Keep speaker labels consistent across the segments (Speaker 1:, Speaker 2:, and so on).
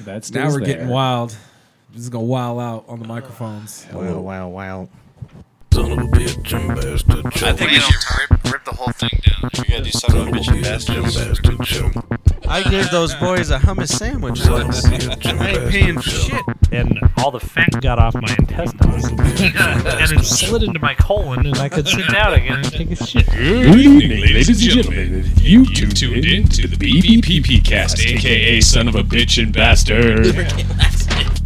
Speaker 1: That's
Speaker 2: Now we're getting wild. This is gonna wild out on the microphones.
Speaker 3: Wow, wow, wow.
Speaker 4: Son of a bitch and bastard
Speaker 5: I
Speaker 4: chump.
Speaker 5: think we should rip, rip the whole thing down. We gotta do son of a bitch and bastard.
Speaker 4: bastard chump.
Speaker 6: I gave those boys a hummus sandwich
Speaker 4: Son of
Speaker 6: once.
Speaker 4: a bitch and
Speaker 6: I ain't
Speaker 4: bastard
Speaker 6: paying
Speaker 4: chump.
Speaker 6: shit.
Speaker 7: and all the fat got off my intestines, and it slid into my colon, and I could sit down again and take a shit.
Speaker 1: Good evening, ladies and gentlemen. You tuned in to the BBPP cast, aka Son of a Bitch and Bastard.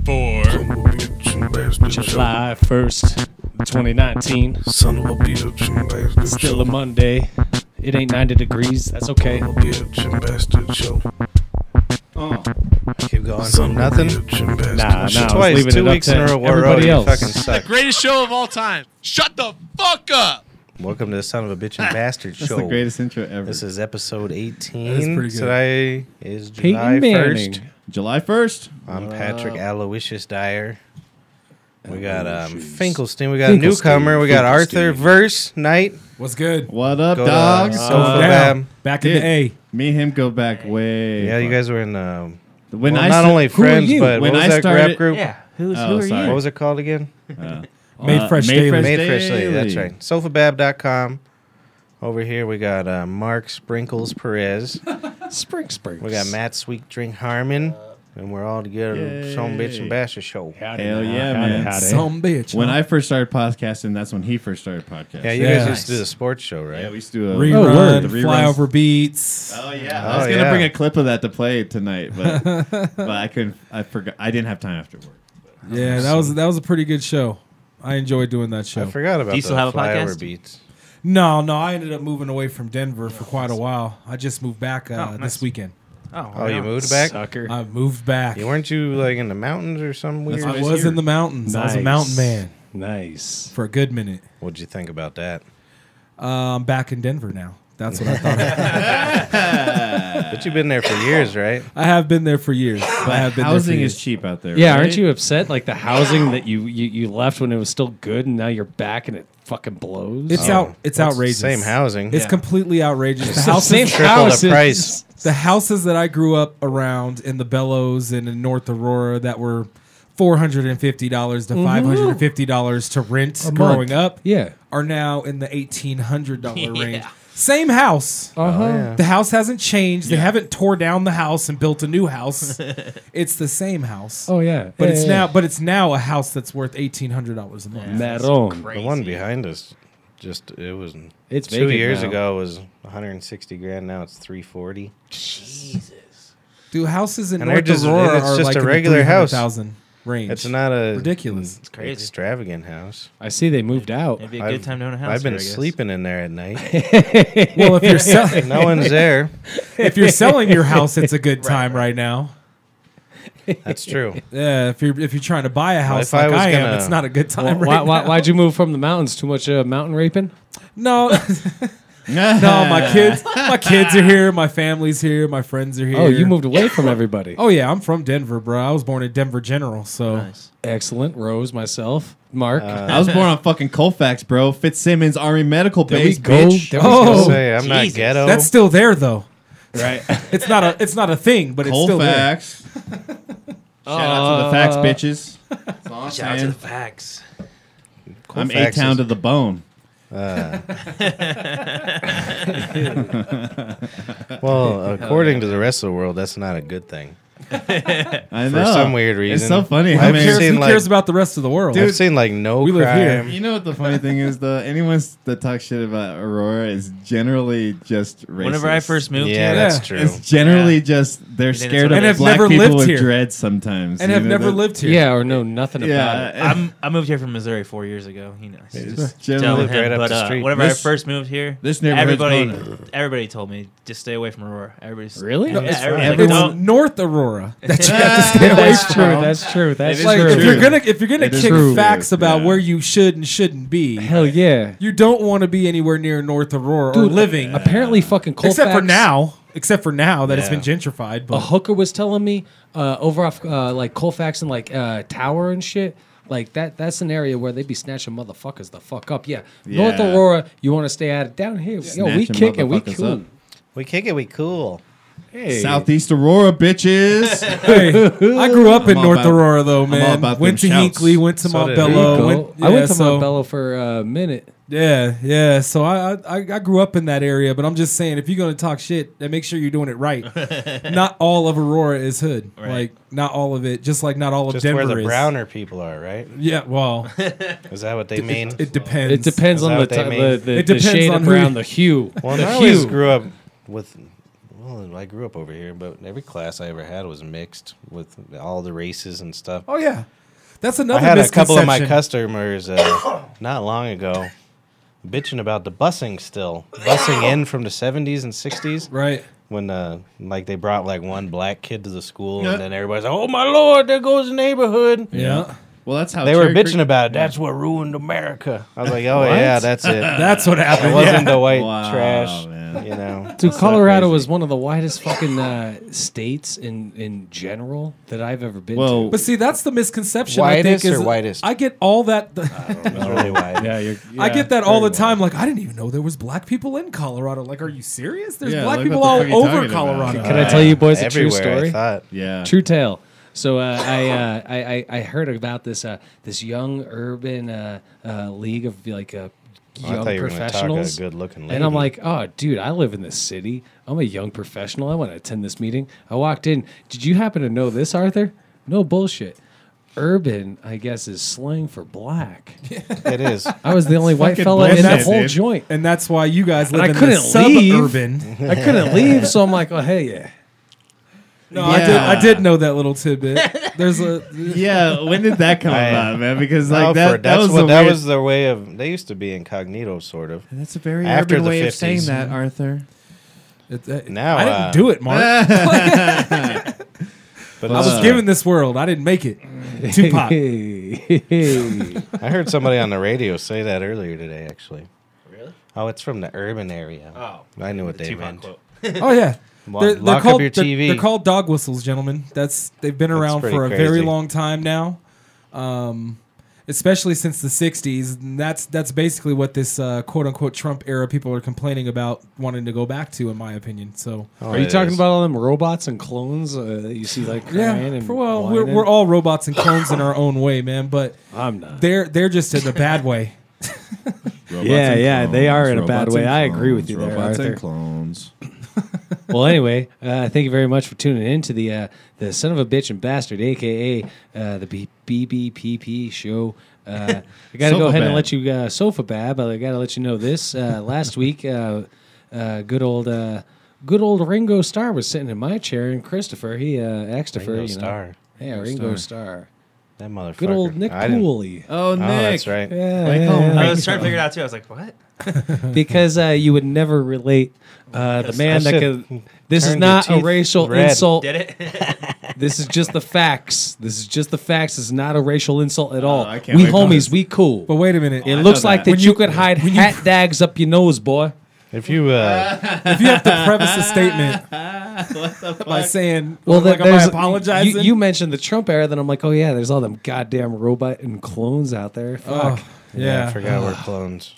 Speaker 1: For
Speaker 4: Son of a bitch and bastard chump.
Speaker 1: July 1st, 2019.
Speaker 4: Son of a bitch and bastard
Speaker 1: Still a
Speaker 4: chump.
Speaker 1: Monday. It ain't 90 degrees. That's okay.
Speaker 4: Bitch and bastard chump.
Speaker 3: Keep going.
Speaker 4: Son of a
Speaker 3: Nothing.
Speaker 4: bitch and bastard
Speaker 1: Nah, nah.
Speaker 4: chump.
Speaker 1: I was
Speaker 3: Twice,
Speaker 1: leaving
Speaker 3: two
Speaker 1: it up
Speaker 3: weeks
Speaker 1: to
Speaker 3: in a row, we're
Speaker 1: everybody
Speaker 3: row, you
Speaker 1: else.
Speaker 3: fucking suck.
Speaker 8: Greatest show of all time. Shut the fuck up.
Speaker 3: Welcome to the Son of a Bitch and Bastard
Speaker 9: That's
Speaker 3: Show.
Speaker 9: the greatest intro ever.
Speaker 3: Oh, This is episode 18.
Speaker 2: That is pretty good.
Speaker 3: Today is
Speaker 1: Peyton
Speaker 3: July
Speaker 1: Manning.
Speaker 3: 1st.
Speaker 9: July 1st.
Speaker 3: I'm Patrick Aloysius Dyer. We got um, Finkelstein. We got a newcomer. We got Arthur Verse Knight.
Speaker 2: What's good?
Speaker 9: What up,
Speaker 3: Go to uh,
Speaker 9: dogs?
Speaker 3: Sofa Fab.
Speaker 2: Back in the A.
Speaker 9: Dude, Me and him go back way.
Speaker 3: Yeah, you
Speaker 9: far.
Speaker 3: guys were in. Um,
Speaker 9: When
Speaker 3: well,
Speaker 9: I
Speaker 3: not
Speaker 9: sta-
Speaker 3: only
Speaker 2: are
Speaker 3: friends,
Speaker 2: you?
Speaker 3: but
Speaker 9: When
Speaker 3: what was
Speaker 9: I
Speaker 3: that
Speaker 9: started-
Speaker 3: rap group?
Speaker 6: Who's
Speaker 9: Oh, sorry.
Speaker 3: What was it called again?
Speaker 2: Made Fresh Daily.
Speaker 9: Fresh
Speaker 3: Made Fresh Daily. That's
Speaker 9: Daily.
Speaker 3: right. Sofabab.com. Over here we got uh, Mark Sprinkles Perez.
Speaker 1: Spring, spring.
Speaker 3: We got Matt Sweet Drink Harmon. And we're all together.
Speaker 9: Yay.
Speaker 3: Some bitch and bastard show.
Speaker 9: Hell yeah, man.
Speaker 2: Some bitch.
Speaker 9: When
Speaker 2: huh?
Speaker 9: I first started podcasting, that's when he first started podcasting.
Speaker 3: Yeah, you
Speaker 2: Yeah.
Speaker 3: guys used to do the sports show, right?
Speaker 9: Yeah, we used to do a
Speaker 1: Oh,
Speaker 2: rerun,
Speaker 1: word.
Speaker 9: Reruns.
Speaker 2: flyover beats.
Speaker 9: Oh yeah, I was
Speaker 3: Oh,
Speaker 9: gonna
Speaker 3: yeah.
Speaker 9: bring a clip of that to play tonight, but but I couldn't. I forgot. I didn't have time after work.
Speaker 2: yeah, that was that was a pretty good show. I enjoyed doing that
Speaker 3: I
Speaker 2: show.
Speaker 3: forgot about
Speaker 6: Do you
Speaker 3: the
Speaker 6: still have a
Speaker 3: flyover
Speaker 6: podcast?
Speaker 3: beats.
Speaker 2: No, no, I ended up moving away from Denver for quite a while. I just moved back uh, this weekend.
Speaker 3: Oh, you moved back?
Speaker 1: Sucker.
Speaker 2: I moved back.
Speaker 3: You weren't you like in the mountains or some weird?
Speaker 2: I was in the mountains. I was a
Speaker 1: Nice.
Speaker 2: mountain man
Speaker 1: Nice.
Speaker 2: for a good minute.
Speaker 3: What'd you think about that?
Speaker 2: Uh, I'm back in Denver now. That's what I thought.
Speaker 3: But you've been there for years, right?
Speaker 2: I have been there for years. I have been there for
Speaker 9: Housing
Speaker 2: years.
Speaker 9: is cheap out there.
Speaker 1: Yeah,
Speaker 9: right?
Speaker 1: aren't you upset? Like the housing that you, you you left when it was still good, and now you're back and it fucking blows. Oh.
Speaker 2: It's out. It's
Speaker 3: That's the
Speaker 2: outrageous.
Speaker 3: Same housing.
Speaker 2: It's completely outrageous. The
Speaker 1: the
Speaker 2: houses,
Speaker 1: same
Speaker 3: triple the
Speaker 1: house.
Speaker 3: price.
Speaker 2: the houses that I grew up around in the Bellows and in North Aurora that were four hundred and fifty dollars to hundred and fifty dollars to rent growing up
Speaker 1: Yeah.
Speaker 2: are now in the eighteen hundred dollar range. Same house.
Speaker 1: Uh huh.
Speaker 2: The house hasn't changed. They haven't tore down the house and built a new house. it's the same house.
Speaker 1: Oh yeah.
Speaker 2: But
Speaker 1: Yeah,
Speaker 2: it's
Speaker 1: yeah,
Speaker 2: now but it's now a house that's worth eighteen hundred dollars a month.
Speaker 1: yeah. Maroon.
Speaker 3: The one behind us, just it was.
Speaker 1: It's
Speaker 3: two
Speaker 1: vacant
Speaker 3: years
Speaker 1: now.
Speaker 3: ago was 160 grand. Now it's 340.
Speaker 2: Dude, houses in
Speaker 3: And
Speaker 2: North
Speaker 3: they're just-
Speaker 2: Aurora
Speaker 3: it's
Speaker 2: are
Speaker 3: just
Speaker 2: like
Speaker 3: a
Speaker 2: in the
Speaker 3: regular house.
Speaker 2: 300,000 range.
Speaker 3: It's not a
Speaker 2: ridiculous.
Speaker 6: crazy.
Speaker 3: extravagant house.
Speaker 1: I see they moved out.
Speaker 6: It'd be a good time to own a house.
Speaker 3: I've been
Speaker 6: here, I guess.
Speaker 3: sleeping in there at night.
Speaker 2: Well, if you're selling,
Speaker 3: No one's there.
Speaker 2: if you're selling your house, it's a good time right, now.
Speaker 3: That's true.
Speaker 2: Yeah, if you're if you're trying to buy a house
Speaker 3: if I
Speaker 2: like
Speaker 3: was
Speaker 2: I, am,
Speaker 3: gonna-
Speaker 2: it's not a good
Speaker 1: Why,
Speaker 2: time
Speaker 1: why,
Speaker 2: right
Speaker 1: why,
Speaker 2: now.
Speaker 1: would you move from the mountains? Too much uh, mountain raping?
Speaker 2: No, no, my kids, my kids are here, my family's here, my friends are here.
Speaker 1: Oh, you moved away from everybody.
Speaker 2: Oh yeah, I'm from Denver, bro. I was born in Denver General, so
Speaker 6: Nice.
Speaker 1: Excellent. Rose, myself, Mark.
Speaker 2: Uh,
Speaker 9: I was born on fucking Colfax, bro. Fitzsimmons Army Medical
Speaker 1: there we
Speaker 9: Base.
Speaker 1: go.
Speaker 9: bitch.
Speaker 1: There
Speaker 3: I was
Speaker 2: Oh,
Speaker 3: gonna say, I'm not
Speaker 6: Jesus.
Speaker 3: ghetto.
Speaker 2: that's still there though.
Speaker 1: Right.
Speaker 2: It's not a it's not a thing, but it's still there.
Speaker 9: Colfax. Shout out to the facts, bitches. That's all I'm
Speaker 6: Shout out to
Speaker 9: saying.
Speaker 6: the facts.
Speaker 9: I'm
Speaker 3: Colfax
Speaker 9: eight town
Speaker 3: is-
Speaker 9: to the bone.
Speaker 3: Well, according to the rest of the world, that's not a good thing.
Speaker 9: I
Speaker 3: For
Speaker 9: know.
Speaker 3: some weird reason.
Speaker 9: It's so funny.
Speaker 3: I've
Speaker 9: I mean,
Speaker 2: Who cares,
Speaker 3: seen,
Speaker 2: who
Speaker 3: like-
Speaker 2: cares about the rest of the world?
Speaker 3: I've seen like no
Speaker 2: we live
Speaker 3: crime.
Speaker 2: here.
Speaker 9: you know what the funny thing is, though? Anyone that talks shit about Aurora is generally just racist.
Speaker 6: Whenever I first moved
Speaker 3: Yeah,
Speaker 6: here,
Speaker 3: that's
Speaker 2: Yeah.
Speaker 3: true.
Speaker 9: It's generally just they're
Speaker 6: think it's
Speaker 9: scared
Speaker 6: okay?
Speaker 9: of
Speaker 6: And
Speaker 2: have
Speaker 9: black
Speaker 2: never
Speaker 9: people
Speaker 2: lived
Speaker 9: with
Speaker 2: here.
Speaker 9: dread sometimes.
Speaker 2: and have
Speaker 9: even
Speaker 2: never
Speaker 9: though-
Speaker 2: lived here.
Speaker 1: yeah, or know nothing about it.
Speaker 9: Yeah.
Speaker 6: I'm, I moved here from Missouri four years ago. You know, it's just
Speaker 9: generally
Speaker 6: dealt with
Speaker 3: right
Speaker 6: him.
Speaker 3: up
Speaker 6: But
Speaker 3: the
Speaker 6: uh,
Speaker 3: street.
Speaker 6: whenever I
Speaker 9: This-
Speaker 6: first moved here,
Speaker 9: this neighborhood's
Speaker 6: everybody,
Speaker 9: going-
Speaker 6: everybody told me just stay away from Aurora. Everybody's
Speaker 1: Really?
Speaker 6: Yeah,
Speaker 1: No, it's
Speaker 6: everybody's like,
Speaker 2: It's
Speaker 9: everyone-
Speaker 6: "Don't."
Speaker 2: North Aurora. That's
Speaker 1: That's true. That's true. That's
Speaker 9: is
Speaker 2: like
Speaker 1: true.
Speaker 2: if you're gonna if you're gonna
Speaker 9: It is
Speaker 2: kick
Speaker 9: true.
Speaker 2: facts about
Speaker 9: Yeah.
Speaker 2: where you should and shouldn't be,
Speaker 1: Hell yeah.
Speaker 2: you don't want to be anywhere near North Aurora or
Speaker 1: Dude,
Speaker 2: living,
Speaker 1: Apparently, fucking Colfax.
Speaker 2: except for now. Except for now that it's been gentrified,
Speaker 1: a
Speaker 2: but
Speaker 9: Oh.
Speaker 1: hooker was telling me uh, over off uh, like Colfax and like uh, Tower and shit. Like that that's an area where they be snatching motherfuckers the fuck up. Yeah. North
Speaker 9: Yeah.
Speaker 1: Aurora, you want to stay out of down here. Yo, we
Speaker 9: Snatching
Speaker 1: kick and we
Speaker 9: motherfuckers
Speaker 1: cool.
Speaker 9: up.
Speaker 3: We kick it. We cool.
Speaker 1: Hey.
Speaker 9: Southeast Aurora, bitches.
Speaker 2: Hey, I grew up in
Speaker 9: all
Speaker 2: North
Speaker 9: about-
Speaker 2: Aurora though,
Speaker 9: all
Speaker 2: man.
Speaker 9: about
Speaker 2: Went to
Speaker 9: them shouts.
Speaker 2: Hinkley, went to
Speaker 3: So
Speaker 2: Mount
Speaker 3: did I.
Speaker 1: There you
Speaker 2: Bello.
Speaker 1: go.
Speaker 2: Went,
Speaker 1: I
Speaker 2: yeah,
Speaker 1: went to
Speaker 2: so-
Speaker 1: Mount Bello for a minute.
Speaker 2: Yeah, yeah. So I, I I grew up in that area, but I'm just saying, if you're gonna talk shit, then make sure you're doing it right. not all of Aurora is hood.
Speaker 6: Right.
Speaker 2: Like not all of it. Just like not all of
Speaker 3: Just
Speaker 2: Denver
Speaker 3: where the
Speaker 2: is.
Speaker 3: browner people are, right?
Speaker 2: Yeah, well,
Speaker 3: Is that what they mean?
Speaker 2: it depends.
Speaker 1: It depends
Speaker 3: Is
Speaker 1: on
Speaker 3: that
Speaker 1: the,
Speaker 3: what they
Speaker 1: ti-
Speaker 3: mean?
Speaker 1: the, the,
Speaker 2: It
Speaker 1: the
Speaker 2: depends
Speaker 1: shade
Speaker 2: on
Speaker 1: of
Speaker 2: who
Speaker 1: brown,
Speaker 2: you-
Speaker 1: the hue.
Speaker 3: Well,
Speaker 1: the
Speaker 3: I always
Speaker 1: hue.
Speaker 3: grew up with. Well, I grew up over here, but every class I ever had was mixed with all the races and stuff.
Speaker 2: Oh yeah, that's
Speaker 3: I
Speaker 2: another.
Speaker 3: had a couple of my
Speaker 2: misconception.
Speaker 3: customers uh, not long ago bitching about the busing still busing in from the 70s and 60s
Speaker 2: Right.
Speaker 3: when uh, like they brought like one black kid to the school and then everybody's like, "Oh my lord, there goes the neighborhood."
Speaker 2: Yeah.
Speaker 9: well, that's how
Speaker 3: They were
Speaker 9: Cherry Creek-
Speaker 3: bitching about it. That's what ruined America. I was like, "Oh yeah, that's it."
Speaker 2: That's what
Speaker 3: It
Speaker 2: happened.
Speaker 3: wasn't
Speaker 2: yeah.
Speaker 3: the white
Speaker 9: Wow,
Speaker 3: trash,
Speaker 9: man.
Speaker 3: you know.
Speaker 1: Dude,
Speaker 3: So
Speaker 1: Colorado
Speaker 3: crazy.
Speaker 1: is one of the widest fucking uh, states in in general that I've ever been
Speaker 9: Well,
Speaker 2: But see, that's the misconception.
Speaker 3: Whitest
Speaker 2: I think, is
Speaker 3: or whitest?
Speaker 2: I get all that.
Speaker 3: It was really wide.
Speaker 1: to. Yeah, you're,
Speaker 2: I get that all the time. Like, I didn't even know there was black people in Colorado. Like, are you serious? There's
Speaker 9: Yeah,
Speaker 2: black
Speaker 9: like, what
Speaker 2: people
Speaker 9: the
Speaker 2: all
Speaker 9: fuck are you
Speaker 2: over
Speaker 9: talking about?
Speaker 2: Colorado.
Speaker 1: Can I tell you boys a true
Speaker 3: Uh, Everywhere, I
Speaker 1: story?
Speaker 3: thought.
Speaker 9: yeah.
Speaker 1: True tale. So uh, I, uh, I I I heard about this uh, this young urban uh, uh, league of like uh,
Speaker 3: Oh, I
Speaker 1: young
Speaker 3: thought you were gonna talk uh, about a
Speaker 1: professionals.
Speaker 3: good-looking
Speaker 1: And I'm like,
Speaker 3: lady.
Speaker 1: oh, dude, I live in this city. I'm a young professional. I want to attend this meeting. I walked in. Did you happen to know this, Arthur? No bullshit. Urban, I guess, is slang for black.
Speaker 3: It is.
Speaker 1: I was the only white
Speaker 9: fucking
Speaker 1: fella in that
Speaker 9: bullshit,
Speaker 1: whole
Speaker 9: dude.
Speaker 1: joint.
Speaker 2: And that's why you guys live
Speaker 1: I
Speaker 2: in the
Speaker 1: couldn't leave.
Speaker 2: suburban.
Speaker 1: I couldn't leave, so I'm like, oh, hey, yeah.
Speaker 2: No, I did.
Speaker 9: Yeah.
Speaker 2: I did know that little tidbit. There's a
Speaker 9: Yeah, when did that come
Speaker 3: I-
Speaker 9: about, man? Because
Speaker 3: No,
Speaker 9: like
Speaker 3: for-
Speaker 9: that, that
Speaker 3: that's
Speaker 9: was
Speaker 3: what
Speaker 9: a
Speaker 3: that
Speaker 9: weird-
Speaker 3: was their way of. They used to be incognito, sort of.
Speaker 9: That's a very
Speaker 3: After
Speaker 9: urban
Speaker 3: the
Speaker 9: way of saying
Speaker 3: 50s.
Speaker 9: that, Arthur.
Speaker 2: it- it-
Speaker 3: Now,
Speaker 2: I
Speaker 3: uh,
Speaker 2: didn't do it, Mark. I
Speaker 3: But
Speaker 2: was
Speaker 3: uh,
Speaker 2: given this world. I didn't make it.
Speaker 1: Uh,
Speaker 2: Tupac.
Speaker 1: Hey.
Speaker 3: I heard somebody on the radio say that earlier today, actually. Really? Oh, it's from the urban area. Oh, I knew what they meant.
Speaker 2: Oh yeah.
Speaker 3: Lo-
Speaker 2: They're,
Speaker 3: lock
Speaker 2: they're
Speaker 3: up
Speaker 2: called
Speaker 3: your
Speaker 2: they're-
Speaker 3: TV.
Speaker 2: They're, called dog whistles, gentlemen. That's they've been around
Speaker 3: pretty
Speaker 2: for a very
Speaker 3: crazy.
Speaker 2: long time now, um, especially since the '60s. And that's that's basically what this uh, quote unquote Trump era people are complaining about wanting to go back to, in my opinion. So
Speaker 3: Oh,
Speaker 1: Are you
Speaker 3: it
Speaker 1: talking
Speaker 3: is.
Speaker 1: about all them robots and clones uh, that you see like
Speaker 2: yeah,
Speaker 1: crying and
Speaker 2: for, well, we're,
Speaker 1: whining?
Speaker 2: we're all robots and clones in our own way, man. But
Speaker 1: I'm not.
Speaker 2: they're they're just in a bad way.
Speaker 1: Yeah, yeah, they are in a bad way. I agree with you there,
Speaker 9: Robots and
Speaker 1: Arthur.
Speaker 9: clones.
Speaker 1: well, anyway, uh, thank you very much for tuning in to the uh, the son of a bitch and bastard, aka uh, the B- BBPP show. Uh, I got to go ahead and
Speaker 9: Sofabab.
Speaker 1: let you uh, sofa bab. I got to let you know this. Uh, last week, uh, uh, good old. Uh, Good old Ringo Starr was sitting in my chair, and Christopher, he uh, asked for
Speaker 3: Ringo
Speaker 1: you know.
Speaker 3: Starr.
Speaker 1: yeah, Ringo Starr,
Speaker 3: That motherfucker.
Speaker 1: good old Nick
Speaker 3: I didn't-
Speaker 1: Cooley.
Speaker 9: Oh, Nick.
Speaker 3: Oh, that's right.
Speaker 1: Yeah,
Speaker 9: They call him
Speaker 6: I
Speaker 9: Ringo.
Speaker 6: was trying to figure it out too. I was like, what?
Speaker 1: because uh, you would never relate. Uh, the man that
Speaker 3: should
Speaker 1: could. This is
Speaker 3: turn your
Speaker 1: not a
Speaker 3: teeth
Speaker 1: racial
Speaker 3: red.
Speaker 1: insult.
Speaker 6: Did it?
Speaker 1: This is just the facts. This is just the facts. This is not a racial insult at all.
Speaker 9: I can't
Speaker 1: we
Speaker 9: wait for
Speaker 1: homies,
Speaker 9: this.
Speaker 1: we cool.
Speaker 2: But wait a minute,
Speaker 1: it looks
Speaker 9: know
Speaker 1: like
Speaker 9: that.
Speaker 1: that you, could hide hat dags up your nose, boy.
Speaker 3: If you, uh,
Speaker 2: if you have to preface a statement by saying, "Well, like, am I
Speaker 1: there's-
Speaker 2: apologizing?"
Speaker 1: You, you mentioned the Trump era, then I'm like, oh yeah, there's all them goddamn robot and clones out there.
Speaker 2: Oh,
Speaker 1: Fuck.
Speaker 2: yeah.
Speaker 3: I forgot we're clones.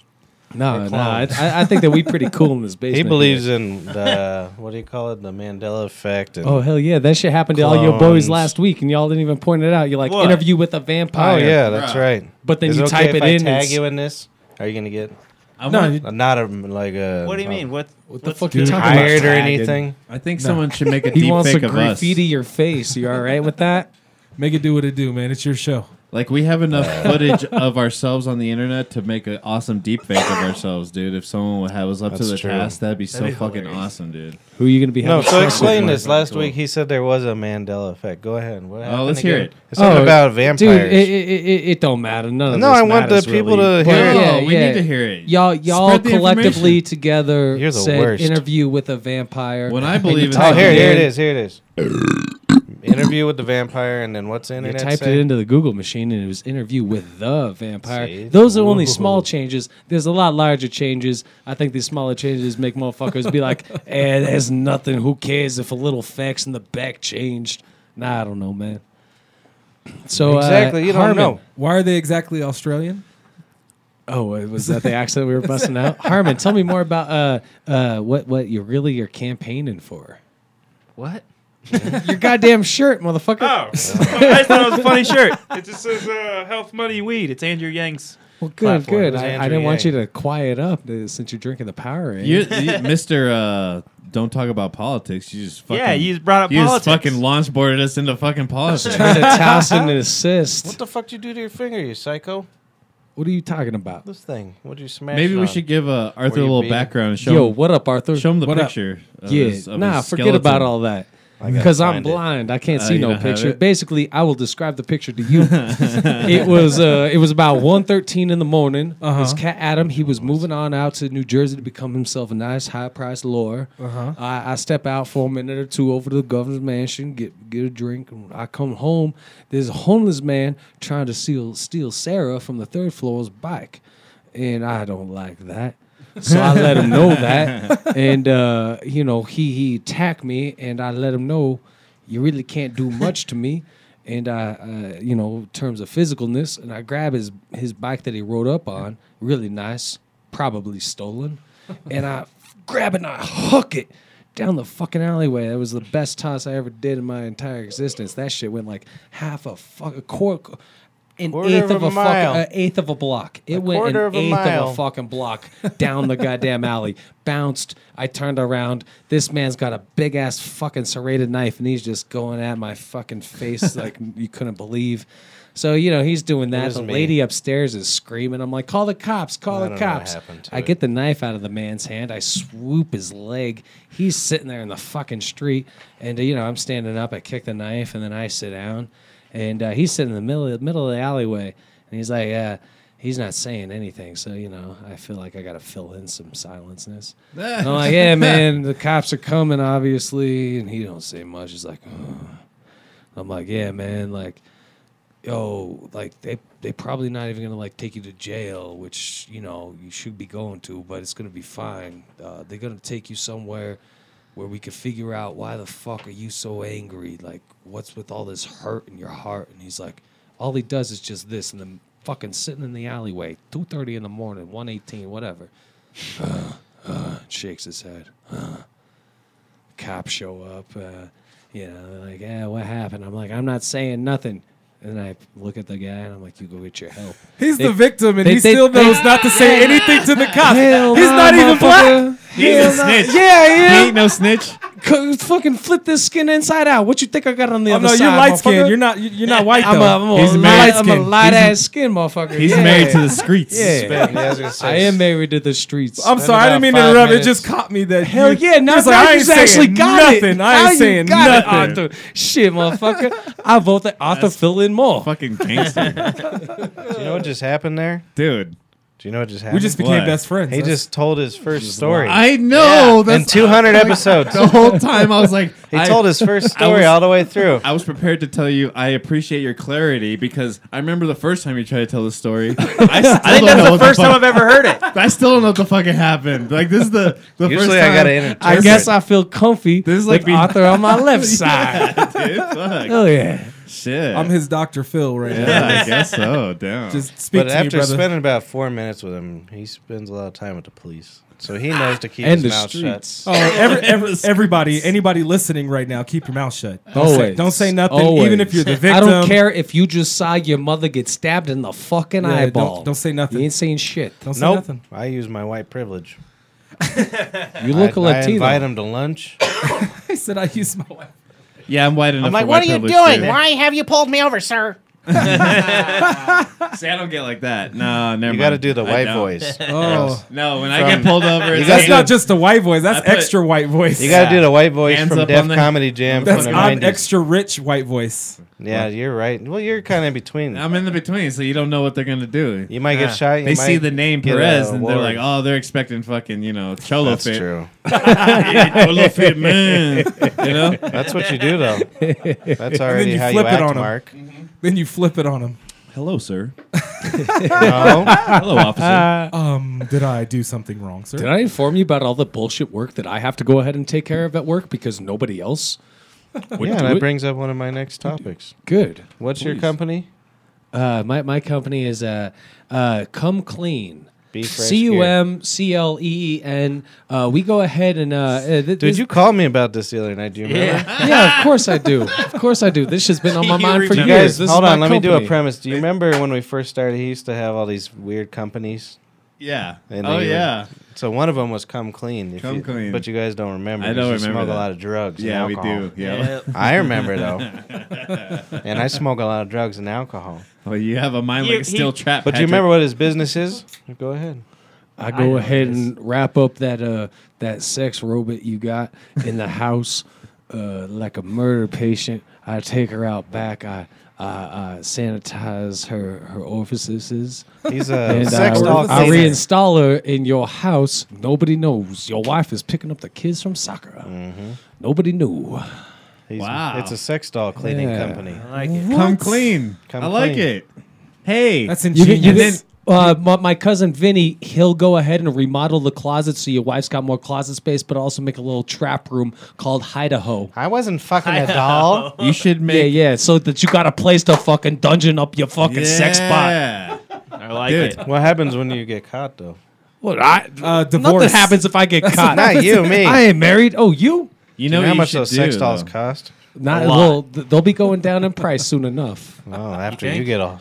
Speaker 1: no, no, I, I I think that we pretty cool in this basement.
Speaker 3: He believes
Speaker 1: here.
Speaker 3: in the what do you call it? The Mandela effect. And,
Speaker 1: Oh hell yeah, that shit happened to all your boys
Speaker 3: Clones.
Speaker 1: last week, and y'all didn't even point it out. You're like
Speaker 6: What?
Speaker 1: interview with a
Speaker 3: Oh,
Speaker 1: vampire.
Speaker 3: yeah, that's right.
Speaker 1: But then
Speaker 3: Is
Speaker 1: you
Speaker 3: okay
Speaker 1: type
Speaker 3: if
Speaker 1: it
Speaker 3: I
Speaker 1: in,
Speaker 3: Tag
Speaker 1: it's-
Speaker 3: you in this? Are you gonna get
Speaker 9: I,
Speaker 2: no,
Speaker 9: want,
Speaker 2: you-
Speaker 3: not a like a?
Speaker 6: What do you
Speaker 3: a-
Speaker 6: mean? What? What
Speaker 1: the fuck
Speaker 6: the-
Speaker 1: you talking about?
Speaker 3: hired or
Speaker 1: Tagging.
Speaker 3: anything?
Speaker 9: I think someone should make a
Speaker 1: He
Speaker 9: deep
Speaker 1: wants to
Speaker 9: fake of us.
Speaker 1: graffiti your face. You all right with that?
Speaker 2: Make it do what it do, man. It's your show.
Speaker 9: Like we have enough footage of ourselves on the internet to make an awesome deep fake of ourselves, dude. If someone would have us up
Speaker 3: That's
Speaker 9: to the
Speaker 3: true.
Speaker 9: task, that'd be so
Speaker 6: That'd be
Speaker 9: fucking
Speaker 6: hilarious.
Speaker 9: awesome, dude.
Speaker 1: Who are you gonna be?
Speaker 3: No,
Speaker 1: having sex
Speaker 3: so
Speaker 1: with?
Speaker 3: explain
Speaker 9: with
Speaker 3: this.
Speaker 9: Michael.
Speaker 3: Last week he said there was a Mandela effect. Go ahead.
Speaker 6: Oh,
Speaker 3: What happened
Speaker 9: let's hear
Speaker 3: again?
Speaker 9: it.
Speaker 3: It's something about vampires.
Speaker 1: Oh, Dude, it, it, it, it don't matter. None of
Speaker 3: no,
Speaker 1: this
Speaker 3: I want the
Speaker 1: matters,
Speaker 3: people
Speaker 1: really.
Speaker 3: to
Speaker 1: But
Speaker 3: hear.
Speaker 9: Well,
Speaker 3: it.
Speaker 1: yeah,
Speaker 9: we
Speaker 1: yeah.
Speaker 9: need to hear it.
Speaker 1: Y'all, y'all
Speaker 9: Spread the
Speaker 1: collectively
Speaker 9: information.
Speaker 1: together
Speaker 3: You're the
Speaker 1: said
Speaker 3: worst.
Speaker 1: interview with a vampire.
Speaker 9: When I
Speaker 1: and you
Speaker 9: believe in-
Speaker 1: typed
Speaker 3: Oh, here,
Speaker 1: it
Speaker 3: here it
Speaker 1: in-
Speaker 3: is. Here it is. Interview with the vampire, and then what's the
Speaker 1: You
Speaker 3: internet
Speaker 1: typed
Speaker 3: say?
Speaker 1: it uh, into the Google machine and it was interview with the vampire.
Speaker 3: See?
Speaker 1: Those are only
Speaker 3: Ooh.
Speaker 1: small changes. There's a lot larger changes. I think these smaller changes make motherfuckers be like, eh, there's nothing. Who cares if a little fax in the back changed? Nah, I don't know, man. So uh,
Speaker 3: Exactly, you don't
Speaker 1: Harmon-
Speaker 3: know.
Speaker 2: Why are they exactly Australian?
Speaker 1: Oh, uh, was that the accent we were busting out? Harmon, tell me more about uh, uh, what what you really are campaigning for.
Speaker 6: What?
Speaker 1: Your goddamn shirt, motherfucker.
Speaker 6: Oh, I just thought it was a funny shirt. It just says uh, "Health, Money, Weed." It's Andrew Yang's.
Speaker 1: well, good,
Speaker 6: platform.
Speaker 1: good.
Speaker 3: It was
Speaker 1: I, I
Speaker 3: Andrew
Speaker 1: didn't want you
Speaker 3: Yang.
Speaker 1: to quiet up uh, since you're drinking the Powerade.
Speaker 9: You, you, Mr. Uh, don't talk about politics. You just fucking
Speaker 6: yeah, you just brought up
Speaker 9: you just
Speaker 6: politics.
Speaker 9: fucking launchboarded us into fucking politics.
Speaker 1: trying to toss in an assist.
Speaker 3: What the fuck did you do to your finger, you psycho?
Speaker 1: What are you talking about?
Speaker 3: This thing. What did you smash?
Speaker 9: Maybe
Speaker 3: it
Speaker 9: we
Speaker 3: on?
Speaker 9: should give uh, Arthur a
Speaker 3: you
Speaker 9: little
Speaker 3: being-
Speaker 9: background and show
Speaker 1: Yo,
Speaker 9: him,
Speaker 1: what up, Arthur?
Speaker 9: show him the
Speaker 2: What up?
Speaker 9: picture. Of
Speaker 1: yeah,
Speaker 9: his, of
Speaker 1: nah,
Speaker 9: his
Speaker 1: forget about
Speaker 9: skeleton.
Speaker 1: all that. Because I'm
Speaker 3: find it.
Speaker 1: blind, I can't
Speaker 9: Oh,
Speaker 1: see
Speaker 9: you
Speaker 1: no
Speaker 9: don't have
Speaker 1: picture.
Speaker 9: it?
Speaker 1: Basically, I will describe the picture to you. it was uh, it was about 1.13 in the morning.
Speaker 2: Uh-huh.
Speaker 1: This cat Adam, he was moving on out to New Jersey to become himself a nice high priced lawyer.
Speaker 2: Uh-huh.
Speaker 1: I, I step out for a minute or two over to the governor's mansion, get get a drink. And I come home. There's a homeless man trying to steal steal Sarah from the third floor's bike, and I don't like that. So I let him know that, and uh, you know he he attacked me, and I let him know you really can't do much to me. And I, uh, you know, in terms of physicalness, and I grab his his bike that he rode up on, really nice, probably stolen, and I grab it and I hook it down the fucking alleyway. That was the best toss I ever did in my entire existence. That shit went like half a fuck a quarter, an
Speaker 3: Quarter
Speaker 1: eighth
Speaker 3: of
Speaker 1: of
Speaker 3: a
Speaker 1: a, fucking
Speaker 3: mile.
Speaker 1: a eighth of a block. It went an
Speaker 3: quarter of a
Speaker 1: eighth of a
Speaker 3: mile.
Speaker 1: fucking block down the goddamn alley. Bounced. I turned around. This man's got a big ass fucking serrated knife, and he's just going at my fucking face like you couldn't believe. So you know he's doing that.
Speaker 3: was
Speaker 1: The
Speaker 3: me.
Speaker 1: lady upstairs is screaming. I'm like, call the cops, call
Speaker 3: I
Speaker 1: the
Speaker 3: don't know what
Speaker 1: cops.
Speaker 3: happened to
Speaker 1: I
Speaker 3: it.
Speaker 1: get the knife out of the man's hand. I swoop his leg. He's sitting there in the fucking street, and uh, you know I'm standing up. I kick the knife, and then I sit down, and uh, he's sitting in the middle middle of the alleyway, and he's like, uh, he's not saying anything. So you know I feel like I got to fill in some silenceness. And I'm like, yeah, man, the cops are coming, obviously, and he don't say much. He's like, "Ugh." I'm like, yeah, man, like yo, oh, like they they probably not even gonna like take you to jail, which you know you should be going to, but it's gonna be fine. Uh, they're gonna take you somewhere where we can figure out why the fuck are you so angry? Like, what's with all this hurt in your heart? And he's like, all he does is just this, and then fucking sitting in the alleyway, two thirty in the morning, one eighteen, whatever. Uh, shakes his head. Cops show up. Uh, you know, they're like, yeah, what happened? I'm like, I'm not saying nothing. And I look at the guy and I'm like, you go get your help.
Speaker 2: He's
Speaker 1: They-
Speaker 2: the victim, and
Speaker 1: they-
Speaker 2: he
Speaker 1: they-
Speaker 2: still
Speaker 1: they-
Speaker 2: knows not to say anything to the cops.
Speaker 1: Hell
Speaker 2: He's
Speaker 1: nah,
Speaker 2: not even black.
Speaker 1: motherfucker.
Speaker 9: He's a snitch.
Speaker 1: Yeah,
Speaker 9: He
Speaker 1: I am.
Speaker 9: ain't no snitch.
Speaker 1: Co- Fucking flip this skin inside out. What you think I got on the
Speaker 2: Oh
Speaker 1: other
Speaker 2: no,
Speaker 1: side?
Speaker 2: you're light skinned.
Speaker 1: motherfucker?
Speaker 2: You're not. you- You're not white
Speaker 1: I'm a,
Speaker 2: though.
Speaker 1: I'm a
Speaker 9: He's
Speaker 1: light,
Speaker 9: married
Speaker 1: I'm a
Speaker 9: skin.
Speaker 1: light
Speaker 9: He's-
Speaker 1: ass skin, motherfucker.
Speaker 9: He's
Speaker 1: Yeah.
Speaker 9: married to the streets.
Speaker 1: Yeah.
Speaker 3: Yeah, I was gonna say,
Speaker 1: I am married to the streets.
Speaker 2: I'm
Speaker 3: Spend
Speaker 2: sorry, I didn't
Speaker 3: about
Speaker 2: mean to
Speaker 3: five
Speaker 2: interrupt. It
Speaker 3: minutes.
Speaker 2: just caught me that.
Speaker 1: Hell
Speaker 2: you-
Speaker 1: yeah! Now,
Speaker 2: it's like,
Speaker 1: now
Speaker 2: I ain't
Speaker 1: you actually
Speaker 2: saying
Speaker 1: got
Speaker 2: nothing.
Speaker 1: it.
Speaker 2: I ain't
Speaker 1: Now you
Speaker 2: saying
Speaker 1: got
Speaker 2: nothing.
Speaker 1: It, Arthur. Shit, motherfucker! I vote that Arthur fill in more.
Speaker 9: Fucking gangster.
Speaker 3: Do you know what just happened there?
Speaker 9: Dude.
Speaker 3: Do you know what just happened?
Speaker 2: We just became
Speaker 9: Why?
Speaker 2: best friends.
Speaker 3: he
Speaker 2: That's-
Speaker 3: just told his first story.
Speaker 9: I know.
Speaker 3: In
Speaker 9: That's
Speaker 3: 200 episodes.
Speaker 9: the whole time I was like,
Speaker 3: He
Speaker 9: I-
Speaker 3: told his first
Speaker 9: I
Speaker 3: story
Speaker 9: was-
Speaker 3: all the way through.
Speaker 9: I was prepared to tell you I appreciate your clarity because I remember the first time you tried to tell the story. I, still don't know what fuck-
Speaker 6: ever heard it.
Speaker 9: I still don't know what the fuck it happened. Like this is the the first
Speaker 3: Usually I
Speaker 9: time.
Speaker 3: gotta interpret.
Speaker 1: I guess I feel comfy
Speaker 9: This is
Speaker 1: with
Speaker 9: like me-
Speaker 1: Arthur on my left side.
Speaker 9: Dude, fuck.
Speaker 1: Hell yeah!
Speaker 9: Shit.
Speaker 2: I'm his Dr. Phil right now.
Speaker 9: yeah, I guess so. Damn.
Speaker 2: Just speak
Speaker 3: But
Speaker 2: to me,
Speaker 3: after
Speaker 2: brother.
Speaker 3: spending about four minutes with him, he spends a lot of time with the police, so he knows to keep
Speaker 1: And
Speaker 3: his
Speaker 1: the
Speaker 3: mouth
Speaker 1: streets.
Speaker 3: shut.
Speaker 2: Oh, every, every, everybody, anybody listening right now, keep your mouth shut. Don't
Speaker 1: Always.
Speaker 2: say, don't say nothing,
Speaker 1: Always.
Speaker 2: even if you're the victim.
Speaker 1: I don't care if you just saw your mother get stabbed in the fucking
Speaker 2: Yeah,
Speaker 1: eyeball.
Speaker 2: Don't, don't say nothing.
Speaker 1: You ain't saying shit.
Speaker 2: don't say
Speaker 3: nope.
Speaker 2: nothing.
Speaker 3: I use my white privilege.
Speaker 1: You look a
Speaker 3: I, I
Speaker 1: Latino.
Speaker 3: invite him to lunch.
Speaker 2: I said I used my wife.
Speaker 9: yeah, I'm white enough.
Speaker 3: I'm like,
Speaker 9: for
Speaker 3: "What
Speaker 9: white
Speaker 3: are you
Speaker 9: privilege,
Speaker 3: doing?
Speaker 9: too."
Speaker 3: Why
Speaker 10: have you pulled me over, sir?
Speaker 9: See, I don't get like that. No, never.
Speaker 3: You got to
Speaker 9: mind.
Speaker 3: do the
Speaker 9: I
Speaker 3: white
Speaker 9: don't.
Speaker 3: voice.
Speaker 2: Oh,
Speaker 9: No, when I get pulled over,
Speaker 3: gotta
Speaker 9: it's
Speaker 2: that's
Speaker 9: like,
Speaker 3: do
Speaker 2: not just the white voice. That's
Speaker 9: I put-
Speaker 2: extra white voice.
Speaker 3: You got to do the white voice
Speaker 9: Hands
Speaker 3: from
Speaker 9: up
Speaker 3: Def
Speaker 9: on the-
Speaker 3: Comedy Jam from
Speaker 2: that's
Speaker 3: the
Speaker 2: I'm
Speaker 3: 90s.
Speaker 2: extra rich white voice.
Speaker 3: yeah, you're right. Well, you're kind of in between.
Speaker 9: I'm in the between, so you don't know what they're gonna do.
Speaker 3: you might get shot. You
Speaker 9: they
Speaker 3: might
Speaker 9: see the name
Speaker 3: get a
Speaker 9: Perez, and they're
Speaker 3: award.
Speaker 9: like, "Oh, they're expecting fucking you know cholo
Speaker 3: That's
Speaker 9: fit,
Speaker 3: true.
Speaker 9: cholo fit man." You know,
Speaker 3: That's what you do, though. That's already
Speaker 2: you
Speaker 3: how you
Speaker 2: flip it
Speaker 3: act,
Speaker 2: on 'em.
Speaker 3: Mark.
Speaker 2: Then you flip it on him.
Speaker 9: hello, sir.
Speaker 3: No,
Speaker 9: Hello, officer.
Speaker 2: Um, did I do something wrong, sir?
Speaker 1: Did I inform you about all the bullshit work that I have to go ahead and take care of at work because nobody else? would
Speaker 3: yeah,
Speaker 1: do
Speaker 3: and that
Speaker 1: it?
Speaker 3: brings up one of my next topics.
Speaker 1: Good.
Speaker 3: What's your company?
Speaker 1: Uh, my my company is uh, uh, Come Clean.
Speaker 3: Be fresh
Speaker 1: C U M C L E E N. Uh, We go ahead and. uh, Uh, th-
Speaker 3: Dude,
Speaker 1: this-
Speaker 3: you called me about this the other night. Do you remember?
Speaker 1: Yeah, of course I do. Of course I do. This has been on my
Speaker 6: You
Speaker 1: mind for
Speaker 6: remember.
Speaker 1: years.
Speaker 3: You guys,
Speaker 1: This is
Speaker 3: hold
Speaker 1: my
Speaker 3: on. Let me do a
Speaker 1: company.
Speaker 3: premise. Do you remember when we first started? He used to have all these weird companies.
Speaker 9: Yeah.
Speaker 3: And
Speaker 9: oh
Speaker 3: they were-
Speaker 9: yeah.
Speaker 3: So one of them was "Come Clean." if
Speaker 9: Come
Speaker 3: you-
Speaker 9: Clean.
Speaker 3: But you guys don't remember.
Speaker 9: I
Speaker 3: 'cause
Speaker 9: don't
Speaker 3: you
Speaker 9: remember
Speaker 3: Smoke
Speaker 9: that.
Speaker 3: a lot of drugs. and
Speaker 9: Yeah, we
Speaker 3: alcohol.
Speaker 9: do. Yeah.
Speaker 3: I remember though, and I smoke a lot of drugs and alcohol.
Speaker 9: Well, you have a mind
Speaker 6: You-
Speaker 9: like a steel
Speaker 6: he-
Speaker 9: trap.
Speaker 3: But do you remember what his business is? Go ahead.
Speaker 1: I
Speaker 6: I
Speaker 1: go
Speaker 6: know
Speaker 1: ahead
Speaker 6: this.
Speaker 1: and wrap up that uh that sex robot you got in the house uh like a murder patient. I take her out back. I I, I sanitize her her orifices
Speaker 3: He's a
Speaker 1: and
Speaker 3: Oh,
Speaker 1: uh,
Speaker 3: sex
Speaker 1: I,
Speaker 3: doll.
Speaker 1: I
Speaker 3: cleaner.
Speaker 1: reinstall her in your house. Nobody knows. Your wife is picking up the kids from soccer.
Speaker 3: Mm-hmm.
Speaker 1: Nobody knew.
Speaker 3: He's-
Speaker 9: Wow.
Speaker 3: It's a sex doll cleaning
Speaker 1: Yeah.
Speaker 3: company.
Speaker 9: Come clean.
Speaker 3: Come
Speaker 9: I like
Speaker 3: clean.
Speaker 9: it. Hey.
Speaker 2: That's
Speaker 1: You,
Speaker 2: ingenious.
Speaker 1: can- you then, uh, my, my cousin Vinny, he'll go ahead and remodel the closet so your wife's got more closet space, but also make a little trap room called Hideaho.
Speaker 3: I wasn't fucking a doll.
Speaker 9: you should
Speaker 1: Yeah,
Speaker 9: make
Speaker 1: yeah, so that you got a place to fucking dungeon up your fucking sex spot.
Speaker 9: spot.
Speaker 6: I like
Speaker 9: Dude.
Speaker 6: it.
Speaker 3: What happens when you get caught though?
Speaker 1: What, I,
Speaker 2: Uh,
Speaker 1: nothing
Speaker 2: divorce.
Speaker 1: happens if I get caught.
Speaker 3: Not you, me.
Speaker 1: I ain't married. Oh, you?
Speaker 9: You
Speaker 3: You
Speaker 9: know
Speaker 3: know
Speaker 9: what
Speaker 3: how
Speaker 9: you
Speaker 3: much
Speaker 9: should
Speaker 3: those sex
Speaker 9: do,
Speaker 3: dolls
Speaker 9: though?
Speaker 3: cost?
Speaker 1: Not
Speaker 6: A
Speaker 1: well. th- They'll be going down in price soon enough.
Speaker 3: Oh, after
Speaker 6: think?
Speaker 3: you get all.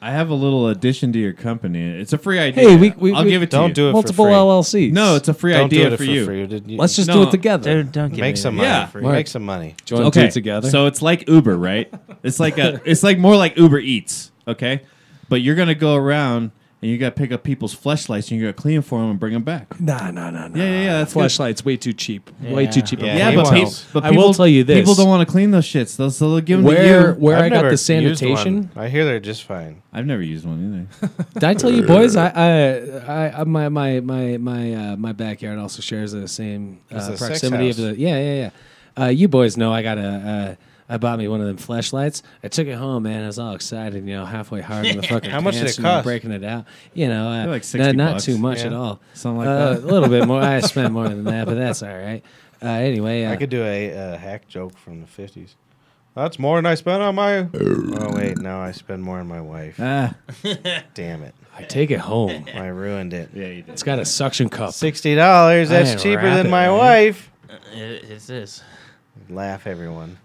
Speaker 9: I have a little addition to your company. It's a free idea.
Speaker 1: Hey, we- we-
Speaker 9: I'll
Speaker 1: we-
Speaker 9: give it to
Speaker 3: Don't
Speaker 9: you.
Speaker 3: do it
Speaker 1: Multiple
Speaker 3: for free.
Speaker 1: LLCs.
Speaker 9: No, it's a free
Speaker 3: Don't
Speaker 9: idea
Speaker 3: do it for
Speaker 9: for you.
Speaker 3: free. Did you-
Speaker 1: Let's just
Speaker 9: No.
Speaker 1: do it together.
Speaker 6: Dude, don't give
Speaker 3: make
Speaker 6: me
Speaker 3: some
Speaker 6: that.
Speaker 3: money.
Speaker 9: Yeah.
Speaker 3: for-
Speaker 1: Right.
Speaker 3: Make some money.
Speaker 1: Join
Speaker 9: okay.
Speaker 1: two together.
Speaker 9: So it's like Uber, right? It's like a it's like more like Uber Eats, okay? But you're gonna go around and you gotta pick up people's fleshlights and you're gonna clean them for them and bring them back.
Speaker 1: nah, nah, nah, nah.
Speaker 9: Yeah, yeah, yeah. That's good.
Speaker 1: Flashlight's way too cheap. Way too cheap.
Speaker 3: Yeah.
Speaker 9: Yeah,
Speaker 3: He
Speaker 9: but,
Speaker 3: wants-
Speaker 9: peop- but
Speaker 1: I
Speaker 9: people,
Speaker 1: will tell you this.
Speaker 9: people don't want to clean those shits. They'll, so they'll give them
Speaker 1: Where
Speaker 9: to you.
Speaker 1: where
Speaker 3: I've
Speaker 1: I got
Speaker 3: never
Speaker 1: the
Speaker 3: used
Speaker 1: sanitation?
Speaker 3: one. I hear they're just fine.
Speaker 9: I've never used one either.
Speaker 1: Did I tell you, boys? I, I, I my, my, my, my, uh, my backyard also shares the same
Speaker 3: It's
Speaker 1: uh,
Speaker 3: a sex
Speaker 1: proximity of
Speaker 3: house.
Speaker 1: the. Yeah, yeah, yeah. Uh, you boys know I got a. Uh, I bought me one of them flashlights. I took it home, man. I was all excited, you know, halfway hard in the fucking
Speaker 3: How much did
Speaker 1: pants,
Speaker 3: it
Speaker 1: you know,
Speaker 3: cost?
Speaker 1: breaking it out. You know, uh,
Speaker 9: They're like
Speaker 1: no-
Speaker 9: 60
Speaker 1: not
Speaker 9: bucks.
Speaker 1: too much
Speaker 3: Yeah.
Speaker 1: at all.
Speaker 9: Something like
Speaker 1: Uh,
Speaker 9: that.
Speaker 1: A little bit more. I spent more than that, but that's all right. Uh, anyway, uh,
Speaker 3: I could do a uh, hack joke from the fifties. That's more than I spent on my. oh wait, no, I spend more on my wife.
Speaker 9: ah,
Speaker 3: Damn it,
Speaker 1: uh, I take it home.
Speaker 3: I ruined it.
Speaker 9: yeah, you did.
Speaker 1: It's got a suction cup.
Speaker 3: Sixty dollars.
Speaker 1: I ain't
Speaker 3: That's cheaper
Speaker 1: rapping,
Speaker 3: than my
Speaker 1: man.
Speaker 3: wife.
Speaker 6: It's this.
Speaker 3: Laugh, everyone.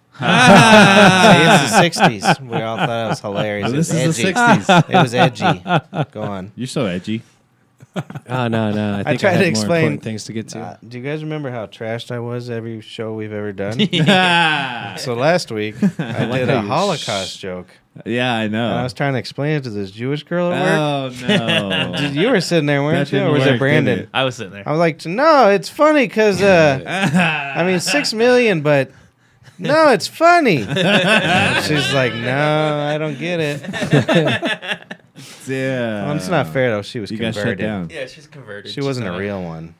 Speaker 3: See, it's the sixties. We all thought it was hilarious.
Speaker 9: this
Speaker 3: it
Speaker 9: is
Speaker 3: was
Speaker 9: the
Speaker 3: edgy.
Speaker 9: '60s.
Speaker 3: It was edgy. Go on.
Speaker 9: You're so edgy.
Speaker 1: Oh no, no. I think I,
Speaker 3: tried
Speaker 1: had
Speaker 3: to
Speaker 1: more
Speaker 3: explain-
Speaker 1: important things to get to.
Speaker 3: Uh, do you guys remember how trashed I was every show we've ever done?
Speaker 9: Oh. yeah,
Speaker 3: so last week I,
Speaker 9: like
Speaker 3: did
Speaker 9: how
Speaker 3: a
Speaker 9: you-
Speaker 3: Holocaust joke,
Speaker 9: I
Speaker 3: and I
Speaker 9: know.
Speaker 3: was trying to explain it to this Jewish girl at work.
Speaker 9: Oh no.
Speaker 3: You were sitting there,
Speaker 9: That
Speaker 3: weren't you?
Speaker 9: didn't
Speaker 3: Or was
Speaker 9: work,
Speaker 3: it
Speaker 9: did
Speaker 3: Brandon?
Speaker 9: it?
Speaker 6: I was sitting there.
Speaker 3: I was like, no, it's funny because, uh, I mean, six million, but no, it's funny. She's like, no, I don't get it.
Speaker 9: yeah.
Speaker 3: Well, it's not fair, though. She was
Speaker 9: You got shut
Speaker 3: converted.
Speaker 9: down.
Speaker 6: Yeah, she's converted.
Speaker 3: She wasn't a real one.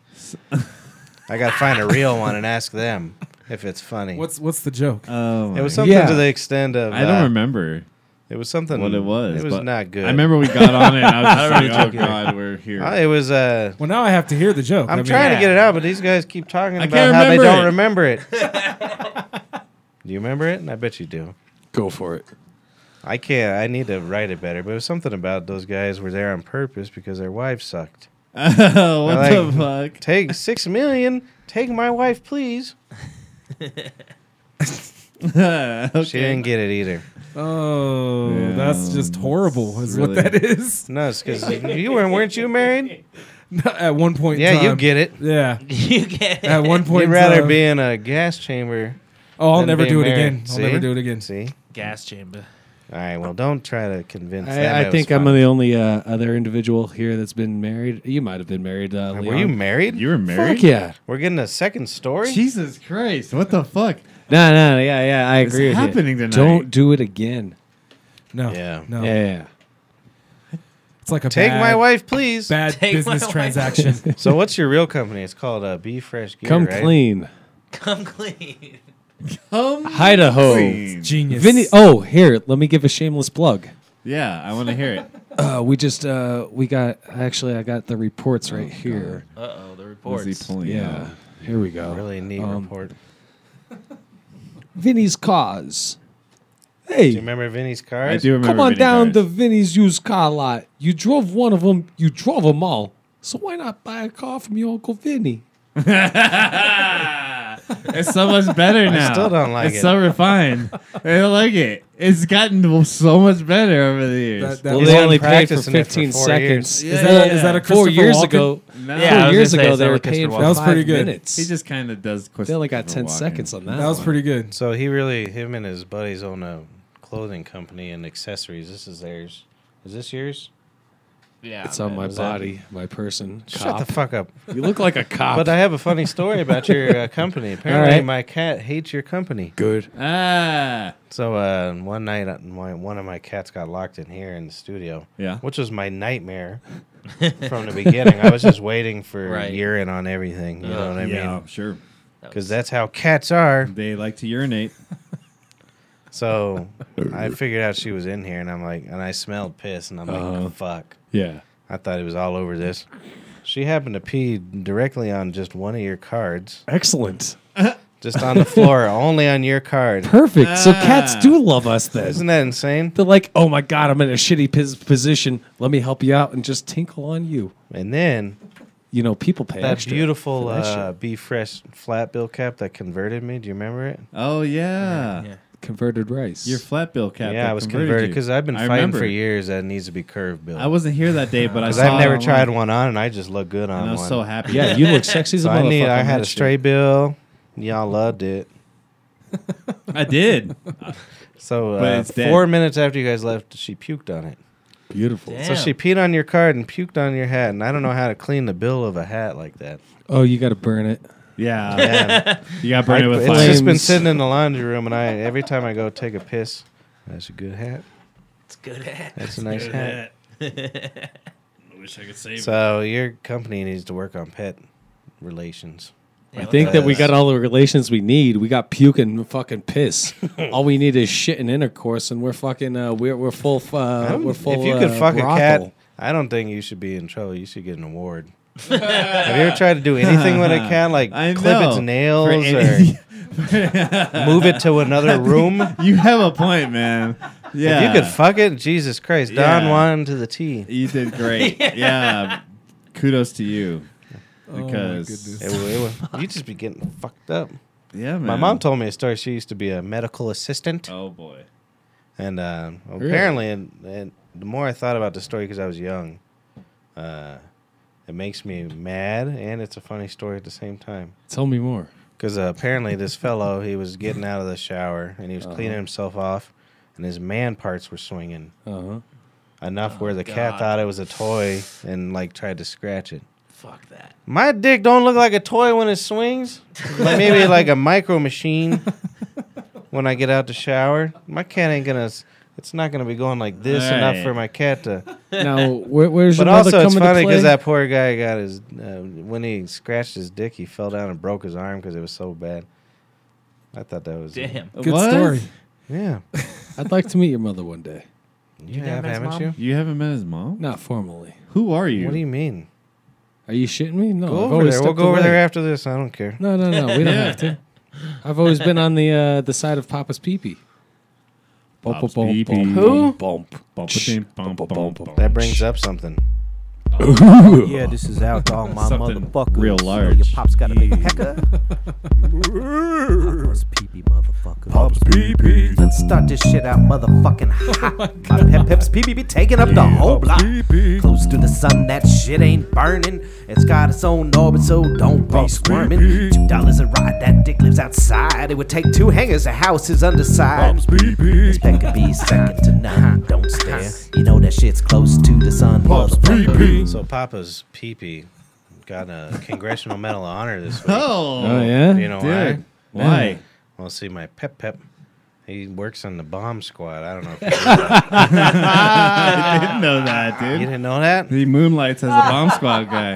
Speaker 3: uh, I got to find a real one and ask them if it's funny.
Speaker 2: What's what's the joke?
Speaker 9: Oh, my
Speaker 3: it was something
Speaker 1: Yeah.
Speaker 3: to the extent of.
Speaker 9: I don't
Speaker 3: uh,
Speaker 9: remember
Speaker 3: It was something.
Speaker 9: what it was.
Speaker 3: It was
Speaker 9: but
Speaker 3: not good.
Speaker 9: I remember we got on it. and I was just like, "Oh God, we're here."
Speaker 3: Uh, it was. Uh,
Speaker 2: well, now I have to hear the joke.
Speaker 3: I'm
Speaker 2: I mean,
Speaker 3: trying to get it out, but these guys keep talking
Speaker 9: I
Speaker 3: about
Speaker 9: can't
Speaker 3: how they
Speaker 9: remember
Speaker 3: don't
Speaker 9: it.
Speaker 3: remember it. do you remember it? I bet you do.
Speaker 1: Go for it.
Speaker 3: I can't. I need to write it better. But it was something about those guys were there on purpose because their wives sucked.
Speaker 9: Oh, what
Speaker 3: I
Speaker 9: the fuck?
Speaker 3: Take six million. Take my wife, please.
Speaker 9: okay.
Speaker 3: She didn't get it either.
Speaker 2: Oh,
Speaker 9: Yeah,
Speaker 2: that's just horrible. Is
Speaker 9: really-
Speaker 2: what that is.
Speaker 3: No, it's because you weren't. Weren't you married?
Speaker 2: At one point, in
Speaker 3: Yeah, you
Speaker 2: time.
Speaker 3: get it.
Speaker 2: Yeah,
Speaker 6: you get
Speaker 2: at one point, in
Speaker 3: You'd rather
Speaker 2: time-
Speaker 3: be in a gas chamber.
Speaker 2: Oh, I'll
Speaker 3: than
Speaker 2: never
Speaker 3: being
Speaker 2: do it
Speaker 3: married.
Speaker 2: again. I'll never
Speaker 3: See?
Speaker 2: do it again.
Speaker 3: See.
Speaker 6: gas chamber.
Speaker 3: All right. Well, don't try to convince. them
Speaker 1: I, I
Speaker 3: it was
Speaker 1: think I'm
Speaker 3: fun.
Speaker 1: the only uh, other individual here that's been married. You might have been married. Uh,
Speaker 3: Were you
Speaker 1: Leon.
Speaker 3: married?
Speaker 9: You were married.
Speaker 1: Fuck yeah.
Speaker 3: We're getting a second story.
Speaker 9: Jesus Christ! What the fuck?
Speaker 1: No, no, yeah, yeah. I agree. with you.
Speaker 9: happening tonight?
Speaker 1: Don't do it again.
Speaker 2: No,
Speaker 3: Yeah.
Speaker 2: no.
Speaker 1: Yeah, yeah.
Speaker 2: It's like a
Speaker 3: Take
Speaker 2: bad,
Speaker 3: my wife, please.
Speaker 2: Bad
Speaker 6: Take my
Speaker 2: business
Speaker 6: wife.
Speaker 2: transaction.
Speaker 3: So, what's your real company? It's called uh, Be Fresh Gear.
Speaker 1: Come
Speaker 3: right?
Speaker 1: clean,
Speaker 6: Come clean.
Speaker 1: Idaho.
Speaker 2: Genius.
Speaker 1: Vinny. Oh, here. Let me give a shameless plug.
Speaker 9: Yeah, I want to hear it.
Speaker 1: Uh, we just uh, we got actually I got the reports right here.
Speaker 6: Uh oh, the reports.
Speaker 9: What's he pulling
Speaker 1: Yeah. Here we go.
Speaker 2: Um,
Speaker 3: Really neat report.
Speaker 1: Vinny's cause.
Speaker 3: Do you
Speaker 1: Hey,
Speaker 3: remember Vinny's cars?
Speaker 9: I do remember.
Speaker 1: come on
Speaker 9: Vinny
Speaker 1: down
Speaker 9: Cars.
Speaker 1: to Vinny's used car lot. You drove one of them. You drove them all. So why not buy a car from your uncle Vinny?
Speaker 9: It's so much better now.
Speaker 3: still don't like
Speaker 9: it's
Speaker 3: it.
Speaker 9: so refined. I don't like it. It's gotten so much better over the years.
Speaker 2: That- that-
Speaker 1: Well,
Speaker 2: is,
Speaker 1: they
Speaker 3: been
Speaker 1: only paid for
Speaker 3: practicing it for
Speaker 1: 15
Speaker 3: four
Speaker 1: seconds.
Speaker 9: Yeah,
Speaker 2: that a,
Speaker 9: yeah.
Speaker 2: is that a
Speaker 1: Four
Speaker 2: Christopher
Speaker 1: years
Speaker 2: Walken?
Speaker 1: ago,
Speaker 9: No.
Speaker 6: Yeah, I
Speaker 1: four
Speaker 6: was gonna say,
Speaker 1: years ago,
Speaker 6: is
Speaker 1: they
Speaker 6: that
Speaker 1: were
Speaker 6: what Christopher
Speaker 1: paying for
Speaker 2: That was
Speaker 1: five
Speaker 2: pretty good.
Speaker 1: minutes.
Speaker 9: he just kind of does.
Speaker 1: they only got 10 seconds on that.
Speaker 2: That was
Speaker 1: one.
Speaker 2: pretty good.
Speaker 3: So he really, him and his buddies own a clothing company and accessories. This is theirs. Is this yours?
Speaker 8: Yeah.
Speaker 1: It's on my
Speaker 3: was that-
Speaker 1: body, my person. Cop.
Speaker 3: Shut the fuck up.
Speaker 1: you look like a cop.
Speaker 3: But I have a funny story about your uh, company. Apparently,
Speaker 1: right.
Speaker 3: my cat hates your company.
Speaker 1: good.
Speaker 9: Ah,
Speaker 3: So uh, one night, uh, my, one of my cats got locked in here in the studio.
Speaker 9: Yeah.
Speaker 3: Which was my nightmare from the beginning. I was just waiting for
Speaker 8: Right.
Speaker 3: urine on everything. You know what I
Speaker 9: yeah,
Speaker 3: mean?
Speaker 9: I'm sure
Speaker 3: Because that's how cats are.
Speaker 9: they like to urinate.
Speaker 3: So I figured out she was in here, and I'm like, and I smelled piss, and I'm like,
Speaker 1: Uh-huh.
Speaker 3: fuck.
Speaker 1: Yeah.
Speaker 3: I thought it was all over this. She happened to pee directly on just one of your cards,
Speaker 1: Excellent.
Speaker 3: just on the floor, only on your card.
Speaker 1: Perfect. So cats do love us then.
Speaker 3: Isn't that insane?
Speaker 1: They're like, oh my God, I'm in a shitty pos- position. Let me help you out and just tinkle on you.
Speaker 3: And then
Speaker 1: You know, people pay
Speaker 3: that
Speaker 1: extra
Speaker 3: beautiful
Speaker 1: for that
Speaker 3: uh,
Speaker 1: shit.
Speaker 3: Be Fresh flat bill cap that converted me. Do you remember it?
Speaker 9: Oh yeah,
Speaker 1: converted rice.
Speaker 9: your flat bill cap.
Speaker 3: yeah,
Speaker 9: that
Speaker 3: I was
Speaker 9: you.
Speaker 3: converted because I've been
Speaker 9: I
Speaker 3: fighting
Speaker 9: remember.
Speaker 3: for years that it needs to be curved bill.
Speaker 9: I wasn't here that day, but I
Speaker 3: because
Speaker 9: saw
Speaker 3: I've never
Speaker 9: it
Speaker 3: tried
Speaker 9: online,
Speaker 3: one on, and I just look good on
Speaker 9: And I
Speaker 3: one.
Speaker 9: was so happy.
Speaker 1: yeah, you look sexy as a
Speaker 3: So I
Speaker 1: motherfucker.
Speaker 3: need. I
Speaker 1: on
Speaker 3: had
Speaker 1: that
Speaker 3: a
Speaker 1: shit.
Speaker 3: stray bill. Y'all loved it.
Speaker 9: I did.
Speaker 3: So
Speaker 9: But
Speaker 3: uh,
Speaker 9: it's dead.
Speaker 3: four minutes after you guys left, she puked on it.
Speaker 1: Beautiful.
Speaker 3: So she peed on your card and puked on your hat, and I don't know how to clean the bill of a hat like that.
Speaker 1: Oh, you got to burn it.
Speaker 9: Yeah,
Speaker 3: Yeah,
Speaker 9: you got burned with
Speaker 3: it's
Speaker 9: fire.
Speaker 3: just been
Speaker 1: Flames.
Speaker 3: sitting in the laundry room, and I every time I go take a piss, that's a good hat.
Speaker 8: It's good at.
Speaker 3: That's a nice hat.
Speaker 8: I wish I could save
Speaker 3: So your company needs to work on pet relations.
Speaker 1: I think that we got all the relations we need. We got puke and fucking piss. all we need is shit and intercourse, and we're fucking uh, we're we're full uh,
Speaker 3: I'm-
Speaker 1: we're full.
Speaker 3: if you could
Speaker 1: uh,
Speaker 3: fuck a
Speaker 1: brothel.
Speaker 3: cat, I don't think you should be in trouble. You should get an award. Have you ever tried to do anything with a cat, like
Speaker 9: I
Speaker 3: clip
Speaker 9: know.
Speaker 3: its
Speaker 9: For
Speaker 3: nails
Speaker 9: any-
Speaker 3: or move it to another room?
Speaker 9: you have a point, man. Yeah,
Speaker 3: If you could fuck it, Jesus Christ, Don
Speaker 9: Yeah.
Speaker 3: Juan to the T.
Speaker 9: You did great. yeah. Kudos to you.
Speaker 3: Oh
Speaker 9: Because
Speaker 3: It, wa- it wa- you just be getting fucked up.
Speaker 9: yeah, man.
Speaker 3: My mom told me a story. She used to be a medical assistant,
Speaker 9: Oh boy.
Speaker 3: and uh, apparently, and, and the more I thought about the story because I was young, uh, it makes me mad, and it's a funny story at the same time.
Speaker 1: Tell me more.
Speaker 3: Because uh, apparently, this fellow he was getting out of the shower and he was cleaning himself off, and his man parts were swinging
Speaker 1: Uh huh.
Speaker 3: enough where the cat
Speaker 8: God.
Speaker 3: thought it was a toy and like tried to scratch it.
Speaker 8: Fuck that.
Speaker 3: My dick don't look like a toy when it swings. Like maybe like a micro machine when I get out the shower. My cat ain't gonna s- it's not gonna be going like this enough
Speaker 9: Alright.
Speaker 3: for my cat to
Speaker 1: Now, where, where's
Speaker 3: But
Speaker 1: your mother
Speaker 3: also it's
Speaker 1: coming to
Speaker 3: funny
Speaker 1: play?
Speaker 3: because that poor guy got his uh, when he scratched his dick he fell down and broke his arm because it was so bad. I thought that was
Speaker 8: Damn.
Speaker 2: Good
Speaker 9: What?
Speaker 2: story.
Speaker 3: Yeah.
Speaker 1: I'd like to meet your mother one day.
Speaker 3: You
Speaker 8: that
Speaker 3: have,
Speaker 8: man's
Speaker 3: haven't
Speaker 8: mom?
Speaker 3: you?
Speaker 9: You haven't met his mom?
Speaker 1: Not formally.
Speaker 9: Who are you?
Speaker 3: What do you mean?
Speaker 1: Are you shitting me? No,
Speaker 3: Go
Speaker 1: Oh, I've
Speaker 3: over
Speaker 1: always
Speaker 3: there. We'll
Speaker 1: stepped
Speaker 3: go over
Speaker 1: away.
Speaker 3: there after this. I don't care.
Speaker 1: No, no, no. We don't have to. I've always been on the uh, the side of Papa's peepee. Bump,
Speaker 9: Pop's
Speaker 1: bump,
Speaker 9: pee-pee.
Speaker 1: bump,
Speaker 9: Who?
Speaker 1: Bump, bump,
Speaker 9: Ba-ding, bum,
Speaker 1: bump,
Speaker 9: bum,
Speaker 1: bump,
Speaker 9: bum.
Speaker 1: bump.
Speaker 3: That brings up something.
Speaker 10: Yeah, this is out to all my
Speaker 9: Something
Speaker 10: motherfuckers.
Speaker 9: real
Speaker 10: You know
Speaker 9: large.
Speaker 10: your pops got a big pecker. Papa's peepee, motherfucker. Papa's peepee. Let's start this shit out, motherfucking hot. my pep peps peepee be taking up the whole block. Close to the sun, that shit ain't burning. It's got its own orbit, so don't be squirming. Two dollars a ride, that dick lives outside. It would take two hangers, a house is underside. This pecker be second to none. Don't stare. You know that shit's close to the sun,
Speaker 8: Oh,
Speaker 10: motherfucker.
Speaker 3: So Papa's peepee got a Congressional Medal of Honor this week.
Speaker 9: Oh,
Speaker 1: Oh yeah.
Speaker 3: You know why?
Speaker 9: dude. Why?
Speaker 3: Well, see, my pep pep, he works on the bomb squad. I don't know. if you, knew that.
Speaker 9: I didn't know that,
Speaker 3: You
Speaker 9: dude.
Speaker 3: didn't know that?
Speaker 9: He moonlights as a bomb squad guy.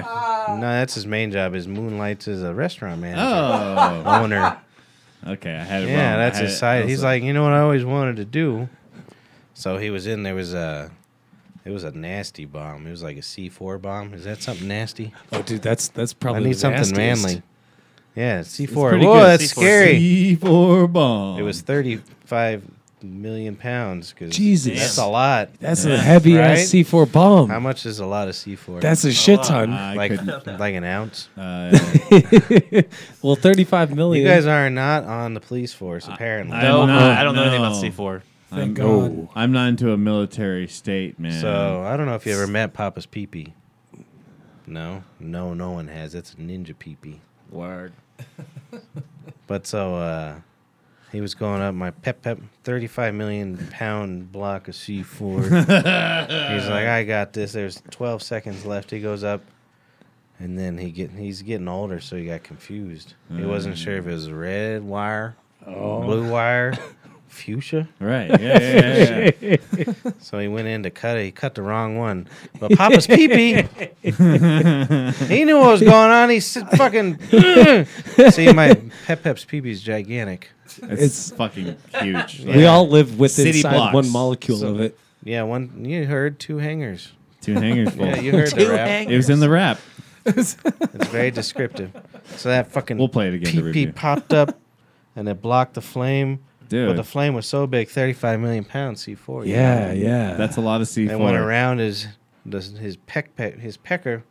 Speaker 3: No, that's his main job. Is moonlights as a restaurant manager,
Speaker 9: Oh,
Speaker 3: owner.
Speaker 9: okay. I had it wrong.
Speaker 3: Yeah, that's
Speaker 9: I had
Speaker 3: his
Speaker 9: it-
Speaker 3: side.
Speaker 9: I
Speaker 3: He's
Speaker 9: was
Speaker 3: like, you know what I always wanted to do. So he was in. There was a. It was a nasty bomb. It was like a C four bomb. Is that something nasty?
Speaker 1: Oh, dude, that's that's
Speaker 3: I
Speaker 1: probably.
Speaker 3: need
Speaker 1: the
Speaker 3: something
Speaker 1: nastiest.
Speaker 3: manly. Yeah, C
Speaker 9: It's
Speaker 3: four.
Speaker 9: pretty
Speaker 3: Whoa,
Speaker 9: good.
Speaker 3: that's scary.
Speaker 9: C4 bomb.
Speaker 3: It was 35 million pounds. 'cause
Speaker 1: Jesus.
Speaker 3: that's a lot.
Speaker 1: That's a heavy ass C4 bomb.
Speaker 3: How much is a lot of C4?
Speaker 1: That's a shit ton. I
Speaker 3: Like,
Speaker 1: couldn't-
Speaker 3: like an ounce.
Speaker 1: well, 35 million.
Speaker 3: you guys are not on the police force, apparently.
Speaker 9: I'm not- no. I'm, oh,
Speaker 3: Thank God.
Speaker 9: I'm not into a military state, man.
Speaker 3: So I don't know if you ever met Papa's peepee. No, no, no one has. It's a ninja peepee. Word. but so uh, he was going up my pep pep thirty-five million pound block of C four. He's like, I got this. There's twelve seconds left. He goes up, and then he get he's getting older, so he got confused. He wasn't
Speaker 9: Mm.
Speaker 3: sure if it was red wire,
Speaker 9: Oh.
Speaker 3: blue wire, fuchsia.
Speaker 9: Right, yeah, yeah, yeah, yeah.
Speaker 3: so he went in to cut it. He cut the wrong one. But Papa's pee pee. he knew what was going on. He said, fucking. See, my Pep Pep's pee pee's gigantic.
Speaker 1: It's
Speaker 9: fucking huge.
Speaker 1: We all live with inside one molecule
Speaker 3: So-
Speaker 1: of it.
Speaker 3: Yeah, one. You heard two hangers.
Speaker 9: Two hangers full.
Speaker 3: yeah, you heard the
Speaker 9: Two
Speaker 3: rap.
Speaker 9: hangers. It was in the rap.
Speaker 3: it's very descriptive. So that fucking
Speaker 9: We'll play it again to
Speaker 3: pee-pee
Speaker 9: review.
Speaker 3: popped up, and it blocked the flame. But
Speaker 9: Dude.
Speaker 3: the flame was so big, thirty-five million pounds C four.
Speaker 1: Yeah, yeah.
Speaker 9: That's a lot of C4.
Speaker 3: And went around his this- his peck pe- his pecker.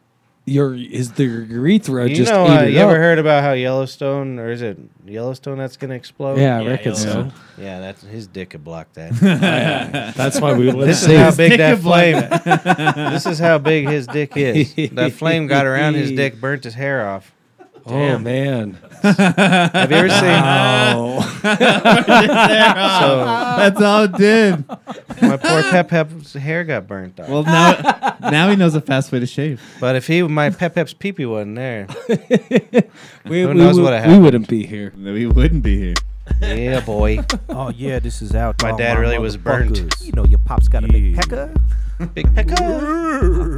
Speaker 1: Your is the urethra
Speaker 3: you
Speaker 1: just
Speaker 3: know,
Speaker 1: ate
Speaker 3: uh,
Speaker 1: it
Speaker 3: you
Speaker 1: up.
Speaker 3: ever heard about how Yellowstone or is it Yellowstone that's gonna explode?
Speaker 1: Yeah, I Yeah, reckon so. Yellowstone.
Speaker 3: Yeah, that's his dick could block that.
Speaker 1: yeah. That's why we live
Speaker 3: This is
Speaker 1: safe.
Speaker 3: how
Speaker 1: His
Speaker 3: big
Speaker 1: dick
Speaker 3: that
Speaker 1: could block
Speaker 3: flame.
Speaker 1: that.
Speaker 3: this is how big his dick is. That flame got around his dick, burnt his hair off.
Speaker 1: Oh, man.
Speaker 3: Have you ever seen?
Speaker 1: Wow.
Speaker 9: That's all it did.
Speaker 3: My poor Pep Pep's hair got burnt off.
Speaker 9: Well, now now he knows a fast way to shave.
Speaker 3: But if he, my Pep Pep's peepee wasn't there,
Speaker 1: we,
Speaker 3: who
Speaker 1: we
Speaker 3: knows
Speaker 1: would-
Speaker 3: what
Speaker 1: we
Speaker 3: happened?
Speaker 1: wouldn't be here.
Speaker 9: We wouldn't be here.
Speaker 3: Yeah, boy.
Speaker 10: Oh yeah, this is out. Oh,
Speaker 3: My dad really was burnt.
Speaker 10: You know your pop's got a big pecker.
Speaker 3: Big pecker.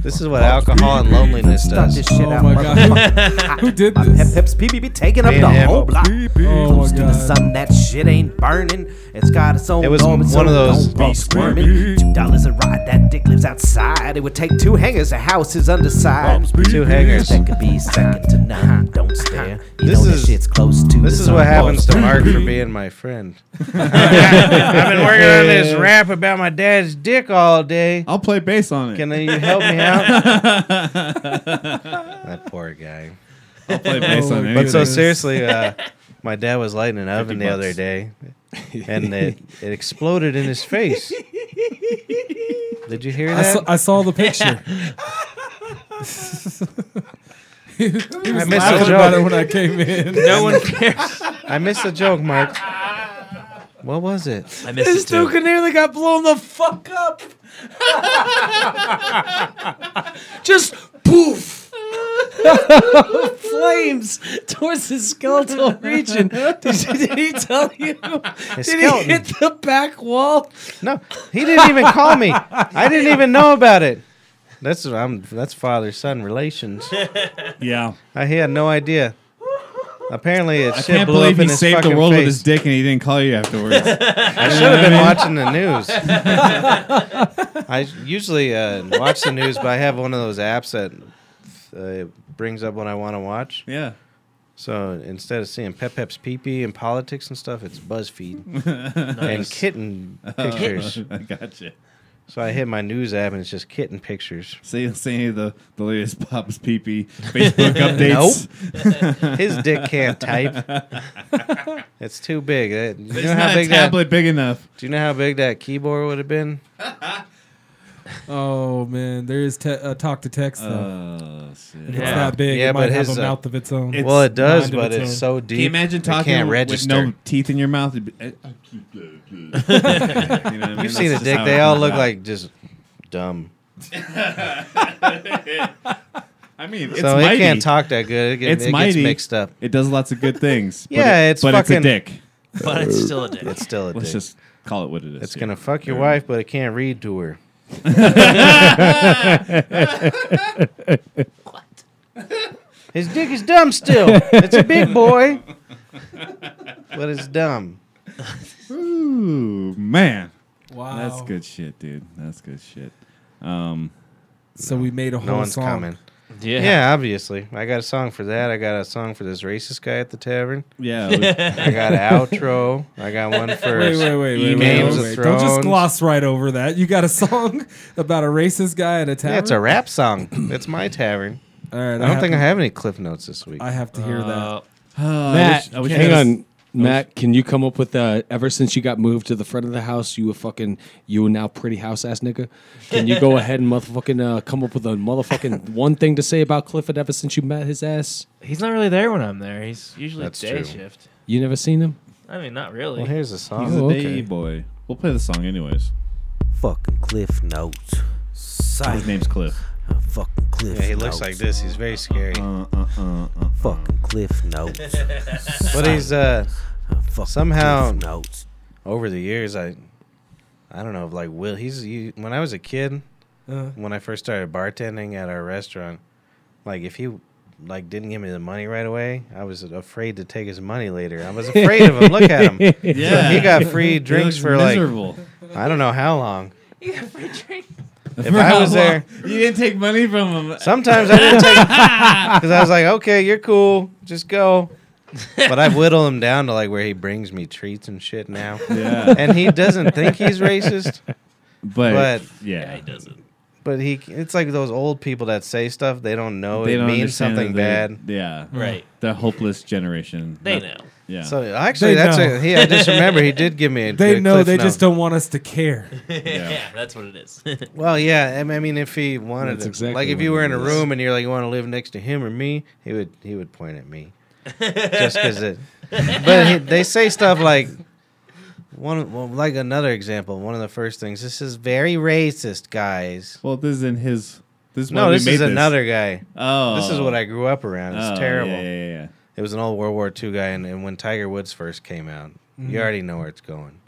Speaker 3: This is what alcohol and loneliness
Speaker 10: Start
Speaker 3: does.
Speaker 10: this
Speaker 2: Oh
Speaker 10: shit out, motherfucker. Who did this? Pep Pep's PBB taking up
Speaker 3: Me and
Speaker 10: the
Speaker 3: him.
Speaker 10: whole block.
Speaker 3: Oh,
Speaker 10: Close to the sun, that shit ain't burning. It's got its own
Speaker 3: It was
Speaker 10: dome, its
Speaker 3: one of
Speaker 10: own
Speaker 3: those-
Speaker 10: dome, it's squirming. Two dollars a ride, that dick lives outside. It would take two hangers, a house is underside.
Speaker 3: Two hangers.
Speaker 10: That could be second to none. Don't stare. You
Speaker 3: This
Speaker 10: know that
Speaker 3: is-
Speaker 10: shit's close to
Speaker 3: This
Speaker 10: the
Speaker 3: is
Speaker 10: sun.
Speaker 3: what happens to Mark for being my friend. I've been working on this rap about my dad's dick all day.
Speaker 9: I'll play bass on it.
Speaker 3: Can you help me out? that poor guy.
Speaker 9: I'll play bass on it.
Speaker 3: But so seriously, uh, my dad was lighting an oven the
Speaker 9: bucks.
Speaker 3: other day, and it, it exploded in his face. Did you hear
Speaker 2: I
Speaker 3: that?
Speaker 2: saw, I saw the picture. he was
Speaker 3: I missed
Speaker 2: laughing
Speaker 3: the joke
Speaker 2: about it when I came in.
Speaker 3: I missed the joke, Mark. What was it? I
Speaker 1: This dude nearly got blown the fuck up. Just poof. Flames towards his skeletal region. Did, did he tell you?
Speaker 3: His
Speaker 1: did
Speaker 3: skeleton.
Speaker 1: he hit the back wall?
Speaker 3: No, he didn't even call me. I didn't even know about it. That's I'm that's father son relations.
Speaker 9: Yeah.
Speaker 3: I had no idea. Apparently, it
Speaker 9: I
Speaker 3: shit
Speaker 9: can't
Speaker 3: blew up
Speaker 9: believe
Speaker 3: in
Speaker 9: he
Speaker 3: his
Speaker 9: saved the
Speaker 3: fucking
Speaker 9: world
Speaker 3: face.
Speaker 9: with his dick and he didn't call you afterwards.
Speaker 3: I
Speaker 9: I
Speaker 3: should have been watching the news. I usually uh, watch the news, but I have one of those apps that uh, brings up what I want to watch.
Speaker 9: Yeah.
Speaker 3: So instead of seeing Pep Pep's pee pee and politics and stuff, it's BuzzFeed and
Speaker 9: Nice.
Speaker 3: kitten
Speaker 9: Oh,
Speaker 3: pictures.
Speaker 9: I gotcha.
Speaker 3: So I hit my news app and it's just kitten pictures.
Speaker 9: See, see any of the, the latest Pop's Pee Pee Facebook updates?
Speaker 3: Nope. His dick can't type. It's too big. That- You
Speaker 9: It's
Speaker 3: know how
Speaker 9: not a
Speaker 3: big
Speaker 9: tablet
Speaker 3: that,
Speaker 9: big enough.
Speaker 3: Do you know how big that keyboard would have been?
Speaker 2: Oh man, there is te- uh, talk to text though.
Speaker 9: Oh, shit.
Speaker 2: It's not big.
Speaker 3: Yeah,
Speaker 2: it might
Speaker 3: but
Speaker 2: have
Speaker 3: his,
Speaker 2: a
Speaker 3: uh,
Speaker 2: mouth of its own.
Speaker 3: it's Well, it does,
Speaker 2: mind of
Speaker 3: but it's
Speaker 2: own.
Speaker 3: so deep.
Speaker 9: Can you imagine
Speaker 3: It
Speaker 9: talking
Speaker 3: can't
Speaker 9: with no
Speaker 3: register.
Speaker 9: teeth in your mouth? It'd be- eh,
Speaker 3: You've seen a dick. They all look like just dumb.
Speaker 9: I mean, it's
Speaker 3: So it
Speaker 9: mighty.
Speaker 3: can't talk that good. It get- it gets
Speaker 9: mighty.
Speaker 3: mixed up.
Speaker 9: It does lots of good things. but
Speaker 3: Yeah,
Speaker 9: it-
Speaker 3: it's
Speaker 9: but
Speaker 3: fucking-
Speaker 9: it's a dick.
Speaker 3: But it's still a dick. It's still a
Speaker 9: Let's
Speaker 3: dick.
Speaker 9: just call it what it is.
Speaker 3: It's
Speaker 9: yeah.
Speaker 3: gonna fuck your
Speaker 9: Fair
Speaker 3: wife, but it can't read to her.
Speaker 1: What?
Speaker 3: His dick is dumb still. It's a big boy, but it's dumb.
Speaker 9: Ooh, man.
Speaker 2: Wow.
Speaker 9: That's good shit, dude. That's good shit. Um,
Speaker 2: So we made a
Speaker 3: No
Speaker 2: whole
Speaker 3: one's
Speaker 2: song.
Speaker 3: coming. Yeah. obviously. I got a song for that. I got a song for this racist guy at the tavern.
Speaker 9: Yeah.
Speaker 3: I got an outro. I got one for
Speaker 2: Wait, wait, wait, wait,
Speaker 3: Games
Speaker 2: wait,
Speaker 3: of
Speaker 2: wait, wait. Don't just
Speaker 3: Thrones.
Speaker 2: gloss right over that. You got a song about a racist guy at a tavern.
Speaker 3: Yeah, it's a rap song. It's my tavern.
Speaker 2: All right,
Speaker 3: I
Speaker 2: I
Speaker 3: don't
Speaker 2: have
Speaker 3: think
Speaker 2: to-
Speaker 3: I have any cliff notes this week.
Speaker 2: I have to hear
Speaker 9: Uh,
Speaker 8: Uh,
Speaker 2: that.
Speaker 1: Uh, Matt, hang on. Matt, can you come up with uh, ever since you got moved to the front of the house, you a fucking you a now pretty house ass nigga? Can you go ahead and motherfucking uh, come up with a motherfucking one thing to say about Clifford ever since you met his ass?
Speaker 8: He's not really there when I'm there. He's usually
Speaker 1: That's
Speaker 8: day
Speaker 1: true.
Speaker 8: shift.
Speaker 1: You never seen him?
Speaker 8: I mean, not really.
Speaker 9: He's a
Speaker 1: Oh,
Speaker 9: day
Speaker 1: okay.
Speaker 9: boy. We'll play the song anyways.
Speaker 10: Fucking Cliff Notes.
Speaker 9: His name's Cliff.
Speaker 10: fucking Cliff.
Speaker 3: Yeah, he looks like this. He's very scary.
Speaker 2: Uh,
Speaker 3: Uh,
Speaker 10: Fucking Cliff Notes.
Speaker 3: But he's uh
Speaker 10: fucking
Speaker 3: somehow
Speaker 10: Cliff Notes.
Speaker 3: over the years I I don't know like Will he's he, when I was a kid
Speaker 2: Uh-huh.
Speaker 3: when I first started bartending at our restaurant like if he like didn't give me the money right away I was afraid to take his money later I was afraid of him look at him
Speaker 9: Yeah.
Speaker 3: he got
Speaker 9: He
Speaker 3: free drinks
Speaker 9: looks
Speaker 3: for
Speaker 9: miserable.
Speaker 3: like I don't know how long
Speaker 8: You got free drink.
Speaker 3: if I was there
Speaker 9: you didn't take money from him.
Speaker 3: sometimes I didn't take because I was like okay you're cool just go but I've whittled him down to like where he brings me treats and shit now
Speaker 9: Yeah.
Speaker 3: and he doesn't think he's racist but
Speaker 9: But, yeah,
Speaker 8: he doesn't.
Speaker 3: But he, it's like those old people that say stuff they don't know
Speaker 9: They
Speaker 3: it
Speaker 9: don't
Speaker 3: means
Speaker 9: understand
Speaker 3: something
Speaker 9: that
Speaker 3: bad.
Speaker 9: they- Yeah.
Speaker 8: Right.
Speaker 9: The hopeless generation.
Speaker 8: They
Speaker 9: That-
Speaker 8: know.
Speaker 9: Yeah.
Speaker 3: So actually,
Speaker 2: They
Speaker 3: that's
Speaker 2: know.
Speaker 3: a, he. I just remember he did give me a.
Speaker 2: They
Speaker 3: a
Speaker 2: know.
Speaker 3: cliff
Speaker 2: They
Speaker 3: note.
Speaker 2: just don't want us to care.
Speaker 8: yeah. that's what it is.
Speaker 3: Well, yeah. I mean- I mean, if he wanted,
Speaker 1: That's
Speaker 3: to-
Speaker 1: exactly
Speaker 3: like if
Speaker 1: what
Speaker 3: you were
Speaker 1: it
Speaker 3: in a
Speaker 1: is.
Speaker 3: room and you're like, you want to live next to him or me, he would he would point at me, just because it. But he, they say stuff like. One well, like another example. One of the first things. This is very racist, guys.
Speaker 9: Well, this is in his. This is why
Speaker 3: No,
Speaker 9: we
Speaker 3: this
Speaker 9: made
Speaker 3: is another guy.
Speaker 9: Oh.
Speaker 3: This is what I grew up around. It's
Speaker 9: Oh,
Speaker 3: terrible.
Speaker 9: Yeah, yeah, yeah.
Speaker 3: It was an old World War II guy, and, and when Tiger Woods first came out,
Speaker 1: Mm-hmm.
Speaker 3: you already know where it's going.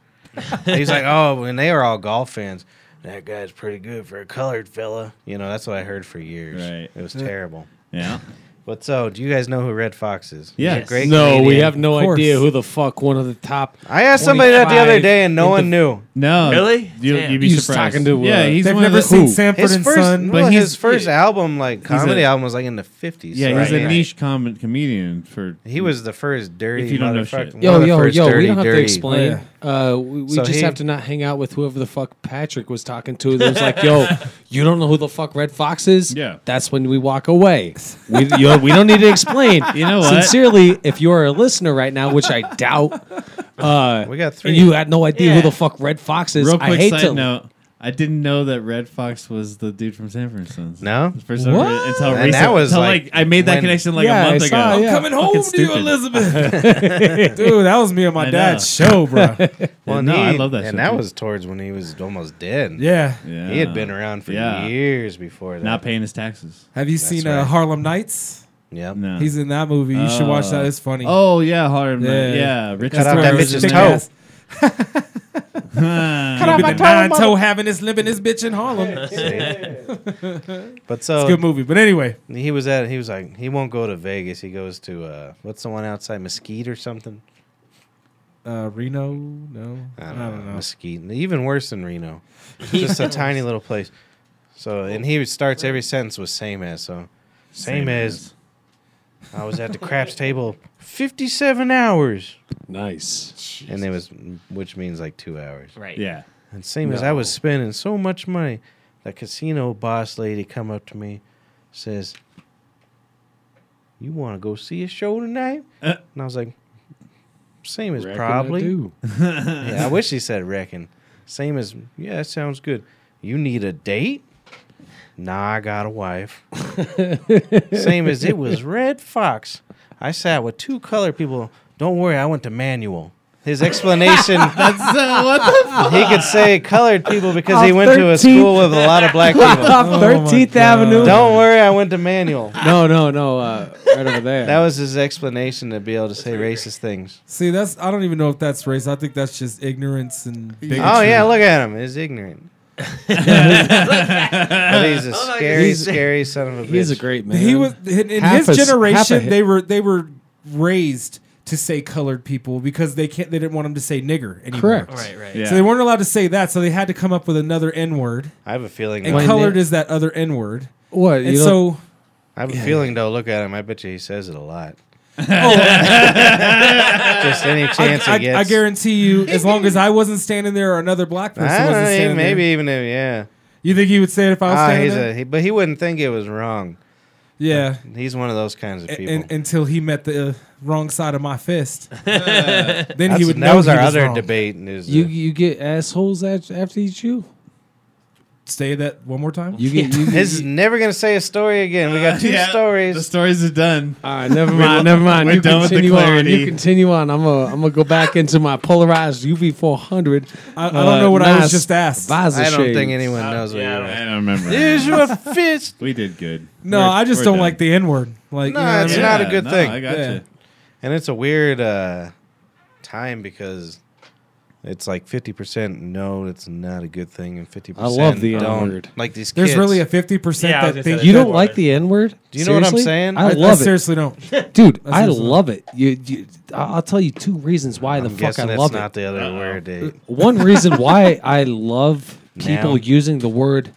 Speaker 3: He's like, oh, and they were all golf fans. That guy's pretty good for a colored fella. You know, that's what I heard for years.
Speaker 9: Right.
Speaker 3: It was terrible.
Speaker 9: Yeah.
Speaker 3: But so, do you guys know who Red Fox is? He's a
Speaker 9: Yes.
Speaker 3: great
Speaker 1: No, we
Speaker 3: comedian.
Speaker 1: have no
Speaker 2: Of course.
Speaker 1: idea who the fuck one of the top.
Speaker 3: I asked somebody that the other
Speaker 1: 25
Speaker 3: day, and no
Speaker 1: in
Speaker 3: one
Speaker 1: the-
Speaker 3: knew.
Speaker 9: No.
Speaker 8: Really?
Speaker 9: You,
Speaker 8: Damn.
Speaker 9: would be
Speaker 1: He's
Speaker 9: surprised.
Speaker 1: talking to, uh,
Speaker 9: yeah, he's
Speaker 2: They've
Speaker 9: one of
Speaker 2: never
Speaker 9: the-
Speaker 2: seen
Speaker 9: Who?
Speaker 2: Sanford
Speaker 3: His
Speaker 2: and
Speaker 3: first,
Speaker 2: Son.
Speaker 3: well,
Speaker 9: But
Speaker 3: his
Speaker 9: he's-
Speaker 3: first album, like comedy album, was like in the fifties.
Speaker 9: Yeah, he's
Speaker 3: right?
Speaker 9: a niche com- comedian for.
Speaker 3: He was the first dirty.
Speaker 9: If you don't know
Speaker 3: motherfucker-
Speaker 9: shit.
Speaker 3: one
Speaker 1: Yo,
Speaker 3: of the
Speaker 1: yo,
Speaker 3: first
Speaker 1: yo,
Speaker 3: dirty,
Speaker 1: we don't have
Speaker 3: dirty-
Speaker 1: to explain. Uh, we we
Speaker 3: So
Speaker 1: just
Speaker 3: he-
Speaker 1: have to not hang out with whoever the fuck Patrick was talking to. That was like, yo, you don't know who the fuck Red Fox is?
Speaker 9: Yeah.
Speaker 1: That's when we walk away. We, yo, we don't need to explain.
Speaker 9: You know what?
Speaker 1: Sincerely, if you're a listener right now, which I doubt, uh,
Speaker 3: We got three.
Speaker 1: and you had no idea who
Speaker 8: Yeah.
Speaker 1: the fuck Red Fox is,
Speaker 9: Real quick
Speaker 1: I hate
Speaker 9: side
Speaker 1: to.
Speaker 9: note. I didn't know that Red Fox was the dude from Sanford and Sons.
Speaker 3: No?
Speaker 9: The first time I heard it until
Speaker 3: And
Speaker 9: recent-
Speaker 3: that was
Speaker 9: until,
Speaker 3: like
Speaker 9: like, I made that
Speaker 3: when-
Speaker 9: connection like
Speaker 1: Yeah,
Speaker 9: a month
Speaker 1: I saw,
Speaker 9: ago.
Speaker 1: yeah.
Speaker 2: Coming home to you,
Speaker 9: stupid.
Speaker 2: Elizabeth. Dude, that was me on my
Speaker 9: I
Speaker 2: dad's
Speaker 9: know.
Speaker 2: show, bro.
Speaker 3: Well,
Speaker 9: no,
Speaker 3: he-
Speaker 9: I love that. shit,
Speaker 3: And that
Speaker 9: dude.
Speaker 3: was towards when he was almost dead.
Speaker 2: Yeah.
Speaker 9: Yeah.
Speaker 3: He had been around for
Speaker 9: Yeah.
Speaker 3: years before that.
Speaker 9: not paying his taxes.
Speaker 2: Have you seen uh,
Speaker 3: right.
Speaker 2: Harlem Nights?
Speaker 3: Yep.
Speaker 9: No.
Speaker 2: He's in that movie. You should watch
Speaker 9: Oh.
Speaker 3: Uh,
Speaker 2: that. It's funny.
Speaker 9: Oh yeah, hard. Yeah,
Speaker 2: Yeah.
Speaker 9: yeah. Rich
Speaker 3: Cut
Speaker 9: is
Speaker 3: off that
Speaker 9: broke.
Speaker 2: Throws
Speaker 3: bitch's
Speaker 2: his
Speaker 3: toe.
Speaker 2: ass.
Speaker 9: Huh.
Speaker 2: Look at the nine toe having this limping this bitch in Harlem. It's a good
Speaker 3: But so
Speaker 2: movie. But anyway,
Speaker 3: he was at. He was like, he won't go to Vegas. He goes to uh, what's the one outside Mesquite or something?
Speaker 2: uh, Reno. No, I don't, know.
Speaker 3: Mesquite, even worse than Reno. Just a tiny little place. So and he starts every sentence with same as. So same, as I was at the craps table fifty seven hours,
Speaker 1: Nice.
Speaker 3: and it was which means like two hours.
Speaker 8: Right.
Speaker 9: Yeah.
Speaker 3: And same as I was spending so much money, the casino boss lady come up to me, says, "You want to go see a show tonight?"
Speaker 9: Uh.
Speaker 3: and I was like, "Same as
Speaker 1: Reckon I
Speaker 3: probably."
Speaker 1: do.
Speaker 3: Yeah, I wish she said "reckon." Same as yeah, that sounds good. You need a date? Nah, I got a wife. same as it was Red Fox. I sat with two colored people. Don't worry, I went to manual. His explanation
Speaker 9: So uh, what the fuck?
Speaker 3: he could say colored people because he
Speaker 1: On
Speaker 3: went to a
Speaker 1: 13th.
Speaker 3: school with a lot of black
Speaker 9: Oh
Speaker 3: people.
Speaker 1: 13th Avenue.
Speaker 3: Don't worry, I went to manual.
Speaker 1: No, no, no. Uh, right over there.
Speaker 3: That was his explanation to be able to say racist things.
Speaker 2: See, that's I don't even know if that's race. I think that's just ignorance and bigotry.
Speaker 3: Oh yeah, look at him. He's ignorant. but
Speaker 2: Oh,
Speaker 3: he's a scary,
Speaker 1: He's-
Speaker 3: scary son of a bitch.
Speaker 1: He's a great man.
Speaker 2: He was in, in
Speaker 1: Half
Speaker 2: his
Speaker 1: a s- half a
Speaker 2: generation.
Speaker 1: hit.
Speaker 2: They were they were raised to say colored people because they can't. They didn't want them to say nigger anymore.
Speaker 1: correct.
Speaker 8: Right. Right.
Speaker 9: Yeah.
Speaker 2: So they weren't allowed to say that. So they had to come up with another N word,
Speaker 3: I have a feeling.
Speaker 2: and
Speaker 3: that-
Speaker 2: colored is that other N word.
Speaker 1: What?
Speaker 2: And
Speaker 1: you don't-
Speaker 2: so
Speaker 3: I have a feeling though. Look at him. I bet you he says it a lot. Just any chance
Speaker 2: Oh. I,
Speaker 3: he gets.
Speaker 2: I guarantee you, as long as I wasn't standing there or another black person
Speaker 3: I
Speaker 2: wasn't
Speaker 3: don't know,
Speaker 2: standing
Speaker 3: maybe
Speaker 2: there.
Speaker 3: even if yeah.
Speaker 2: You think he would say it if I was
Speaker 3: Ah,
Speaker 2: standing
Speaker 3: he's
Speaker 2: there?
Speaker 3: a, he, but he wouldn't think it was wrong.
Speaker 2: yeah.
Speaker 3: He's one of those kinds of
Speaker 2: A-
Speaker 3: people.
Speaker 2: and- until he met the uh, wrong side of my fist. then he
Speaker 3: That's-
Speaker 2: would
Speaker 3: that
Speaker 2: know
Speaker 3: was
Speaker 2: he
Speaker 3: our other
Speaker 2: wrong.
Speaker 3: debate. uh, Is
Speaker 1: You
Speaker 3: the-
Speaker 1: you get assholes at- after each you.
Speaker 2: Say that one more time.
Speaker 1: You get you.
Speaker 3: This is never gonna say a story again. We got two
Speaker 9: yeah,
Speaker 3: stories.
Speaker 9: The stories are done.
Speaker 1: All right, never
Speaker 9: We lo-
Speaker 1: mind, never mind.
Speaker 9: we're
Speaker 1: you
Speaker 9: done with the
Speaker 1: continue on.
Speaker 9: clarity.
Speaker 1: You continue on. I'm gonna I'm gonna go back into my polarized UV400.
Speaker 2: I, I don't
Speaker 1: uh,
Speaker 2: know what I was just asked.
Speaker 3: I don't think anyone knows what you're.
Speaker 9: I don't remember.
Speaker 3: Here's your fist.
Speaker 9: we did good.
Speaker 2: No,
Speaker 9: We're-
Speaker 2: I just
Speaker 9: we're
Speaker 2: don't
Speaker 9: done.
Speaker 2: like the N word. Like,
Speaker 3: No,
Speaker 2: you know what
Speaker 3: it's
Speaker 2: I mean?
Speaker 3: not a good
Speaker 9: no,
Speaker 3: thing.
Speaker 9: I got
Speaker 2: Yeah.
Speaker 9: you.
Speaker 3: And it's a weird uh, time because it's like fifty percent. No, it's not a good thing, and fifty percent.
Speaker 1: love the
Speaker 3: don't.
Speaker 1: N-word.
Speaker 3: Like these kids.
Speaker 2: There's really a 50%
Speaker 6: Yeah, I was
Speaker 2: that
Speaker 6: gonna
Speaker 2: think
Speaker 6: say
Speaker 1: You
Speaker 6: that.
Speaker 1: don't like the N word?
Speaker 3: Do you know what I'm saying?
Speaker 1: I
Speaker 2: I,
Speaker 1: love
Speaker 2: I seriously don't.
Speaker 1: it, dude.
Speaker 2: I
Speaker 1: I,
Speaker 2: seriously-
Speaker 1: love it. You, you, I- I'll tell you two reasons why the
Speaker 3: I'm
Speaker 1: fuck
Speaker 3: guessing
Speaker 1: I
Speaker 3: that's
Speaker 1: love it.
Speaker 3: not the other word. eh? Dave.
Speaker 1: One reason why I love people
Speaker 3: Now.
Speaker 1: using the word.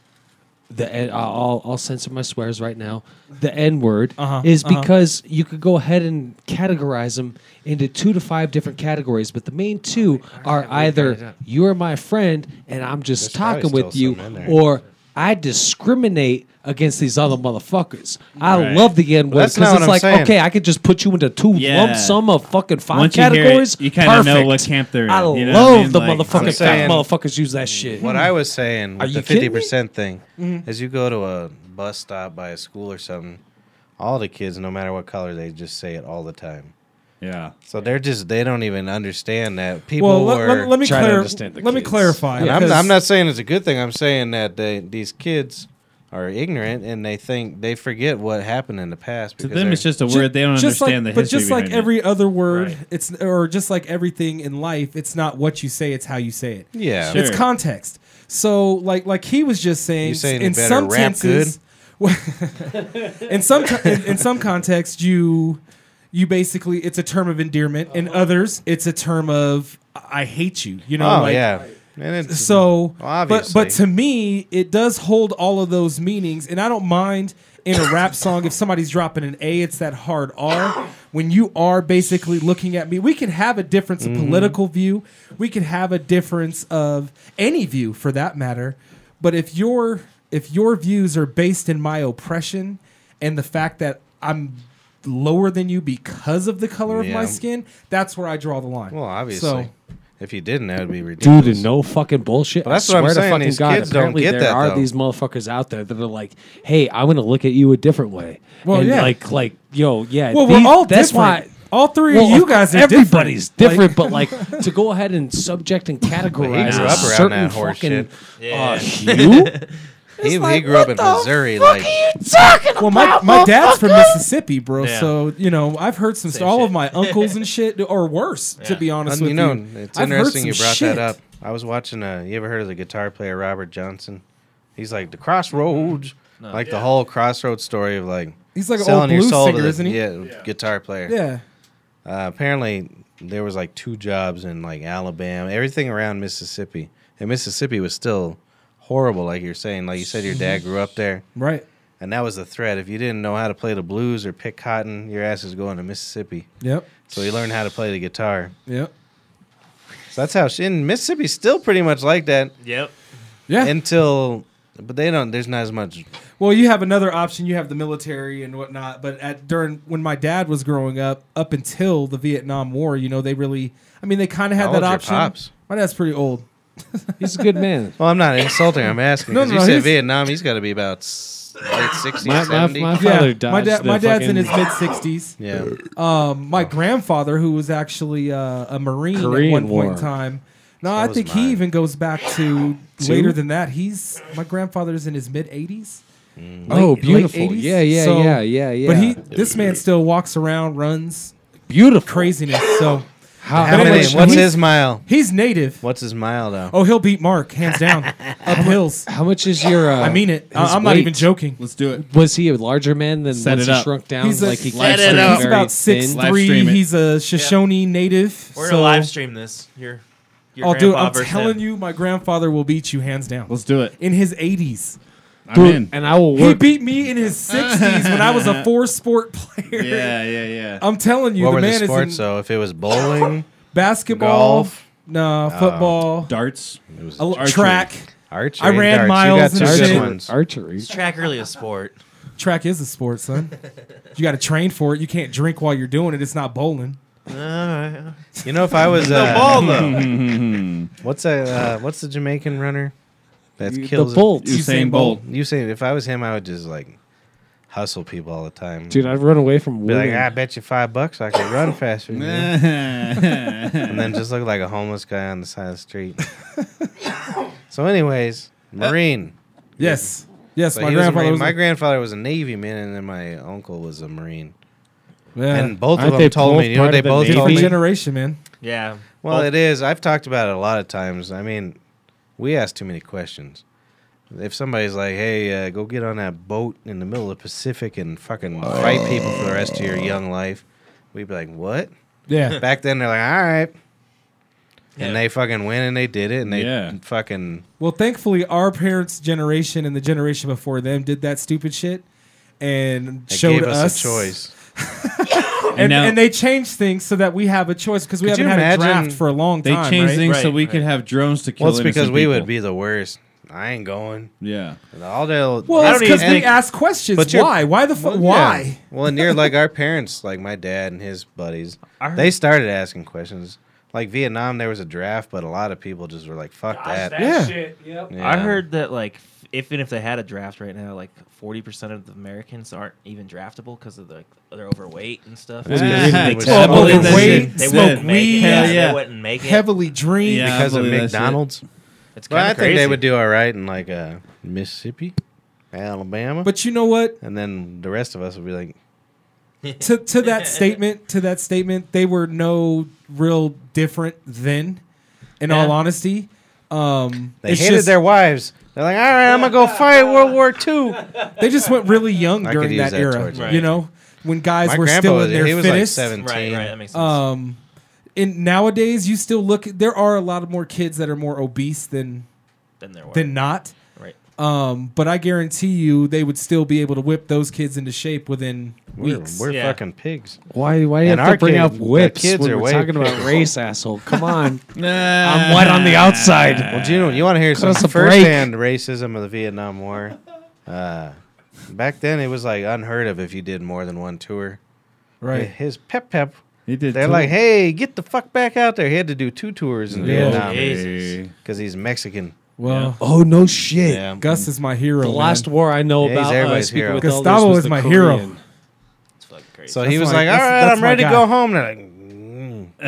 Speaker 1: The N, I'll, I'll censor my swears right now. The N word
Speaker 2: Uh-huh,
Speaker 1: is
Speaker 2: uh-huh.
Speaker 1: because you could go ahead and categorize them into two to five different categories, but the main two are either you're my friend and I'm just
Speaker 3: There's probably
Speaker 1: talking with
Speaker 3: still
Speaker 1: you,
Speaker 3: some in there.
Speaker 1: or I discriminate against these other motherfuckers. I
Speaker 9: Right.
Speaker 1: love the N word
Speaker 3: that's
Speaker 1: because
Speaker 3: not what
Speaker 1: it's
Speaker 3: I'm
Speaker 1: like,
Speaker 3: saying.
Speaker 1: okay, I could just put you into two
Speaker 9: Yeah.
Speaker 1: lump sum of fucking five
Speaker 9: Once you hear it,
Speaker 1: categories.
Speaker 9: you kinda know
Speaker 1: Perfect.
Speaker 9: what camp they're in,
Speaker 1: I
Speaker 9: you know what I
Speaker 1: love
Speaker 9: mean?
Speaker 1: the
Speaker 9: Like,
Speaker 3: I'm
Speaker 1: motherfucking fat
Speaker 3: saying-
Speaker 1: motherfuckers use that shit.
Speaker 3: What I was saying
Speaker 1: Are
Speaker 3: with
Speaker 1: you
Speaker 3: the
Speaker 1: kidding
Speaker 3: fifty
Speaker 1: me? Mm-hmm.
Speaker 3: percent thing is, you go to a bus stop by a school or something. All the kids, no matter what color, they just say it all the time.
Speaker 9: Yeah.
Speaker 3: So they're just they don't even understand that people
Speaker 2: Well,
Speaker 3: were.
Speaker 2: let, let, let me
Speaker 1: trying to
Speaker 2: clar-
Speaker 1: understand the
Speaker 2: let me
Speaker 1: kids.
Speaker 2: clarify.
Speaker 3: And I'm,
Speaker 2: because-
Speaker 3: I'm not saying it's a good thing. I'm saying that they, these kids are ignorant and they think they forget what happened in the past.
Speaker 9: To
Speaker 3: Because
Speaker 9: them, it's
Speaker 3: they're-
Speaker 9: just a word. They don't
Speaker 2: just
Speaker 9: understand
Speaker 2: like,
Speaker 9: the
Speaker 2: But
Speaker 9: history.
Speaker 2: just like
Speaker 9: behind it.
Speaker 2: every other word,
Speaker 6: Right.
Speaker 2: it's or just like everything in life, it's not what you say; it's how you say it.
Speaker 3: yeah.
Speaker 9: Sure.
Speaker 2: It's context. So, like, like he was just saying,
Speaker 3: You saying
Speaker 2: in
Speaker 3: it better
Speaker 2: some
Speaker 3: rap
Speaker 2: tenses, in some co- in, in some context, you you basically it's a term of endearment. In others, it's a term of I hate you. You know,
Speaker 3: Oh
Speaker 2: like,
Speaker 3: yeah. And it's,
Speaker 2: So,
Speaker 3: Well,
Speaker 2: but but
Speaker 3: obviously.
Speaker 2: to me, it does hold all of those meanings, and I don't mind in a rap song if somebody's dropping an A, it's that hard R. When you are basically looking at me, we can have a difference of
Speaker 3: Mm-hmm.
Speaker 2: political view, we can have a difference of any view for that matter, but if your if your views are based in my oppression and the fact that I'm lower than you because of the color of my
Speaker 3: Yeah.
Speaker 2: skin, that's where I draw the line.
Speaker 3: well, obviously,
Speaker 2: So,
Speaker 3: if you didn't, that would be ridiculous.
Speaker 1: Dude, and no fucking bullshit.
Speaker 3: But that's
Speaker 1: I
Speaker 3: what
Speaker 1: swear
Speaker 3: I'm
Speaker 1: to
Speaker 3: saying,
Speaker 1: fucking
Speaker 3: these
Speaker 1: God,
Speaker 3: kids don't
Speaker 1: apparently
Speaker 3: get
Speaker 1: there
Speaker 3: that,
Speaker 1: are
Speaker 3: though.
Speaker 1: these motherfuckers out there that are like, "Hey, I'm gonna look at you a different way."
Speaker 2: Well,
Speaker 1: And
Speaker 2: yeah.
Speaker 1: like, like, yo, yeah.
Speaker 2: well,
Speaker 1: these-
Speaker 2: we're all
Speaker 1: that's
Speaker 2: different.
Speaker 1: why.
Speaker 2: all three
Speaker 1: Well,
Speaker 2: of you guys are
Speaker 1: everybody's
Speaker 2: different.
Speaker 1: different, but like to go ahead and subject and categorize
Speaker 3: grew
Speaker 1: a
Speaker 3: up around
Speaker 1: certain
Speaker 3: that horse
Speaker 1: fucking
Speaker 3: shit.
Speaker 1: uh, hue.
Speaker 3: he, he grew up in Missouri. Like
Speaker 2: Well, my, my dad's from Mississippi, bro.
Speaker 8: Yeah.
Speaker 2: So you know, I've heard some. all
Speaker 8: shit.
Speaker 2: of my uncles and shit are worse, to
Speaker 8: Yeah.
Speaker 2: be honest with
Speaker 3: you
Speaker 2: you.
Speaker 3: know, it's
Speaker 2: I've heard
Speaker 3: interesting you
Speaker 2: some
Speaker 3: brought
Speaker 2: shit.
Speaker 3: that up. I was watching. Uh, you ever heard of the guitar player Robert Johnson? He's like the Crossroads, like the whole Crossroads story of like
Speaker 2: He's like an old
Speaker 3: selling your
Speaker 2: blues
Speaker 3: soul
Speaker 2: singer,
Speaker 3: to the
Speaker 2: isn't he?
Speaker 3: yeah, guitar player.
Speaker 2: Yeah.
Speaker 3: Uh, apparently, there was like two jobs in like Alabama, everything around Mississippi, and Mississippi was still horrible. Like you're saying, like you said, your dad grew up there,
Speaker 2: Right.
Speaker 3: and that was the threat. If you didn't know how to play the blues or pick cotton, your ass is going to Mississippi.
Speaker 2: Yep.
Speaker 3: So he learned how to play the guitar.
Speaker 2: Yep.
Speaker 3: So that's how. She, and Mississippi's still pretty much like that
Speaker 8: Yep.
Speaker 2: Yeah.
Speaker 3: until, but they don't. There's not as much.
Speaker 2: Well, you have another option. You have the military and whatnot. But at during when my dad was growing up, up until the Vietnam War, you know, they really. I mean, they kind of had
Speaker 3: How
Speaker 2: that
Speaker 3: old's
Speaker 2: option.
Speaker 3: your pops?
Speaker 2: My dad's pretty old.
Speaker 1: He's a good man.
Speaker 3: Well, I'm not insulting. I'm asking.
Speaker 2: No,
Speaker 3: 'cause
Speaker 2: no,
Speaker 3: you
Speaker 2: he's-
Speaker 3: said Vietnam. He's got to be about s- late 60s,
Speaker 1: My, my,
Speaker 3: 70.
Speaker 1: my
Speaker 2: Yeah.
Speaker 1: father died.
Speaker 2: my dad. My dad's in his mid sixties.
Speaker 3: yeah.
Speaker 2: Um,
Speaker 1: Oh.
Speaker 2: my grandfather, who was actually uh, a Marine
Speaker 1: Korean
Speaker 2: at one point
Speaker 1: War.
Speaker 2: in time. No, I
Speaker 3: was
Speaker 2: think
Speaker 3: mine.
Speaker 2: he even goes back to
Speaker 1: Two?
Speaker 2: later than that. He's my grandfather's in his mid eighties.
Speaker 1: Oh, beautiful. Yeah, yeah, yeah, yeah, yeah.
Speaker 2: But he, this man still walks around, runs
Speaker 1: beautiful.
Speaker 2: craziness. So
Speaker 1: How,
Speaker 2: But
Speaker 3: How many?
Speaker 2: anyway,
Speaker 3: What's
Speaker 2: he's-
Speaker 3: his mile?
Speaker 2: he's native.
Speaker 3: What's his mile though?
Speaker 2: Oh, he'll beat Mark hands down up hills.
Speaker 1: how much is your? Uh,
Speaker 2: I mean it.
Speaker 1: his
Speaker 2: I, am not
Speaker 1: weight?
Speaker 2: even joking.
Speaker 9: Let's do it.
Speaker 1: Was he a larger man than
Speaker 9: Set
Speaker 1: once
Speaker 9: it
Speaker 1: he
Speaker 9: up.
Speaker 1: shrunk down?
Speaker 2: He's a-
Speaker 1: like he
Speaker 2: Set
Speaker 1: came
Speaker 8: it
Speaker 1: from
Speaker 8: up.
Speaker 1: very
Speaker 2: He's about
Speaker 1: thin?
Speaker 2: six
Speaker 9: Live stream
Speaker 2: three.
Speaker 9: it.
Speaker 2: He's a Shoshone native.
Speaker 8: We're
Speaker 2: so
Speaker 8: gonna live stream this. Your, your
Speaker 2: oh, dude,
Speaker 8: grandpa
Speaker 2: I'm
Speaker 8: versus
Speaker 2: telling
Speaker 8: him.
Speaker 2: you, my grandfather will beat you hands down
Speaker 9: Let's do it.
Speaker 2: in his 80s.
Speaker 9: I'm Dude, in.
Speaker 1: and I will
Speaker 2: He
Speaker 1: work-
Speaker 2: beat me in his sixties when I was a four sport player.
Speaker 9: Yeah, yeah, yeah.
Speaker 2: I'm telling you,
Speaker 3: what
Speaker 2: the
Speaker 3: were
Speaker 2: man is
Speaker 3: the sports?
Speaker 2: in
Speaker 3: So if it was bowling,
Speaker 2: basketball,
Speaker 3: Golf.
Speaker 2: no
Speaker 3: Uh,
Speaker 2: football,
Speaker 9: darts,
Speaker 3: it was
Speaker 2: a-
Speaker 3: archery.
Speaker 2: track.
Speaker 3: Archery
Speaker 2: I
Speaker 3: and
Speaker 2: ran
Speaker 3: darts. You got
Speaker 2: miles
Speaker 3: two
Speaker 2: and
Speaker 3: good
Speaker 2: shit.
Speaker 3: ones.
Speaker 1: Archery.
Speaker 8: Is track really a sport?
Speaker 2: Track is a sport, son. You got to train for it. You can't drink while you're doing it. It's not bowling.
Speaker 8: Uh,
Speaker 3: You know, if I was
Speaker 6: The
Speaker 3: uh,
Speaker 6: ball,
Speaker 2: Mm-hmm,
Speaker 6: though.
Speaker 3: what's a uh, what's the Jamaican runner that
Speaker 1: You- the
Speaker 3: kills it?
Speaker 1: Bolt.
Speaker 9: Usain Bolt.
Speaker 3: You say if I was him, I would just like hustle people all the time.
Speaker 1: Dude, I've run away from
Speaker 3: be like, "Ah,
Speaker 1: winning.
Speaker 3: I bet you five bucks I could run faster. Than you. and then just look like a homeless guy on the side of the street. so, anyways, Marine.
Speaker 2: Yes, yes.
Speaker 3: So
Speaker 2: Uh, my
Speaker 3: he was a
Speaker 2: grandfather
Speaker 3: Marine.
Speaker 2: was.
Speaker 3: my
Speaker 2: a-
Speaker 3: grandfather was a Navy man, and then my uncle was a Marine.
Speaker 2: yeah.
Speaker 3: And both
Speaker 1: Aren't
Speaker 3: of
Speaker 1: they
Speaker 3: them told
Speaker 1: both
Speaker 3: me. You know what
Speaker 1: part
Speaker 3: they
Speaker 1: of the
Speaker 3: both told
Speaker 2: different
Speaker 1: Navy?
Speaker 3: me?
Speaker 2: generation, man.
Speaker 8: yeah.
Speaker 3: Well, it is. I've talked about it a lot of times. I mean, we ask too many questions. If somebody's like, "Hey, uh, go get on that boat in the middle of the Pacific and fucking fight people for the rest of your young life," we'd be like, "What?"
Speaker 2: Yeah,
Speaker 3: Back then, they're like, "All right,"
Speaker 8: Yeah.
Speaker 3: and they fucking went and they did it, and they
Speaker 9: Yeah.
Speaker 3: fucking
Speaker 2: Well, thankfully, our parents' generation and the generation before them did that stupid shit and
Speaker 3: they
Speaker 2: showed
Speaker 3: gave us,
Speaker 2: us
Speaker 3: a choice.
Speaker 2: And,
Speaker 9: And
Speaker 2: and,
Speaker 9: now-
Speaker 2: they changed things so that we have a choice because we
Speaker 3: Could
Speaker 2: haven't
Speaker 3: you
Speaker 2: had a draft
Speaker 3: imagine
Speaker 2: for a long
Speaker 9: They
Speaker 2: time.
Speaker 9: changed
Speaker 2: right?
Speaker 9: things so
Speaker 8: Right,
Speaker 9: we
Speaker 8: right.
Speaker 9: could have drones to kill.
Speaker 3: Well, it's because
Speaker 9: innocent
Speaker 3: we
Speaker 9: people.
Speaker 3: would be the worst. I ain't going.
Speaker 9: Yeah.
Speaker 3: All they'll
Speaker 2: Well, it's
Speaker 3: don't
Speaker 2: because
Speaker 3: even-
Speaker 2: we ask questions.
Speaker 3: But you're-
Speaker 2: why? Why the fuck?
Speaker 3: Well, yeah.
Speaker 2: why?
Speaker 3: Well, and you're like our parents, like my dad and his buddies. They started asking questions. Like Vietnam, there was a draft, but a lot of people just were like, "Fuck that."
Speaker 2: Yeah.
Speaker 6: shit. Yep.
Speaker 3: Yeah.
Speaker 8: I heard that like f- if and if they had a draft right now, like forty percent of the Americans aren't even draftable because of like they're overweight and stuff.
Speaker 3: That's
Speaker 8: Yeah.
Speaker 3: crazy.
Speaker 9: I believe that
Speaker 2: overweight,
Speaker 9: shit.
Speaker 8: They
Speaker 2: smoke
Speaker 8: wouldn't make it.
Speaker 2: weed,
Speaker 8: Yeah,
Speaker 9: yeah.
Speaker 8: They wouldn't make it.
Speaker 2: heavily drink.
Speaker 9: Yeah.
Speaker 3: because of
Speaker 9: believe that shit.
Speaker 3: McDonald's.
Speaker 8: It's
Speaker 3: But
Speaker 8: kind
Speaker 3: I
Speaker 8: of
Speaker 3: think
Speaker 8: crazy.
Speaker 3: they would do all right in like uh, Mississippi, Alabama,
Speaker 2: But you know what?
Speaker 3: and then the rest of us would be like,
Speaker 2: To to that statement, to that statement, they were no real different then. In all
Speaker 8: Yeah.
Speaker 2: honesty, um,
Speaker 3: they
Speaker 2: it's
Speaker 3: hated
Speaker 2: just-
Speaker 3: their wives. They're like, "All right, I'm gonna go fight World War II."
Speaker 2: They just went really young
Speaker 3: I could
Speaker 2: during
Speaker 3: use
Speaker 2: that,
Speaker 3: that
Speaker 2: era.
Speaker 3: towards
Speaker 8: it.
Speaker 2: You
Speaker 8: Right.
Speaker 2: know, when guys
Speaker 3: My
Speaker 2: were
Speaker 3: grandpa
Speaker 2: still
Speaker 3: was
Speaker 2: in their
Speaker 3: he was like
Speaker 2: fittest.
Speaker 8: Right,
Speaker 3: seventeen.
Speaker 8: right. That makes sense.
Speaker 2: um, and nowadays you still look. There are a lot more kids that are more obese than
Speaker 8: then there were.
Speaker 2: than not.
Speaker 8: right.
Speaker 2: Um, but I guarantee you, they would still be able to whip those kids into shape within
Speaker 3: We're,
Speaker 2: weeks.
Speaker 3: we're
Speaker 8: Yeah.
Speaker 3: fucking pigs.
Speaker 1: Why? Why do you
Speaker 3: And
Speaker 1: have to
Speaker 3: our
Speaker 1: bring
Speaker 3: kid-
Speaker 1: up
Speaker 3: our
Speaker 1: whips
Speaker 3: kids
Speaker 1: when
Speaker 3: are
Speaker 1: we're
Speaker 3: way
Speaker 1: talking about
Speaker 3: bigger.
Speaker 1: race, asshole? Come on,
Speaker 9: I'm
Speaker 1: I'm white on the outside.
Speaker 3: Well, Gino, you want to hear some
Speaker 1: us a break.
Speaker 3: firsthand racism of the Vietnam War? Uh, back then, it was like unheard of if you did more than one tour.
Speaker 2: Right.
Speaker 3: His pep pep.
Speaker 9: He did.
Speaker 3: They're
Speaker 9: too.
Speaker 3: like, hey, get the fuck back out there. He had to do two tours in
Speaker 2: Yeah.
Speaker 3: Vietnam
Speaker 8: Jesus.
Speaker 3: because he's Mexican.
Speaker 2: Well,
Speaker 1: Oh no, shit.
Speaker 3: Yeah.
Speaker 2: Gus is my hero.
Speaker 1: The last
Speaker 2: man.
Speaker 1: war I know
Speaker 3: Yeah, he's
Speaker 1: about. Uh,
Speaker 3: everybody's
Speaker 1: speaking
Speaker 3: hero.
Speaker 1: with
Speaker 2: Gustavo
Speaker 1: elders was
Speaker 2: is
Speaker 1: the
Speaker 2: my
Speaker 1: Korean.
Speaker 2: hero.
Speaker 8: It's fucking crazy.
Speaker 3: So he
Speaker 2: That's
Speaker 3: was
Speaker 2: my-
Speaker 3: like, all
Speaker 2: that's-
Speaker 3: right,
Speaker 2: that's
Speaker 3: I'm
Speaker 2: my
Speaker 3: ready to
Speaker 2: guy.
Speaker 3: go home. They're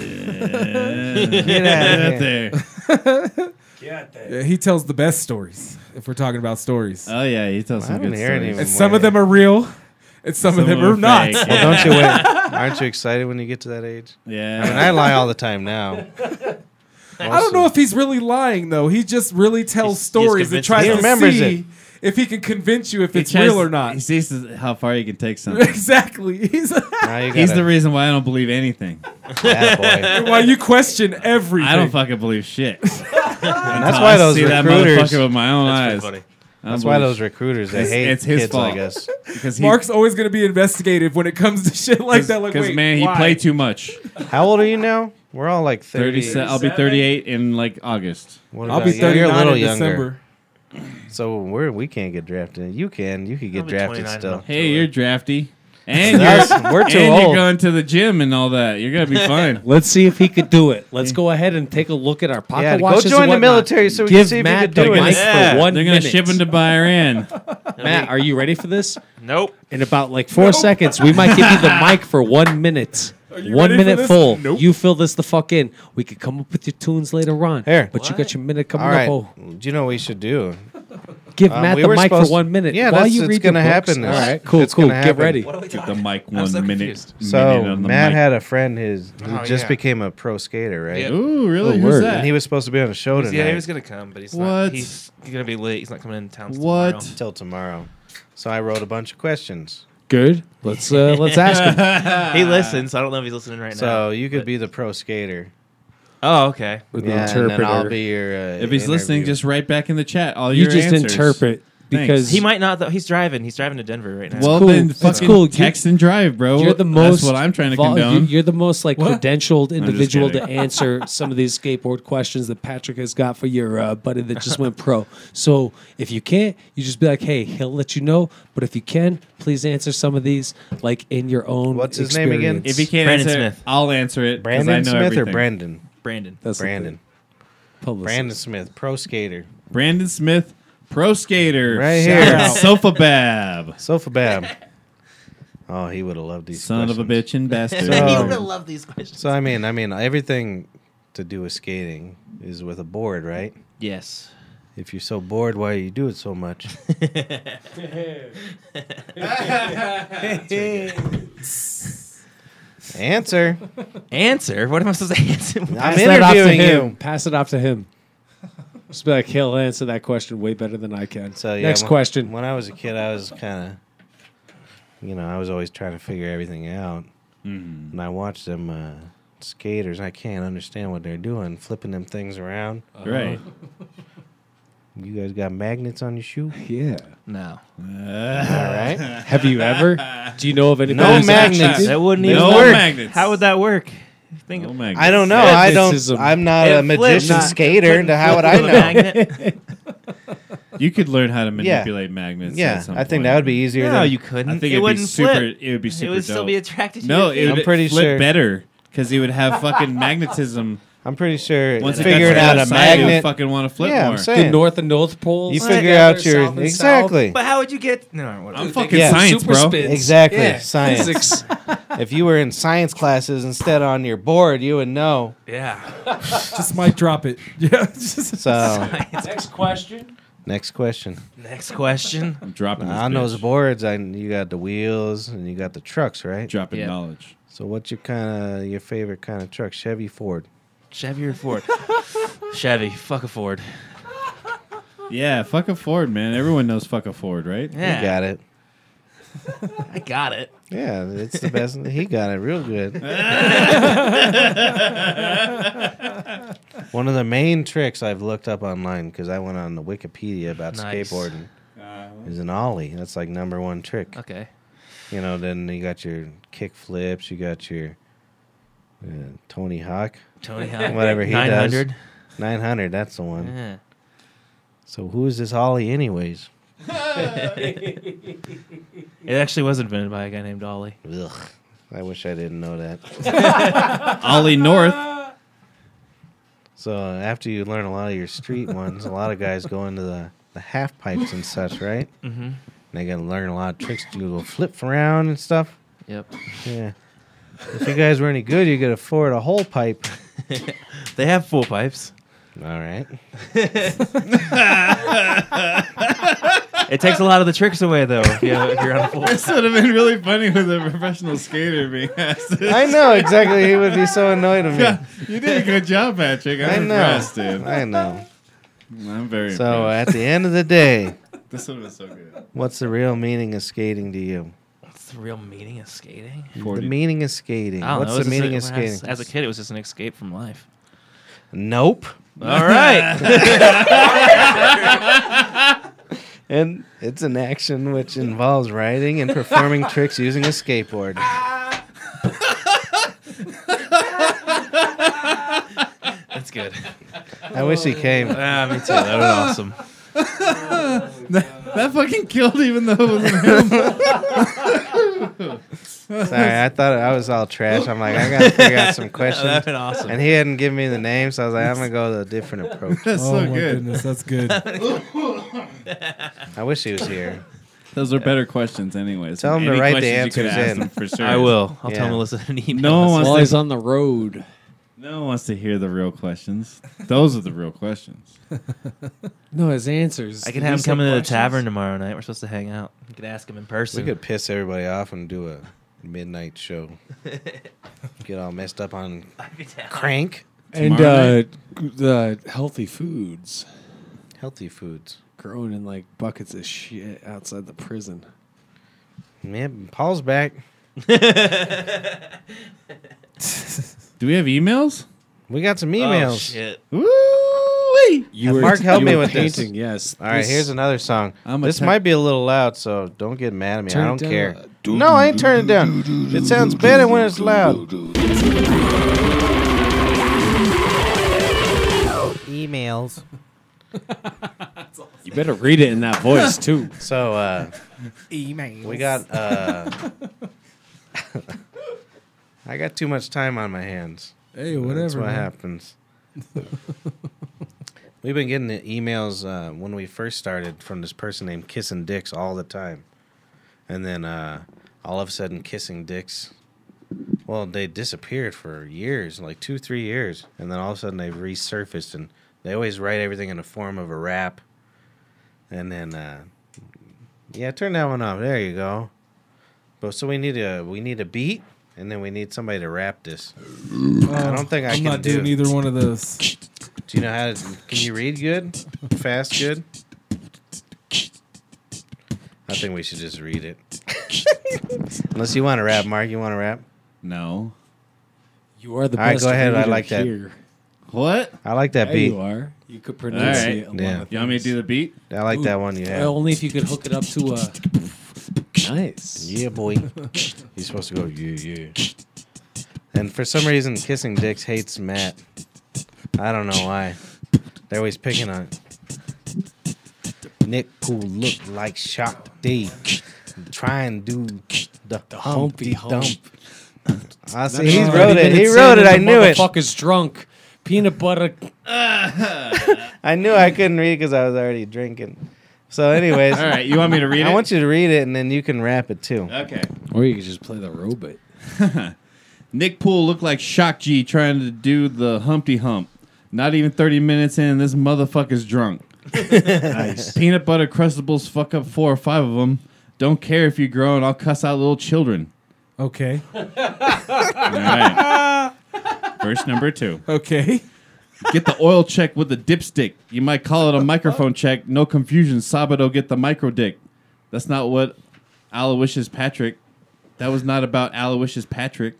Speaker 3: like, mm.
Speaker 9: Uh,
Speaker 3: Get outta
Speaker 9: out
Speaker 3: here.
Speaker 9: there.
Speaker 2: Yeah, He tells the best stories. If we're talking about stories,
Speaker 9: Oh yeah, he tells
Speaker 3: I
Speaker 9: some
Speaker 3: don't
Speaker 9: good
Speaker 3: hear
Speaker 9: stories.
Speaker 3: anyone.
Speaker 2: and some of them are real, and some, of them
Speaker 9: are
Speaker 2: are not.
Speaker 9: fake.
Speaker 3: well, don't you wait? Aren't you excited when you get to that age?
Speaker 9: Yeah.
Speaker 3: I mean, I lie all the time now.
Speaker 2: I don't know if he's really lying though. He just really tells
Speaker 8: He's- he's
Speaker 2: stories and
Speaker 8: convinced-
Speaker 2: tries
Speaker 3: He
Speaker 2: to
Speaker 3: remembers
Speaker 2: see
Speaker 3: it.
Speaker 2: if he can convince you if
Speaker 9: He
Speaker 2: it's
Speaker 9: tries-
Speaker 2: real or not.
Speaker 9: He sees how far he can take something.
Speaker 2: exactly. He's
Speaker 3: Now you
Speaker 9: He's the
Speaker 3: gotta-
Speaker 9: reason why I don't believe anything.
Speaker 3: Attaboy.
Speaker 2: why you question everything.
Speaker 9: I don't fucking believe shit.
Speaker 3: And that's why those
Speaker 9: see
Speaker 3: recruiters.
Speaker 9: that motherfucker with my own eyes.
Speaker 8: That's pretty funny.
Speaker 9: I don't
Speaker 3: That's why
Speaker 9: believe
Speaker 3: those recruiters they
Speaker 9: It's-
Speaker 3: hate
Speaker 9: it's his
Speaker 3: kids
Speaker 9: fault.
Speaker 3: like us.
Speaker 9: shit. because he,
Speaker 2: Mark's always going to be investigative when it comes to shit like that. Like,
Speaker 9: because
Speaker 2: wait,
Speaker 9: man, he
Speaker 2: why?
Speaker 9: played too much.
Speaker 3: How old are you now? We're all like 30.
Speaker 9: 37 I'll be 38 in like August.
Speaker 3: What
Speaker 2: I'll
Speaker 3: about
Speaker 2: be
Speaker 3: you? You're
Speaker 2: 39
Speaker 3: a little
Speaker 2: in
Speaker 3: younger.
Speaker 2: December.
Speaker 3: So we're, we can't get drafted. You can. You can
Speaker 8: I'll
Speaker 3: get
Speaker 8: be
Speaker 3: drafted
Speaker 8: 29
Speaker 3: still.
Speaker 8: now.
Speaker 9: Hey, you're drafty, and you're
Speaker 3: That's- we're too
Speaker 9: and you're
Speaker 3: old.
Speaker 9: going to the gym and all that. You're gonna be fine.
Speaker 1: Let's see if he could do it. Let's go ahead and take a look at our pocket
Speaker 3: Yeah, go
Speaker 1: watches. and
Speaker 3: join the
Speaker 1: whatnot.
Speaker 3: military so we can
Speaker 1: Give
Speaker 3: see if you
Speaker 1: Matt
Speaker 3: can do
Speaker 1: the
Speaker 3: it.
Speaker 1: mic
Speaker 9: Yeah,
Speaker 1: for one
Speaker 9: they're gonna
Speaker 1: minute.
Speaker 9: ship him to Bahrain.
Speaker 1: Matt, are you ready for this?
Speaker 6: Nope.
Speaker 1: In about like four seconds, we might give you the mic for one minute.
Speaker 2: you
Speaker 1: One
Speaker 2: ready for
Speaker 1: minute
Speaker 2: this?
Speaker 1: full.
Speaker 2: Nope.
Speaker 1: You fill this the fuck in. We could come up with your tunes later on.
Speaker 3: Here.
Speaker 1: But you got your minute coming
Speaker 3: All right.
Speaker 1: up. Oh,
Speaker 3: Do you know what we should do?
Speaker 1: give
Speaker 3: Um,
Speaker 1: Matt
Speaker 3: we
Speaker 1: the
Speaker 3: were
Speaker 1: mic for
Speaker 3: supposed-
Speaker 1: one minute.
Speaker 3: Yeah,
Speaker 1: while
Speaker 3: that's-
Speaker 1: you
Speaker 3: it's
Speaker 1: read
Speaker 3: gonna
Speaker 1: your
Speaker 3: happen.
Speaker 1: books. All right,
Speaker 3: It's
Speaker 1: cool, cool.
Speaker 3: gonna
Speaker 1: Get
Speaker 3: happen.
Speaker 1: ready.
Speaker 9: Get the mic
Speaker 8: I'm
Speaker 9: one
Speaker 8: so
Speaker 9: minute.
Speaker 8: confused.
Speaker 3: So
Speaker 9: minute on the
Speaker 3: Matt
Speaker 9: mic.
Speaker 3: had a friend his who
Speaker 6: Oh,
Speaker 3: just
Speaker 6: yeah.
Speaker 3: became a pro skater, right?
Speaker 6: Yeah.
Speaker 9: Ooh, really?
Speaker 1: Oh,
Speaker 9: Who's
Speaker 1: word.
Speaker 9: that?
Speaker 3: And he was supposed to be on a show tonight
Speaker 6: Yeah, he was gonna come, but he's
Speaker 9: What?
Speaker 6: not. He's, he's gonna be late. He's not coming in town. till
Speaker 9: What?
Speaker 6: tomorrow.
Speaker 3: till tomorrow. So I wrote a bunch of questions.
Speaker 1: Good. Let's uh, let's ask him.
Speaker 8: he listens. I don't know if he's listening right
Speaker 3: so
Speaker 8: now.
Speaker 3: you could
Speaker 8: but-
Speaker 3: be the pro skater.
Speaker 8: Oh, okay.
Speaker 1: With
Speaker 3: Yeah,
Speaker 1: the interpreter.
Speaker 3: and then I'll be your. Uh,
Speaker 9: If he's listening,
Speaker 3: interview.
Speaker 9: just write back in the chat all
Speaker 1: you
Speaker 9: your
Speaker 1: just
Speaker 9: answers.
Speaker 1: interpret. because
Speaker 8: he might not. Though he's driving. He's driving to Denver right now.
Speaker 9: Well, then fucking text and drive, bro.
Speaker 1: You're the most.
Speaker 9: That's what I'm trying to
Speaker 1: vol-
Speaker 9: condone.
Speaker 1: you- You're the most like
Speaker 9: What?
Speaker 1: credentialed
Speaker 9: I'm just
Speaker 1: individual to
Speaker 9: kidding.
Speaker 1: answer some of these skateboard questions that Patrick has got for your uh, buddy that just went pro. So if you can't, you just be like, hey, he'll let you know. But if you can, please answer some of these like in your own. What's
Speaker 3: his name again?
Speaker 9: If he can't
Speaker 3: Brandon
Speaker 9: answer,
Speaker 3: Smith.
Speaker 9: it, I'll answer it. 'cause
Speaker 3: Brandon
Speaker 9: I know
Speaker 3: Smith
Speaker 9: everything.
Speaker 3: or Brandon?
Speaker 8: Brandon.
Speaker 1: That's the
Speaker 3: Brandon. Brandon Smith, pro skater.
Speaker 9: Brandon Smith, pro skater,
Speaker 3: Right
Speaker 9: Shout
Speaker 3: here.
Speaker 9: out Sofabab,
Speaker 3: Sofabab. Oh, he would have loved these.
Speaker 9: son of a bitch and bastard.
Speaker 8: loved these questions.
Speaker 3: So I mean, I mean, everything to do with skating is with a board, right?
Speaker 8: Yes.
Speaker 3: If you're so bored, why do you do it so much? Answer.
Speaker 8: Answer. What am I supposed to answer?
Speaker 1: Pass that off to him. Pass it off to him. Just be like, he'll answer that question way better than I can.
Speaker 3: So yeah,
Speaker 1: Next
Speaker 3: when-
Speaker 1: question.
Speaker 3: When I was a kid, I was kind of, you know, I was always trying to figure everything out,
Speaker 9: Mm-hmm.
Speaker 3: and I watched them uh, skaters. I can't understand what they're doing, flipping them things around.
Speaker 9: Right.
Speaker 3: You guys got magnets on your shoe?
Speaker 1: Yeah.
Speaker 8: No.
Speaker 3: All right.
Speaker 1: Have you ever? Do you know of anybody?
Speaker 3: No
Speaker 1: who's actually
Speaker 3: magnets.
Speaker 1: did-
Speaker 8: That wouldn't
Speaker 9: No
Speaker 8: even work.
Speaker 9: magnets.
Speaker 8: How would that work? Think
Speaker 9: No
Speaker 8: of-
Speaker 9: magnets.
Speaker 3: I don't know.
Speaker 1: Magnets
Speaker 3: I don't.
Speaker 1: is a-
Speaker 3: I'm not
Speaker 8: It
Speaker 3: a magician
Speaker 8: flips.
Speaker 3: skater.
Speaker 8: Couldn't
Speaker 3: To how would I
Speaker 8: flip with a
Speaker 3: know?
Speaker 8: magnet?
Speaker 9: You could learn how to
Speaker 3: Yeah.
Speaker 9: manipulate magnets.
Speaker 3: Yeah,
Speaker 9: at some
Speaker 3: I think
Speaker 9: point.
Speaker 3: that would be easier.
Speaker 8: no,
Speaker 3: than-
Speaker 8: you couldn't.
Speaker 9: I think
Speaker 8: it
Speaker 9: it'd
Speaker 8: wouldn't
Speaker 9: be super.
Speaker 8: flip.
Speaker 9: It would be super.
Speaker 8: It would still
Speaker 9: dope.
Speaker 8: be attracted to
Speaker 9: No,
Speaker 8: your feet.
Speaker 9: it would
Speaker 3: I'm pretty
Speaker 9: flip
Speaker 3: sure-
Speaker 9: better because he would have fucking magnetism.
Speaker 3: I'm pretty sure
Speaker 9: Once it
Speaker 3: figuring
Speaker 9: got
Speaker 3: out
Speaker 9: to the
Speaker 3: a
Speaker 9: other side, he would
Speaker 3: magnet.
Speaker 9: fucking want to flip
Speaker 3: yeah,
Speaker 9: more.
Speaker 3: I'm
Speaker 1: The
Speaker 3: saying.
Speaker 1: North and North Poles.
Speaker 3: you figure out
Speaker 1: together,
Speaker 3: your
Speaker 1: South and South.
Speaker 3: exactly.
Speaker 8: But how would you get? No, whatever.
Speaker 9: I'm fucking
Speaker 3: Yeah.
Speaker 9: science,
Speaker 1: Super
Speaker 9: bro.
Speaker 1: spins.
Speaker 3: Exactly,
Speaker 1: Yeah.
Speaker 3: science.
Speaker 1: Physics.
Speaker 3: if you were in science classes instead on your board, you would know.
Speaker 8: yeah.
Speaker 2: Just might drop it. Yeah. just-
Speaker 3: So,
Speaker 1: Next question.
Speaker 3: next question.
Speaker 8: Next question.
Speaker 9: I'm dropping this
Speaker 3: on
Speaker 9: bitch.
Speaker 3: those boards, I you got the wheels and you got the trucks, right?
Speaker 9: dropping
Speaker 8: Yeah.
Speaker 9: knowledge.
Speaker 3: So, what's your kind of your favorite kind of truck? Chevy, Ford.
Speaker 8: Chevy or Ford? Chevy. Fuck a Ford.
Speaker 9: Yeah, fuck a Ford, man. Everyone knows fuck a Ford, right?
Speaker 8: Yeah.
Speaker 3: He got it.
Speaker 8: I got it.
Speaker 3: Yeah, it's the best. he got it real good. One of the main tricks I've looked up online because I went on the Wikipedia about
Speaker 8: Nice.
Speaker 3: skateboarding is an ollie. That's like number one trick.
Speaker 8: Okay.
Speaker 3: You know, then you got your kick flips, you got your uh, Tony Hawk,
Speaker 8: Tony Hawk.
Speaker 3: Whatever he does.
Speaker 8: 900.
Speaker 3: 900, that's the one.
Speaker 8: Yeah.
Speaker 3: So who is this Ollie anyways?
Speaker 8: It actually was invented by a guy named Ollie.
Speaker 3: Ugh, I wish I didn't know that.
Speaker 9: Ollie North.
Speaker 3: So after you learn a lot of your street ones, a lot of guys go into the, the half pipes and such, right? Mm-hmm. They gotta learn a lot of tricks to do a little flip around and stuff.
Speaker 8: Yep.
Speaker 3: Yeah. If you guys were any good, you could afford a whole pipe.
Speaker 8: They have full pipes.
Speaker 3: All right.
Speaker 8: It takes a lot of the tricks away, though. If, you if you're on a full.
Speaker 9: This would have been really funny with a professional skater being asked. this.
Speaker 3: I know exactly. He would be so annoyed with me.
Speaker 9: you did a good job, Patrick. I'm
Speaker 3: I know.
Speaker 9: impressed, dude.
Speaker 3: I know.
Speaker 9: I'm very
Speaker 3: So
Speaker 9: impressed.
Speaker 3: at the end of the day,
Speaker 9: this would have been so good.
Speaker 3: what's the real meaning of skating to you?
Speaker 8: What's the real meaning of skating?
Speaker 3: The meaning of skating.
Speaker 8: I don't
Speaker 3: What's
Speaker 8: know.
Speaker 3: the
Speaker 8: It was just
Speaker 3: meaning
Speaker 8: a-
Speaker 3: of
Speaker 8: when I was-
Speaker 3: skating?
Speaker 8: As a kid, it was just an escape from life.
Speaker 3: Nope.
Speaker 8: All right.
Speaker 3: And it's an action which involves riding and performing tricks using a skateboard.
Speaker 8: That's good.
Speaker 3: I wish he came.
Speaker 8: Ah, me too. That was awesome.
Speaker 9: that fucking killed, even though it was him.
Speaker 3: Sorry, I thought I was all trash. I'm like, I gotta figure out some questions.
Speaker 8: That'd been awesome.
Speaker 3: And he hadn't given me the name, so I was like, I'm gonna go with a different approach.
Speaker 9: That's
Speaker 2: oh
Speaker 9: so
Speaker 2: my
Speaker 9: good.
Speaker 2: goodness, that's good.
Speaker 3: I wish he was here.
Speaker 9: Those are better questions, anyways.
Speaker 3: Tell 'em to
Speaker 9: Any
Speaker 3: write the
Speaker 9: questions you could
Speaker 3: answers
Speaker 9: ask
Speaker 3: in.
Speaker 9: them for sure.
Speaker 8: I will. I'll tell
Speaker 3: Yeah.
Speaker 8: him to listen to an email.
Speaker 9: No one wants
Speaker 1: While
Speaker 9: to
Speaker 1: he's on the road.
Speaker 9: No one wants to hear the real questions. Those are the real questions.
Speaker 1: No, his answers.
Speaker 8: I can have him
Speaker 9: you say
Speaker 8: come into the
Speaker 9: questions?
Speaker 8: tavern tomorrow night. We're supposed to hang out. You could ask him in
Speaker 3: We
Speaker 8: person.
Speaker 3: could piss everybody off and do a midnight show. Get all messed up on crank.
Speaker 1: and
Speaker 9: Tomorrow
Speaker 1: uh, g- the healthy foods
Speaker 3: Healthy foods.
Speaker 1: grown in like buckets of shit outside the prison.
Speaker 3: Yeah, Paul's back.
Speaker 9: Do we have emails?
Speaker 3: We got some
Speaker 8: Oh,
Speaker 3: emails.
Speaker 8: shit.
Speaker 9: Woo
Speaker 2: me.
Speaker 3: You Mark, help me with
Speaker 1: painting,
Speaker 3: this.
Speaker 1: yes.
Speaker 3: All right,
Speaker 1: This-
Speaker 3: here's another song.
Speaker 1: I'm a
Speaker 3: this
Speaker 1: tech-
Speaker 3: might be a little loud, so don't get mad at me.
Speaker 1: Turn
Speaker 3: I
Speaker 1: it
Speaker 3: don't
Speaker 1: down.
Speaker 3: care. No, I ain't turning it down. It sounds better when it's loud.
Speaker 10: Emails.
Speaker 3: You better read it in that voice too. So uh
Speaker 10: Emails.
Speaker 3: We got uh I got too much time on my hands.
Speaker 2: Hey,
Speaker 3: That's
Speaker 2: whatever,
Speaker 3: what
Speaker 2: man.
Speaker 3: happens. We've been getting the emails uh, when we first started from this person named Kissing Dicks all the time. And then uh, all of a sudden, Kissing Dicks, well, they disappeared for years, like two, three years. And then all of a sudden, they've resurfaced. And they always write everything in the form of a rap. And then, uh, yeah, turn that one off. There you go. But so we need a we need a beat, and then we need somebody to rap this. I don't think I
Speaker 2: Uh, I'm
Speaker 3: can
Speaker 2: not
Speaker 3: do
Speaker 2: doing either one of those.
Speaker 3: do you know how to? Can you read good? Fast good? I think we should just read it. Unless you want to rap, Mark. You want to rap? No.
Speaker 1: You are the
Speaker 3: All right,
Speaker 1: best
Speaker 3: go ahead. I
Speaker 1: reader
Speaker 3: like that.
Speaker 1: here.
Speaker 3: What? I like that
Speaker 1: Yeah,
Speaker 3: beat.
Speaker 1: you are. You could pronunciate a lot
Speaker 3: Yeah.
Speaker 1: of
Speaker 3: You want me to do the beat? I like that one you
Speaker 1: Well,
Speaker 3: have.
Speaker 1: Oh, Only if you could hook it up to a. Nice.
Speaker 3: Yeah, boy. You're supposed to go, yeah, yeah. And for some reason, Kissing Dicks hates Matt. I don't know why. They're always picking on. Nick Cool looked like Shock D. Try and do the, humpy dump. I see. He wrote it. He wrote it. I knew it.
Speaker 1: Motherfucker's drunk. Peanut butter.
Speaker 3: I knew I couldn't read because I was already drinking. So, anyways.
Speaker 1: All right, you want me to read
Speaker 3: I
Speaker 1: it?
Speaker 3: want you to read it and then you can rap it too.
Speaker 9: Okay.
Speaker 1: Or you could just play the robot.
Speaker 9: Nick Poole looked like Shock G trying to do the Humpty Hump. Not even 30 minutes in, this motherfucker's drunk. nice. Peanut butter crustables fuck up four or five of them. Don't care if you grow and I'll cuss out little children.
Speaker 2: Okay.
Speaker 9: All right. Verse number two.
Speaker 2: Okay.
Speaker 9: Get the oil check with the dipstick. You might call it a microphone check. No confusion. Sabado get the micro dick. That's not what Aloysius Patrick. That was not about Aloysius Patrick.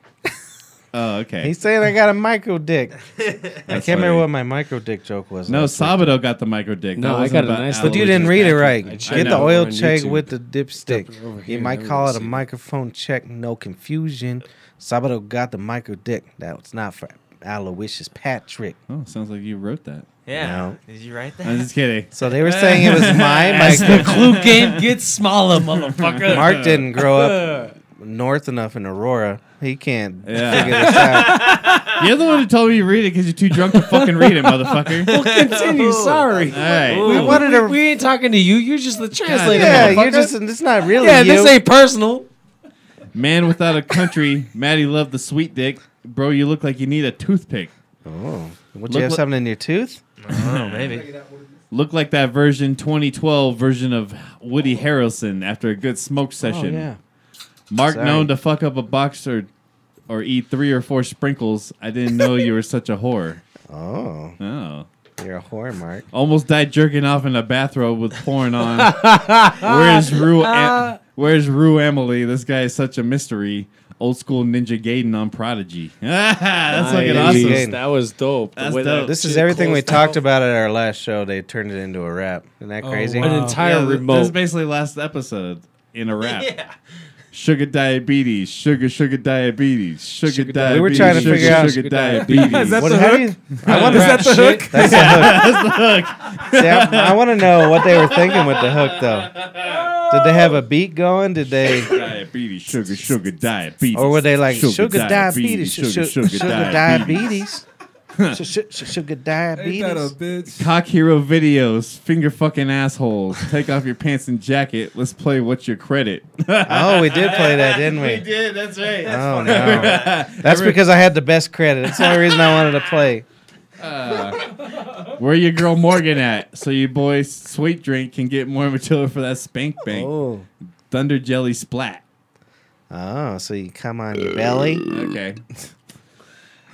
Speaker 9: Oh, okay.
Speaker 3: He's saying I got a micro dick. I can't
Speaker 9: That's
Speaker 3: remember
Speaker 9: funny.
Speaker 3: what my micro dick joke was.
Speaker 9: No,
Speaker 3: last week.
Speaker 9: Sabado got the micro dick.
Speaker 3: No,
Speaker 9: That
Speaker 3: I
Speaker 9: wasn't
Speaker 3: got a
Speaker 9: about
Speaker 3: nice little- But you
Speaker 9: Aloysius
Speaker 3: didn't read it
Speaker 9: Patrick.
Speaker 3: right.
Speaker 9: I
Speaker 3: Get
Speaker 9: checked
Speaker 3: the
Speaker 9: it.
Speaker 3: oil
Speaker 9: On
Speaker 3: check
Speaker 9: YouTube.
Speaker 3: with the dipstick.
Speaker 1: Step over
Speaker 3: You
Speaker 1: here,
Speaker 3: might
Speaker 1: now
Speaker 3: call
Speaker 1: we'll
Speaker 3: it a
Speaker 1: see.
Speaker 3: microphone check. No confusion. Sabado got the micro dick. That's not for Aloysius Patrick.
Speaker 9: Oh, sounds like you wrote that.
Speaker 8: Yeah. Did you write
Speaker 3: Uh,
Speaker 8: that?
Speaker 9: I'm just kidding.
Speaker 3: So they were saying it was my
Speaker 1: As
Speaker 3: micro.
Speaker 1: the clue game gets smaller, motherfucker.
Speaker 3: Mark didn't grow up north enough in Aurora. He can't
Speaker 9: Yeah.
Speaker 3: figure this out.
Speaker 9: You're the one who told me you read it because you're too drunk to fucking read it, motherfucker.
Speaker 1: We'll continue. Sorry.
Speaker 9: All right.
Speaker 1: We,
Speaker 9: Ooh.
Speaker 1: wanted to, we ain't talking to you. You're just the translator.
Speaker 3: Yeah,
Speaker 1: motherfucker.
Speaker 3: you're just. It's not really.
Speaker 1: Yeah,
Speaker 3: you.
Speaker 1: this ain't personal.
Speaker 9: Man without a country. Maddie loved the sweet dick. Bro, you look like you need a toothpick.
Speaker 3: Oh, would
Speaker 9: Look
Speaker 3: you have
Speaker 9: what-
Speaker 3: something in your tooth?
Speaker 8: Oh, maybe.
Speaker 9: Look like that version 2012 version of Woody Harrelson after a good smoke session.
Speaker 3: Oh,
Speaker 9: Mark
Speaker 3: Sorry.
Speaker 9: known to fuck up a box or, or eat three or four sprinkles. I didn't know you were such a whore.
Speaker 3: Oh,
Speaker 9: Oh.
Speaker 3: you're a whore, Mark.
Speaker 9: Almost died jerking off in a bathrobe with porn on. where's Rue? Am- where's Rue Emily? This guy is such a mystery. Old school Ninja Gaiden on Prodigy. That's fucking
Speaker 3: Ninja
Speaker 9: awesome.
Speaker 3: Gaiden.
Speaker 1: That was dope. The
Speaker 9: That's
Speaker 1: way that
Speaker 9: dope.
Speaker 3: This
Speaker 1: shit
Speaker 3: is everything we
Speaker 1: closed
Speaker 3: talked
Speaker 1: out.
Speaker 3: about at our last show. They turned it into a rap. Isn't
Speaker 2: Oh,
Speaker 3: that crazy?
Speaker 1: An entire
Speaker 9: th-
Speaker 1: remote.
Speaker 9: That's basically last episode in a wrap. Sugar diabetes, sugar, sugar diabetes, sugar,
Speaker 1: Sugar
Speaker 9: diabetes.
Speaker 1: diabetes,
Speaker 3: We were trying to
Speaker 9: sugar,
Speaker 3: figure out-
Speaker 9: sugar
Speaker 1: Sugar diabetes.
Speaker 9: diabetes.
Speaker 2: Is that
Speaker 3: What-
Speaker 2: the
Speaker 3: how do
Speaker 2: hook?
Speaker 3: you- I want to
Speaker 2: Is that the hook?
Speaker 3: That's the hook. See, I, I want to know what they were thinking with the hook, though. Did they have a beat going? Did they,
Speaker 9: diabetes, sugar, sugar diabetes?
Speaker 3: or were they like sugar,
Speaker 9: Sugar
Speaker 3: diabetes,
Speaker 9: diabetes,
Speaker 3: su-
Speaker 9: sugar,
Speaker 3: su-
Speaker 9: sugar
Speaker 3: diabetes, Su- su- su- sugar
Speaker 2: Ain't that a
Speaker 3: diabetes?
Speaker 2: bitch?
Speaker 9: Cock Hero videos, finger fucking assholes. Take off your pants and jacket. Let's play What's Your Credit.
Speaker 3: Oh, we did play that, didn't we?
Speaker 9: did, that's right.
Speaker 3: Oh no, that's because I had the best credit. That's the only reason I wanted to play.
Speaker 9: Where your girl Morgan at? So your boy Sweet Drink can get more material for that spank bank.
Speaker 3: Oh,
Speaker 9: Thunder Jelly Splat.
Speaker 3: oh, so you come on your belly.
Speaker 9: Okay.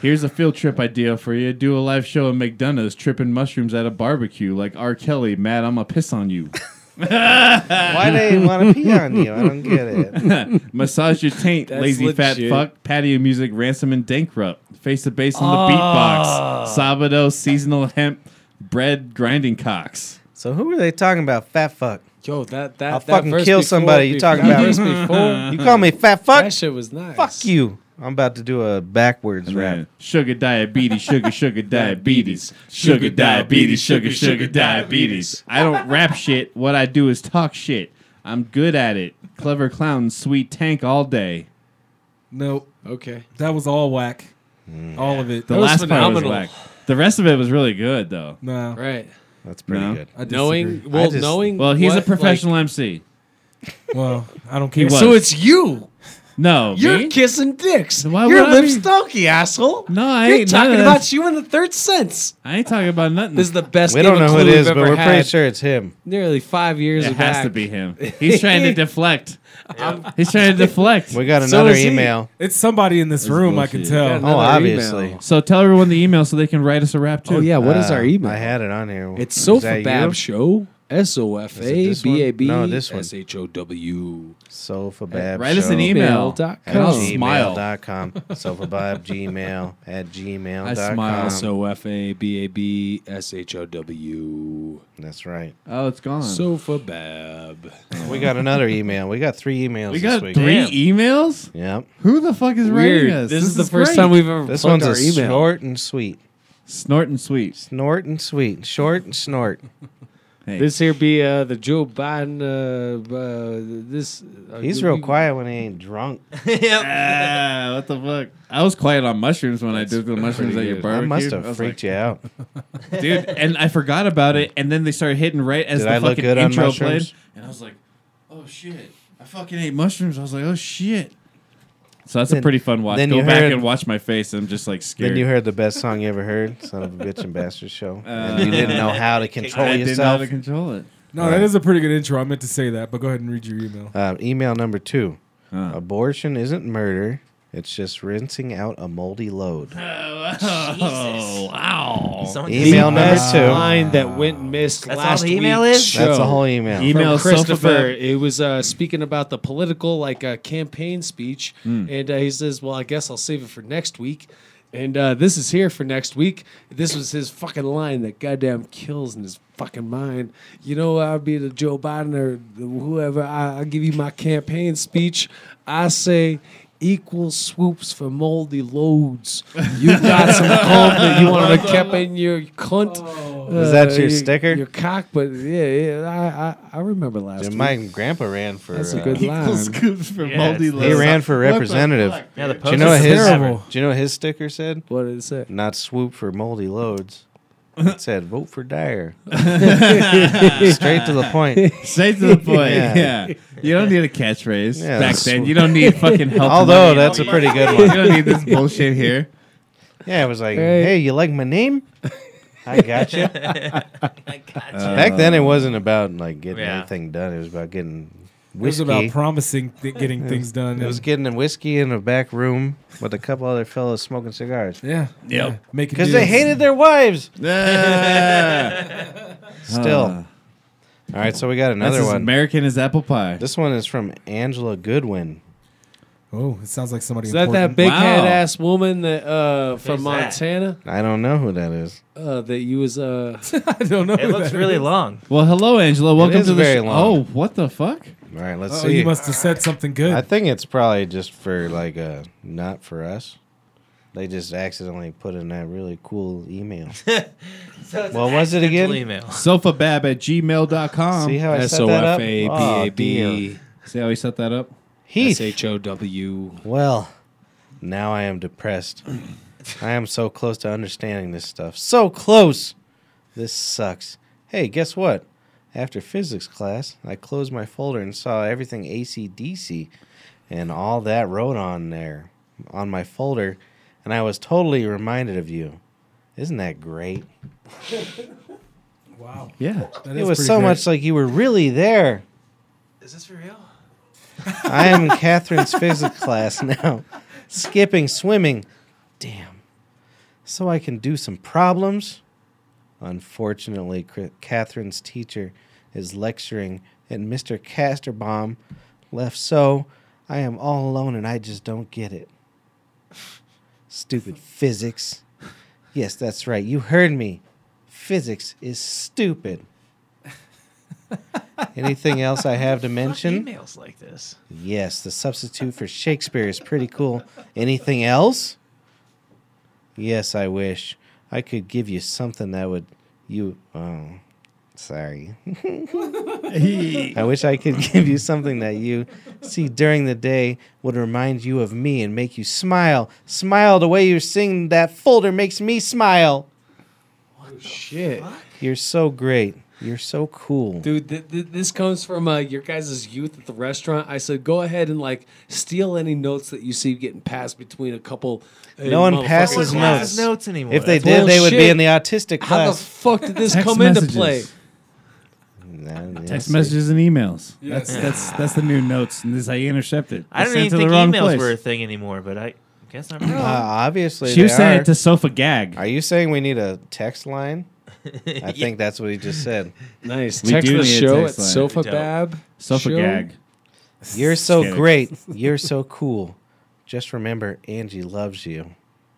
Speaker 9: Here's a field trip idea for you. Do a live show at McDonough's, tripping mushrooms at a barbecue like R. Kelly. Matt, I'm going to piss on you.
Speaker 3: Why they want to pee on you? I don't get it.
Speaker 9: Massage your taint,
Speaker 1: That's
Speaker 9: lazy fat
Speaker 1: legit.
Speaker 9: fuck. Patio music,
Speaker 1: Ah.
Speaker 9: ransom and dankrupt. Face to base on the beatbox. Sabado, seasonal hemp. bread grinding cocks.
Speaker 3: So who are they talking about? Fat fuck.
Speaker 1: Yo, that that
Speaker 3: I'll
Speaker 1: that
Speaker 3: fucking
Speaker 1: verse
Speaker 3: kill
Speaker 1: before-
Speaker 3: somebody. You
Speaker 1: bef-
Speaker 3: talking
Speaker 1: that
Speaker 3: about?
Speaker 1: verse before?
Speaker 3: you call me fat fuck?
Speaker 1: That shit was nice.
Speaker 3: Fuck you. I'm about to do a backwards rap.
Speaker 9: Sugar diabetes, sugar, sugar diabetes, sugar diabetes, sugar, sugar diabetes. I don't rap shit. What I do is talk shit. I'm good at it. Clever clown, sweet tank all day.
Speaker 2: Nope.
Speaker 1: Okay.
Speaker 2: That was all whack.
Speaker 3: Mm.
Speaker 2: All of it.
Speaker 9: The last part was whack. The rest of it was really good though.
Speaker 2: No.
Speaker 1: Right.
Speaker 3: That's
Speaker 2: pretty good. I disagree. Knowing-
Speaker 1: well, knowing
Speaker 9: Well, he's
Speaker 1: what,
Speaker 9: a professional MC.
Speaker 2: Well, I don't
Speaker 9: He
Speaker 2: care.
Speaker 9: was.
Speaker 1: So it's you.
Speaker 9: No,
Speaker 1: You're
Speaker 9: me?
Speaker 1: kissing dicks.
Speaker 9: Why
Speaker 1: You're
Speaker 9: would I be-
Speaker 1: Lipstonky, asshole.
Speaker 9: No, I
Speaker 1: You're
Speaker 9: ain't
Speaker 1: talking
Speaker 9: none of
Speaker 1: about
Speaker 9: that.
Speaker 1: you in the third sense.
Speaker 9: I ain't talking about nothing.
Speaker 1: This is the best.
Speaker 3: We
Speaker 1: game
Speaker 3: don't know
Speaker 1: of
Speaker 3: who it
Speaker 1: Clue
Speaker 3: is,
Speaker 1: we've
Speaker 3: but
Speaker 1: ever
Speaker 3: we're pretty
Speaker 1: had.
Speaker 3: sure it's him.
Speaker 1: Nearly five years.
Speaker 9: it has
Speaker 1: back.
Speaker 9: to be him. He's trying to deflect. He's trying to deflect.
Speaker 3: We got
Speaker 1: So
Speaker 3: another
Speaker 1: is he.
Speaker 3: email.
Speaker 2: It's somebody in this room. I can
Speaker 9: bullshit.
Speaker 2: tell.
Speaker 1: Yeah,
Speaker 3: Oh,
Speaker 1: another
Speaker 3: obviously.
Speaker 1: email.
Speaker 9: So tell everyone the email so they can write us a rap too.
Speaker 1: Oh yeah. What is
Speaker 3: Uh,
Speaker 1: our email?
Speaker 3: I had it on here.
Speaker 1: It's
Speaker 3: Is
Speaker 1: Sofa
Speaker 3: that
Speaker 1: Bab
Speaker 3: you?
Speaker 1: Show. S O F A
Speaker 3: this one?
Speaker 1: B A B.
Speaker 3: No, this one.
Speaker 1: S H O W.
Speaker 3: Sofa Bab
Speaker 9: write us
Speaker 3: Show
Speaker 9: an email.
Speaker 1: Email.com.
Speaker 9: And I'll smile.
Speaker 3: gmail.com. Sofa Bab Gmail at gmail.com.
Speaker 9: I smile.
Speaker 1: S O F A B A B S H O W.
Speaker 3: That's right.
Speaker 9: Oh, it's gone.
Speaker 1: Sofa Bab.
Speaker 3: We got another email. We got three emails
Speaker 9: we
Speaker 3: this
Speaker 9: got
Speaker 3: week.
Speaker 9: three emails.
Speaker 3: Yep.
Speaker 9: Who the fuck is writing
Speaker 1: Weird.
Speaker 9: us?
Speaker 1: This, is the first
Speaker 9: great.
Speaker 1: time we've ever
Speaker 3: This
Speaker 1: plugged
Speaker 3: one's a
Speaker 1: our email.
Speaker 3: short and sweet.
Speaker 9: snort and sweet.
Speaker 3: Snort and sweet. Short and snort.
Speaker 9: Hey,
Speaker 1: This here be uh, the Joe Biden. Uh, uh, this uh,
Speaker 3: He's
Speaker 1: you-
Speaker 3: real
Speaker 1: you-
Speaker 3: quiet when he ain't drunk.
Speaker 9: ah, what the fuck? I was quiet on mushrooms when I did the mushrooms at your
Speaker 3: I
Speaker 9: barbecue.
Speaker 3: must
Speaker 9: I
Speaker 3: have
Speaker 9: was
Speaker 3: freaked you out.
Speaker 9: like, dude. And I forgot about it, and then they started hitting right as
Speaker 3: Did
Speaker 9: the
Speaker 3: I look
Speaker 9: fucking
Speaker 3: good on
Speaker 9: intro
Speaker 3: mushrooms?
Speaker 9: played, and I was like, oh shit, I fucking ate mushrooms. I was like, oh shit. So that's
Speaker 3: Then-
Speaker 9: a pretty fun watch.
Speaker 3: then
Speaker 9: Go
Speaker 3: you
Speaker 9: back
Speaker 3: heard-
Speaker 9: and watch my face. I'm just like scared.
Speaker 3: Then you heard the best song you ever heard, "Son of a Bitch and Bastard" show, and you didn't know how to control
Speaker 9: I didn't know how
Speaker 3: yourself.
Speaker 9: to control it.
Speaker 2: No, that is a pretty good intro. I meant to say that, but go ahead and read your email.
Speaker 3: Uh, email number two:
Speaker 9: Huh.
Speaker 3: Abortion isn't murder; it's just rinsing out a moldy load.
Speaker 9: Oh wow!
Speaker 8: Someone just-
Speaker 3: email number
Speaker 1: Best
Speaker 3: two.
Speaker 1: line that went missed
Speaker 8: That's all
Speaker 1: last
Speaker 8: the email
Speaker 1: week's
Speaker 8: is?
Speaker 1: show.
Speaker 3: That's the whole email.
Speaker 1: from
Speaker 9: Email
Speaker 1: Christopher.
Speaker 9: Christopher.
Speaker 1: It was uh, speaking about the political like uh, campaign speech,
Speaker 3: Hmm.
Speaker 1: and uh, he says, "Well, I guess I'll save it for next week." And uh, this is here for next week. This was his fucking line that goddamn kills in his fucking mind. You know, I'll be the Joe Biden or the whoever. I, I give you my campaign speech. I say. Equal swoops for moldy loads. You got some cum that you want to keep in your cunt. Uh,
Speaker 3: Was that your
Speaker 1: you-
Speaker 3: sticker?
Speaker 1: Your cock, but yeah, yeah I, I, I remember last
Speaker 3: And
Speaker 1: week.
Speaker 3: My grandpa ran for.
Speaker 1: That's a
Speaker 3: uh,
Speaker 1: good
Speaker 9: Equal
Speaker 1: line.
Speaker 9: scoops for
Speaker 8: Yeah,
Speaker 9: moldy
Speaker 8: it's-
Speaker 3: he
Speaker 9: loads.
Speaker 3: ran for representative.
Speaker 8: Yeah, the
Speaker 3: Do
Speaker 8: post
Speaker 3: you know what
Speaker 8: is
Speaker 3: his?
Speaker 8: terrible.
Speaker 3: Do you know what his sticker said?
Speaker 1: What did it say?
Speaker 3: Not swoop for moldy loads. It said vote for Dyer. Straight to the point.
Speaker 9: Straight to the point.
Speaker 3: Yeah.
Speaker 9: yeah. You don't need a catchphrase
Speaker 3: Yeah,
Speaker 9: back
Speaker 3: that's-
Speaker 9: then. You don't need fucking help.
Speaker 3: Although
Speaker 9: money.
Speaker 3: that's a pretty good
Speaker 9: you
Speaker 3: one.
Speaker 9: don't need this bullshit here.
Speaker 3: Yeah, it was like,
Speaker 1: Right.
Speaker 3: hey, you like my name? I got you.
Speaker 9: Oh
Speaker 8: I got you.
Speaker 3: Back then, it wasn't about like getting
Speaker 8: Yeah.
Speaker 3: anything done. It was about getting
Speaker 2: It was
Speaker 3: whiskey.
Speaker 2: about promising th- getting things done.
Speaker 3: it was getting a whiskey in a back room with a couple other fellas smoking cigars
Speaker 2: yeah, yeah, making
Speaker 3: because they
Speaker 2: deals.
Speaker 3: hated their wives.
Speaker 9: Ah,
Speaker 3: Still. All right, so we got
Speaker 9: that's
Speaker 3: another
Speaker 9: as
Speaker 3: one.
Speaker 9: American as apple pie.
Speaker 3: This one is from Angela Goodwin.
Speaker 2: Oh, it sounds like somebody.
Speaker 1: Is that that
Speaker 2: important.
Speaker 1: big
Speaker 9: Wow.
Speaker 1: head ass woman that uh, from
Speaker 8: Who's that?
Speaker 1: Montana
Speaker 3: I don't know who that is.
Speaker 1: uh, that you was uh,
Speaker 2: I don't know.
Speaker 8: It looks really long.
Speaker 9: Well, hello, Angela. Welcome
Speaker 3: is
Speaker 9: to the
Speaker 3: very
Speaker 9: show.
Speaker 3: long.
Speaker 9: Oh, what the fuck?
Speaker 3: All right, let's
Speaker 2: Oh,
Speaker 3: see.
Speaker 2: you must have said something
Speaker 3: I
Speaker 2: good.
Speaker 3: think it's probably just for like uh not for us. They just accidentally put in that really cool email.
Speaker 8: So it's
Speaker 3: What
Speaker 8: an
Speaker 3: was it again?
Speaker 8: accidental Email.
Speaker 9: Sofabab at gmail.com.
Speaker 3: See how I
Speaker 1: S
Speaker 3: set
Speaker 1: O
Speaker 3: that
Speaker 1: F
Speaker 3: up?
Speaker 1: A B
Speaker 3: Aw,
Speaker 1: A
Speaker 3: dear.
Speaker 1: B
Speaker 9: See how we set that up?
Speaker 1: S
Speaker 3: Heath.
Speaker 1: H O W?
Speaker 3: Well, now I am depressed. I am so close to understanding this stuff. So close. This sucks. Hey, guess what? After physics class, I closed my folder and saw everything ACDC and all that wrote on there on my folder, and I was totally reminded of you. Isn't that great?
Speaker 9: Yeah.
Speaker 2: That
Speaker 3: It
Speaker 2: is
Speaker 3: was
Speaker 2: pretty
Speaker 3: so
Speaker 2: great.
Speaker 3: much like you were really there.
Speaker 8: Is this for real?
Speaker 3: I am in Catherine's physics class now, skipping, swimming. Damn. So I can do some problems. Unfortunately, Cr- Catherine's teacher is lecturing, and Mr. Casterbaum left, so I am all alone and I just don't get it. Stupid physics. Yes, that's right. You heard me. Physics is stupid. Anything else I have to mention?
Speaker 8: Emails like this.
Speaker 3: Yes, the substitute for Shakespeare is pretty cool. Anything else? Yes, I wish I could give you something that would you. Oh, sorry. I wish I could give you something that you see during the day would remind you of me and make you smile. Smile the way you sing that folder makes me smile.
Speaker 1: Shit.
Speaker 3: You're so great. You're so cool.
Speaker 1: Dude, th- th- this comes from uh, your guys' youth at the restaurant. I said, go ahead and like steal any notes that you see getting passed between a couple. uh,
Speaker 3: No one
Speaker 1: motherfuckers.
Speaker 3: passes
Speaker 8: No one
Speaker 3: notes.
Speaker 8: passes notes anymore.
Speaker 3: If they
Speaker 1: That's
Speaker 3: did, they would be
Speaker 1: bullshit.
Speaker 3: in the autistic
Speaker 1: How the
Speaker 3: class.
Speaker 1: fuck did this
Speaker 9: Text
Speaker 1: come
Speaker 9: messages.
Speaker 1: into play?
Speaker 3: Nah, yeah,
Speaker 9: Text
Speaker 3: see.
Speaker 9: messages and emails.
Speaker 2: Yes.
Speaker 9: That's that's that's the new notes, and this I intercepted.
Speaker 8: I don't
Speaker 9: sent it
Speaker 8: even
Speaker 9: to the
Speaker 8: think
Speaker 9: wrong
Speaker 8: emails
Speaker 9: place.
Speaker 8: were a thing anymore, but I guess I'm
Speaker 3: Uh,
Speaker 8: wrong.
Speaker 3: obviously,
Speaker 9: She was
Speaker 3: they
Speaker 9: saying
Speaker 3: are.
Speaker 9: it to Sofa Gag.
Speaker 3: Are you saying we need a text line? I think that's what he just said.
Speaker 1: Nice.
Speaker 9: We
Speaker 1: Text
Speaker 9: do
Speaker 1: the
Speaker 9: need a
Speaker 1: show at
Speaker 9: text line.
Speaker 1: Sofa
Speaker 8: We don't.
Speaker 1: Bab.
Speaker 9: Sofa
Speaker 1: show.
Speaker 9: Gag.
Speaker 3: You're so
Speaker 9: Kidding.
Speaker 3: great. You're so cool. Just remember, Angie loves you.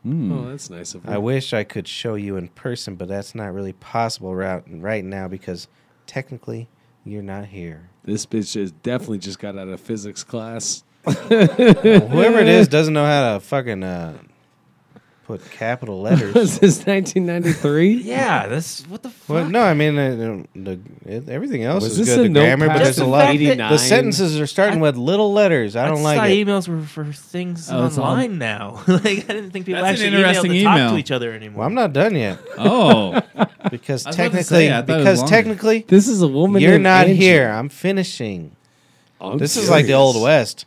Speaker 1: Oh, that's nice of
Speaker 3: I
Speaker 1: you.
Speaker 3: wish I could show you in person, but that's not really possible right, right now because technically you're not here.
Speaker 1: This bitch is definitely just got out of physics class.
Speaker 3: Whoever it is doesn't know how to fucking uh, put capital letters.
Speaker 1: Was this 1993?
Speaker 8: Yeah, this what the fuck?
Speaker 3: Well, no, I mean uh, the, it, everything else
Speaker 1: Was
Speaker 3: is
Speaker 1: this
Speaker 3: good. The
Speaker 1: a notepad?
Speaker 3: grammar, but there's
Speaker 8: Just
Speaker 3: a
Speaker 8: the
Speaker 3: lot. e-
Speaker 8: fact that-
Speaker 3: The sentences are starting with little letters. I
Speaker 8: I
Speaker 3: don't
Speaker 8: just
Speaker 3: like
Speaker 8: thought
Speaker 3: it.
Speaker 8: emails were for things
Speaker 9: Oh, it's all-
Speaker 8: online now. like I didn't think people
Speaker 9: That's an
Speaker 8: actually
Speaker 9: interesting
Speaker 8: emailed to talk
Speaker 9: email.
Speaker 8: to each other anymore.
Speaker 3: Well, I'm not done yet
Speaker 9: Oh,
Speaker 3: because
Speaker 9: was about to
Speaker 3: technically,
Speaker 9: say, I thought it was
Speaker 3: because
Speaker 9: longer.
Speaker 3: technically,
Speaker 1: This is a woman.
Speaker 3: you're
Speaker 1: named
Speaker 3: not
Speaker 1: Angie.
Speaker 3: here. I'm finishing.
Speaker 1: I'm
Speaker 3: this is like the
Speaker 1: serious.
Speaker 3: old west,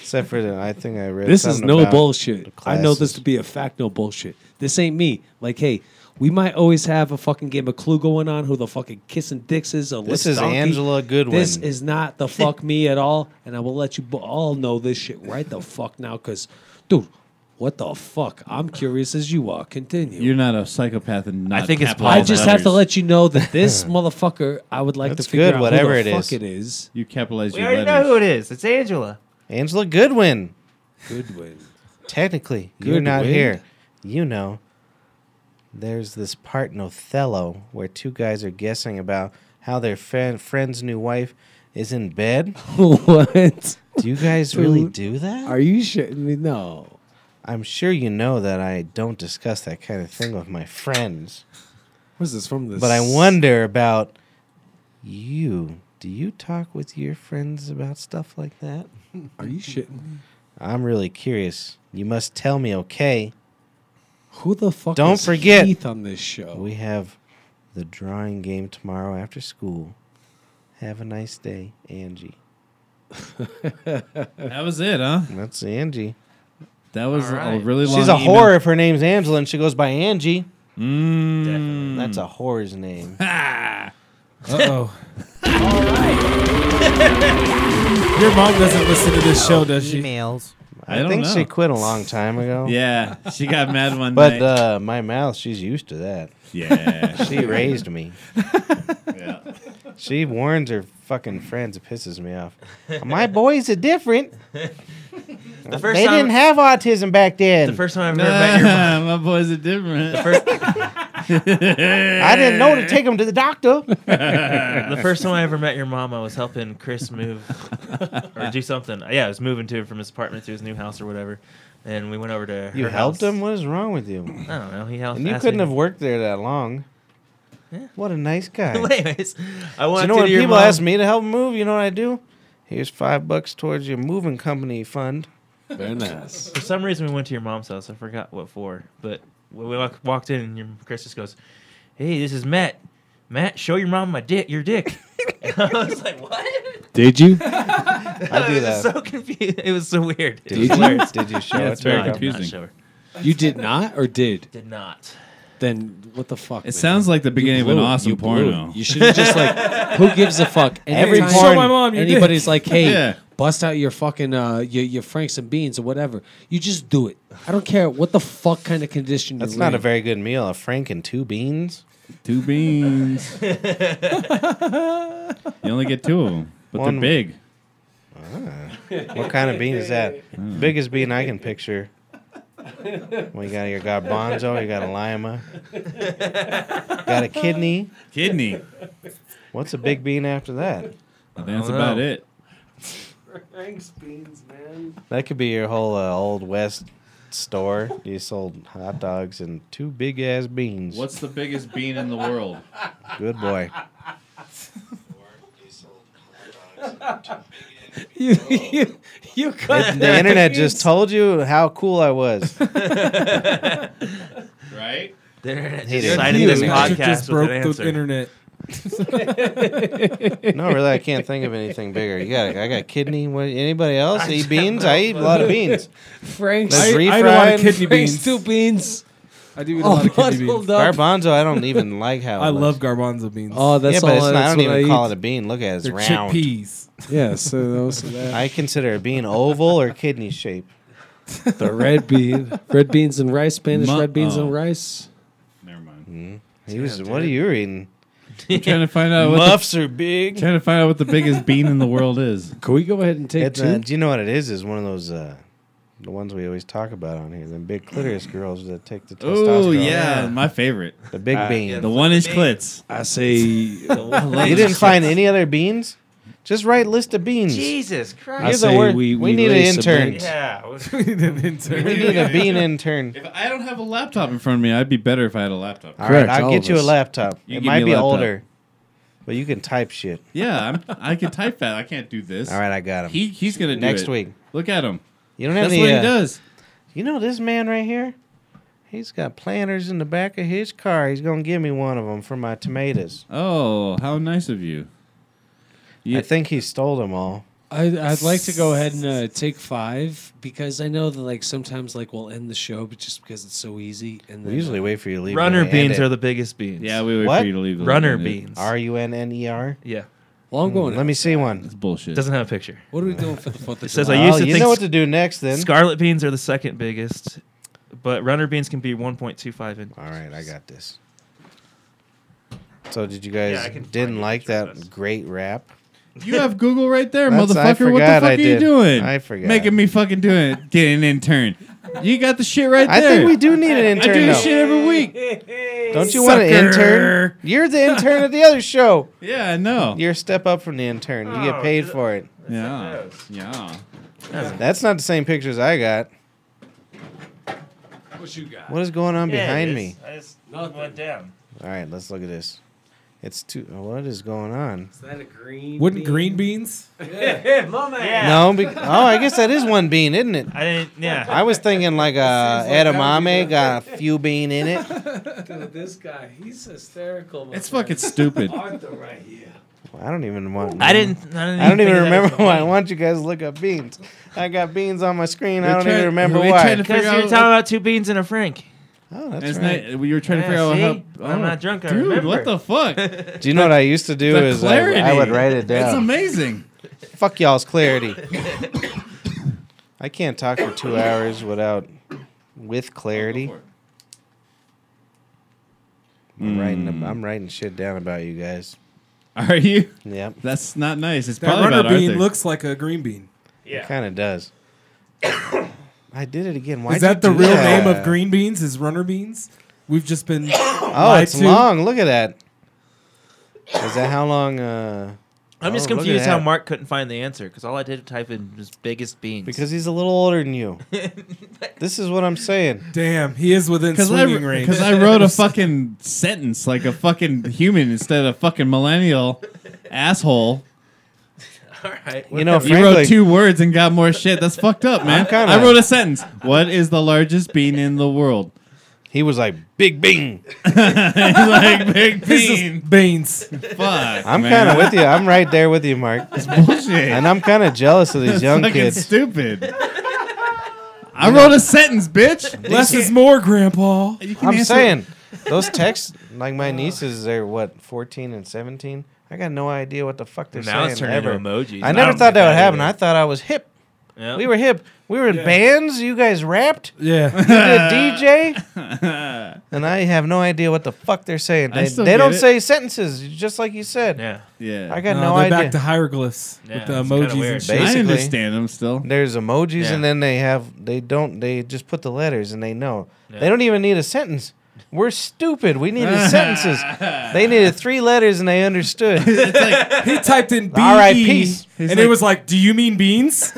Speaker 3: except for the, I think I read.
Speaker 1: This is
Speaker 3: something
Speaker 1: no
Speaker 3: about
Speaker 1: bullshit.
Speaker 3: the
Speaker 1: I know this
Speaker 3: classes.
Speaker 1: to be a fact, no bullshit. This ain't me. Like, hey, we might always have a fucking game of Clue going on. Who the fucking kissing dicks is? Or
Speaker 3: This
Speaker 1: lips
Speaker 3: is
Speaker 1: donkey.
Speaker 3: Angela Goodwin.
Speaker 1: This is not the fuck me at all. And I will let you bo- all know this shit right the fuck now, because, dude, what the fuck? I'm curious as you are. Continue.
Speaker 9: you're not a psychopath, and not
Speaker 8: I think it's
Speaker 9: capitalizing
Speaker 1: I just have to
Speaker 9: letters.
Speaker 1: let you know that this motherfucker. I would like
Speaker 3: That's
Speaker 1: to figure
Speaker 3: good,
Speaker 1: out
Speaker 3: whatever
Speaker 1: who
Speaker 3: it
Speaker 1: the fuck
Speaker 3: is.
Speaker 1: it is.
Speaker 9: you capitalize
Speaker 8: we
Speaker 9: your
Speaker 8: already
Speaker 9: letters.
Speaker 8: know who it is. It's Angela.
Speaker 3: Angela Goodwin.
Speaker 1: Goodwin.
Speaker 3: Technically, you're not
Speaker 1: Goodwin?
Speaker 3: here. You know, there's this part in Othello where two guys are guessing about how their friend, friend's new wife is in bed.
Speaker 1: what?
Speaker 3: Do you guys really
Speaker 1: Dude,
Speaker 3: do that?
Speaker 1: Are you shitting me? No.
Speaker 3: I'm sure you know that I don't discuss that kind of thing with my friends.
Speaker 1: What's this from? This?
Speaker 3: But I wonder about you. Do you talk with your friends about stuff like that?
Speaker 1: Are you shitting me?
Speaker 3: I'm really curious. You must tell me, okay?
Speaker 1: Who the fuck?
Speaker 3: Don't
Speaker 1: is
Speaker 3: forget-
Speaker 1: Keith on this show.
Speaker 3: We have the drawing game tomorrow after school. Have a nice day, Angie.
Speaker 9: That was it, huh?
Speaker 3: That's Angie.
Speaker 9: That was
Speaker 8: All right.
Speaker 9: a really long.
Speaker 3: She's a
Speaker 9: email.
Speaker 3: whore if her name's Angela and she goes by Angie.
Speaker 9: Mm.
Speaker 3: That's a whore's name.
Speaker 2: Uh oh. Your mom doesn't listen to this show, does she?
Speaker 10: Emails.
Speaker 9: I
Speaker 3: I,
Speaker 9: don't
Speaker 3: think
Speaker 9: know.
Speaker 3: she quit a long time ago.
Speaker 9: Yeah, she got mad one
Speaker 3: But
Speaker 9: night.
Speaker 3: uh, my mouth, she's used to that.
Speaker 9: yeah,
Speaker 3: She raised me. She warns her fucking friends. It pisses me off. My boys are different.
Speaker 8: The first
Speaker 3: They
Speaker 8: time,
Speaker 3: didn't have autism back
Speaker 8: the
Speaker 3: then.
Speaker 8: first time I've ever met your mom.
Speaker 9: my boys are different.
Speaker 3: I didn't know to take them to the doctor.
Speaker 8: The first time I ever met your mom, I was helping Chris move or do something. Yeah, I was moving to from his apartment to his new house or whatever, and we went over to.
Speaker 3: You
Speaker 8: her
Speaker 3: helped
Speaker 8: house.
Speaker 3: him? What is wrong with you?
Speaker 8: I don't know. He helped.
Speaker 3: And you
Speaker 8: asked
Speaker 3: couldn't
Speaker 8: me-
Speaker 3: have worked there that long. What a nice guy.
Speaker 8: Well,
Speaker 3: Do
Speaker 8: Anyways, I walked
Speaker 3: you know when
Speaker 8: into your
Speaker 3: people
Speaker 8: mom-
Speaker 3: ask me to help move, you know what I do? Here's five bucks towards your moving company fund.
Speaker 1: Very nice.
Speaker 8: For some reason, we went to your mom's house. I forgot what for, but when we walk, walked in, and your, Chris just goes, "Hey, this is Matt. Matt, show your mom my dick. Your dick." and I was like, "What?"
Speaker 1: Did you?
Speaker 3: I do that.
Speaker 8: So confused. It was so weird. It
Speaker 3: Did
Speaker 8: was
Speaker 3: you-
Speaker 8: hilarious.
Speaker 3: Did you show
Speaker 9: Yeah,
Speaker 3: it
Speaker 9: it's
Speaker 3: to
Speaker 9: very
Speaker 8: No,
Speaker 3: her?
Speaker 8: I'm
Speaker 3: No.
Speaker 8: not
Speaker 9: confusing.
Speaker 8: sure.
Speaker 1: You did not or did?
Speaker 8: Did not.
Speaker 1: Then what the fuck?
Speaker 9: It sounds like the beginning of an awesome porno.
Speaker 1: You should have just like, who gives a fuck? And
Speaker 3: Every
Speaker 1: anytime
Speaker 3: porn- Show
Speaker 2: my mom your dick.
Speaker 1: anybody's like, hey,
Speaker 9: Yeah.
Speaker 1: bust out your fucking uh, your, your Franks and beans or whatever. You just do it. I don't care what the fuck kind of condition.
Speaker 3: That's
Speaker 1: you're
Speaker 3: not a
Speaker 1: in.
Speaker 3: very good meal. A frank and two beans.
Speaker 9: Two beans. you only get two of them, but
Speaker 3: One-
Speaker 9: they're big.
Speaker 8: Mm.
Speaker 3: What kind of bean is that? Biggest bean I can picture. We got your garbanzo, you got a lima, got a kidney.
Speaker 9: Kidney.
Speaker 3: What's a big bean after that?
Speaker 9: I think that's about it.
Speaker 1: Frank's beans, man.
Speaker 3: That could be your whole uh, old west store. You sold hot dogs and two big ass beans.
Speaker 9: What's the biggest bean in the world?
Speaker 3: Good boy.
Speaker 1: You, you, you cut
Speaker 3: It- the
Speaker 1: that
Speaker 3: internet
Speaker 1: piece.
Speaker 3: just told you how cool I was.
Speaker 9: Right?
Speaker 8: The internet
Speaker 3: He
Speaker 8: just
Speaker 3: did.
Speaker 8: sided
Speaker 3: You
Speaker 8: this
Speaker 2: Patrick
Speaker 8: podcast
Speaker 2: just
Speaker 8: with
Speaker 2: broke
Speaker 8: an
Speaker 2: the
Speaker 8: answer.
Speaker 2: internet.
Speaker 3: no, really, I can't think of anything bigger. You got, I got kidney. What, anybody else eat beans? I eat a lot of beans.
Speaker 1: Frank's.
Speaker 3: That's
Speaker 2: I-
Speaker 3: refried.
Speaker 2: I don't want a kidney
Speaker 1: Frank's
Speaker 2: beans.
Speaker 1: two beans.
Speaker 2: I do eat a
Speaker 1: Oh,
Speaker 2: lot of kidney
Speaker 1: muzzle
Speaker 2: beans.
Speaker 1: dog.
Speaker 3: Garbanzo, I don't even like how.
Speaker 2: I
Speaker 3: it
Speaker 2: love
Speaker 3: looks.
Speaker 2: garbanzo beans.
Speaker 1: Oh, that's
Speaker 3: yeah,
Speaker 1: all.
Speaker 3: but it's not, I
Speaker 1: that's
Speaker 3: don't
Speaker 1: what
Speaker 3: even
Speaker 1: I
Speaker 3: call
Speaker 1: eat.
Speaker 3: it a bean. Look at it, it's
Speaker 2: They're
Speaker 3: round.
Speaker 2: chickpeas.
Speaker 1: Yeah, so those are that.
Speaker 3: I consider a bean oval or kidney shape.
Speaker 1: the red bean, red beans and rice, Spanish
Speaker 9: Mu-
Speaker 1: red beans
Speaker 9: oh.
Speaker 1: and rice.
Speaker 9: Never mind.
Speaker 3: He was. What are you eating?
Speaker 9: I'm trying to find
Speaker 1: Uh,
Speaker 9: out what
Speaker 3: Muffs are
Speaker 9: the,
Speaker 3: big.
Speaker 9: trying to find out what the biggest bean in the world is.
Speaker 1: Can we go ahead and take
Speaker 3: It's,
Speaker 1: two?
Speaker 3: uh, do you know what it is? Is one of those. Uh, the ones we always talk about on here, the big clitoris girls that take the testosterone.
Speaker 9: Oh yeah, my favorite.
Speaker 3: the big bean.
Speaker 9: The one inch clits.
Speaker 1: I say
Speaker 3: You didn't find any other beans? Just write list of beans.
Speaker 8: Jesus Christ.
Speaker 1: I
Speaker 3: You're the
Speaker 1: say
Speaker 3: wor-
Speaker 1: we- we
Speaker 3: we need an
Speaker 1: lace a
Speaker 3: intern.
Speaker 1: bit.
Speaker 8: Yeah.
Speaker 3: We need a bean intern.
Speaker 9: If I don't have a laptop in front of me, I'd be better if I had a laptop.
Speaker 3: All right,
Speaker 1: Correct, all
Speaker 3: I'll
Speaker 1: of
Speaker 3: get you a
Speaker 1: us.
Speaker 3: laptop.
Speaker 9: You
Speaker 3: it
Speaker 9: give
Speaker 3: might
Speaker 9: me
Speaker 3: be
Speaker 9: a laptop.
Speaker 3: older, but you can type shit.
Speaker 9: Yeah, I'm, I can type that. I can't do this.
Speaker 3: All right, I got him.
Speaker 9: He he's gonna do
Speaker 3: Next
Speaker 9: it.
Speaker 3: week.
Speaker 9: Look at him.
Speaker 3: you don't have
Speaker 9: That's
Speaker 3: any.
Speaker 9: what
Speaker 3: uh,
Speaker 9: he does.
Speaker 3: You know this man right here? He's got planters in the back of his car. He's gonna give me one of them for my tomatoes.
Speaker 9: Oh, how nice of you. Yeah.
Speaker 3: I think he stole them all.
Speaker 1: I, I'd like to go ahead and uh, take five because I know that like sometimes like we'll end the show, but just because it's so easy and
Speaker 3: We
Speaker 1: then, uh,
Speaker 3: usually wait for you to leave.
Speaker 8: Runner beans are the biggest beans.
Speaker 9: Yeah, we wait
Speaker 3: What?
Speaker 9: for you to leave. the
Speaker 8: runner
Speaker 9: link, dude.
Speaker 8: beans.
Speaker 3: R U N N E R.
Speaker 8: yeah.
Speaker 1: Well, I'm going.
Speaker 3: Let me see one.
Speaker 9: That's bullshit.
Speaker 8: Doesn't have a picture.
Speaker 1: What are we doing for the Fourth of
Speaker 8: It says
Speaker 1: July?
Speaker 8: I used
Speaker 3: Oh,
Speaker 8: to
Speaker 3: you
Speaker 8: think
Speaker 3: know what to do next then.
Speaker 8: Scarlet beans are the second biggest, but runner beans can be 1.25 inches.
Speaker 3: All right, I got this. So did you guys
Speaker 8: Yeah, I can find
Speaker 3: didn't
Speaker 8: a
Speaker 3: like
Speaker 8: picture of
Speaker 3: that
Speaker 8: this.
Speaker 3: great rap?
Speaker 9: You have Google right there,
Speaker 3: That's-
Speaker 9: motherfucker.
Speaker 3: I
Speaker 9: what the
Speaker 3: forgot
Speaker 9: fuck
Speaker 3: I
Speaker 9: are you
Speaker 3: did.
Speaker 9: doing?
Speaker 3: I forgot.
Speaker 9: Making me fucking do it. Get an intern. You got the shit right
Speaker 3: I
Speaker 9: there.
Speaker 3: think we do need an
Speaker 9: I
Speaker 3: intern.
Speaker 9: do this
Speaker 3: though.
Speaker 9: shit every week.
Speaker 3: Don't you want an intern?
Speaker 9: Sucker.
Speaker 3: You're the intern at the other show.
Speaker 9: Yeah, I know.
Speaker 3: You're a step up from the intern. You get paid for it.
Speaker 9: Yeah. Yeah.
Speaker 3: That's not the same pictures I got.
Speaker 1: What you got?
Speaker 3: What is going on behind me?
Speaker 8: I just
Speaker 1: Nothing. went
Speaker 8: down.
Speaker 3: All right, let's look at this. It's too. What is going on?
Speaker 1: Is that a green?
Speaker 2: Wouldn't green beans?
Speaker 3: No. Be- oh, I guess that is one bean, isn't it?
Speaker 8: I didn't. Yeah.
Speaker 3: I was thinking like a edamame got a few bean in it.
Speaker 1: Dude, this guy, he's hysterical.
Speaker 9: It's fucking stupid.
Speaker 1: Arthur right here.
Speaker 3: I don't even want.
Speaker 8: I didn't. I didn't,
Speaker 3: I don't
Speaker 8: think
Speaker 3: even
Speaker 8: of that as
Speaker 3: remember
Speaker 8: a
Speaker 3: why. I
Speaker 8: bean.
Speaker 3: want you guys to look up beans. I got beans on my screen. I
Speaker 9: We're
Speaker 3: don't
Speaker 9: trying-
Speaker 3: even remember
Speaker 9: we're
Speaker 3: why.
Speaker 9: trying to
Speaker 8: Because
Speaker 9: figure
Speaker 8: you
Speaker 9: out
Speaker 8: were talking about two beans and a franc.
Speaker 3: oh,
Speaker 9: And
Speaker 3: that's
Speaker 9: it's
Speaker 3: right.
Speaker 9: not- we were trying to
Speaker 8: Yeah,
Speaker 9: figure out
Speaker 8: see?
Speaker 9: how.
Speaker 8: I'm
Speaker 9: oh,
Speaker 8: not drunk, I
Speaker 9: Dude,
Speaker 8: remember.
Speaker 9: what the fuck?
Speaker 3: Do you know what I used to do
Speaker 9: The
Speaker 3: is I, would- I would
Speaker 9: clarity.
Speaker 3: write it
Speaker 9: It's
Speaker 3: down.
Speaker 9: amazing.
Speaker 3: Fuck y'all's clarity. I can't talk for two hours without with clarity. I'm writing. I'm writing shit down about you guys.
Speaker 9: Are you?
Speaker 3: Yep,
Speaker 9: That's not nice. It's
Speaker 2: That
Speaker 9: probably
Speaker 2: runner
Speaker 9: about
Speaker 2: bean
Speaker 9: Arthur.
Speaker 2: looks like a green bean.
Speaker 3: it kind of does. I did it again. Why
Speaker 2: Is that the
Speaker 3: you do
Speaker 2: real
Speaker 3: that?
Speaker 2: name of green beans? Is runner beans? We've just been.
Speaker 3: Oh,
Speaker 2: lied
Speaker 3: it's
Speaker 2: to.
Speaker 3: long. Look at that. Is that how long? Uh,
Speaker 8: I'm just
Speaker 3: Oh, look at
Speaker 8: confused how
Speaker 3: that.
Speaker 8: Mark couldn't find the answer because all I did was type in was biggest beans.
Speaker 3: because he's a little older than you. this is what I'm saying.
Speaker 2: Damn, he is within
Speaker 9: Because I,
Speaker 2: swinging range.
Speaker 9: because I wrote a fucking sentence like a fucking human instead of fucking millennial asshole.
Speaker 8: all right,
Speaker 3: you know,
Speaker 9: you
Speaker 3: frankly,
Speaker 9: wrote two words and got more shit. That's fucked up, man.
Speaker 3: kinda-
Speaker 9: I wrote a sentence. What is the largest bean in the world?
Speaker 3: he was like big bean.
Speaker 9: He's like big
Speaker 2: This is
Speaker 9: bean.
Speaker 2: beans.
Speaker 9: Fuck.
Speaker 3: I'm kind of with you. I'm right there with you, Mark.
Speaker 9: of bullshit.
Speaker 3: And I'm kind of jealous of these young
Speaker 9: fucking
Speaker 3: kids.
Speaker 9: stupid. I wrote a sentence, bitch.
Speaker 2: Less is more, Grandpa.
Speaker 9: You can
Speaker 3: I'm
Speaker 9: answer-
Speaker 3: saying those texts, like my nieces, they're what 14 and 17. I got no idea what the fuck they're
Speaker 8: now
Speaker 3: saying
Speaker 8: it's turning
Speaker 3: ever.
Speaker 8: into emojis.
Speaker 3: I never
Speaker 8: don't
Speaker 3: thought
Speaker 8: get
Speaker 3: that would happen.
Speaker 8: either.
Speaker 3: I thought I was hip.
Speaker 8: Yeah.
Speaker 3: We were hip. We were in bands. You guys rapped.
Speaker 2: Yeah.
Speaker 3: You did a DJ. and I have no idea what the fuck they're saying.
Speaker 2: I
Speaker 3: They,
Speaker 2: still
Speaker 3: they
Speaker 2: get
Speaker 3: don't
Speaker 2: it.
Speaker 3: say sentences, just like you said. Yeah.
Speaker 9: Yeah.
Speaker 3: I got
Speaker 2: No,
Speaker 3: no,
Speaker 2: they're
Speaker 3: idea.
Speaker 2: back to hieroglyphs with Yeah, the it's kinda emojis and weird. shit. I
Speaker 9: understand them still.
Speaker 3: There's emojis,
Speaker 9: Yeah.
Speaker 3: and then they have they don't they just put the letters, and they know
Speaker 9: Yeah.
Speaker 3: they don't even need a sentence. We're stupid. We needed sentences. They needed three letters, and they understood.
Speaker 2: he typed in B
Speaker 3: All right,
Speaker 2: E,
Speaker 3: peace.
Speaker 2: and it was like, "Do you mean beans?"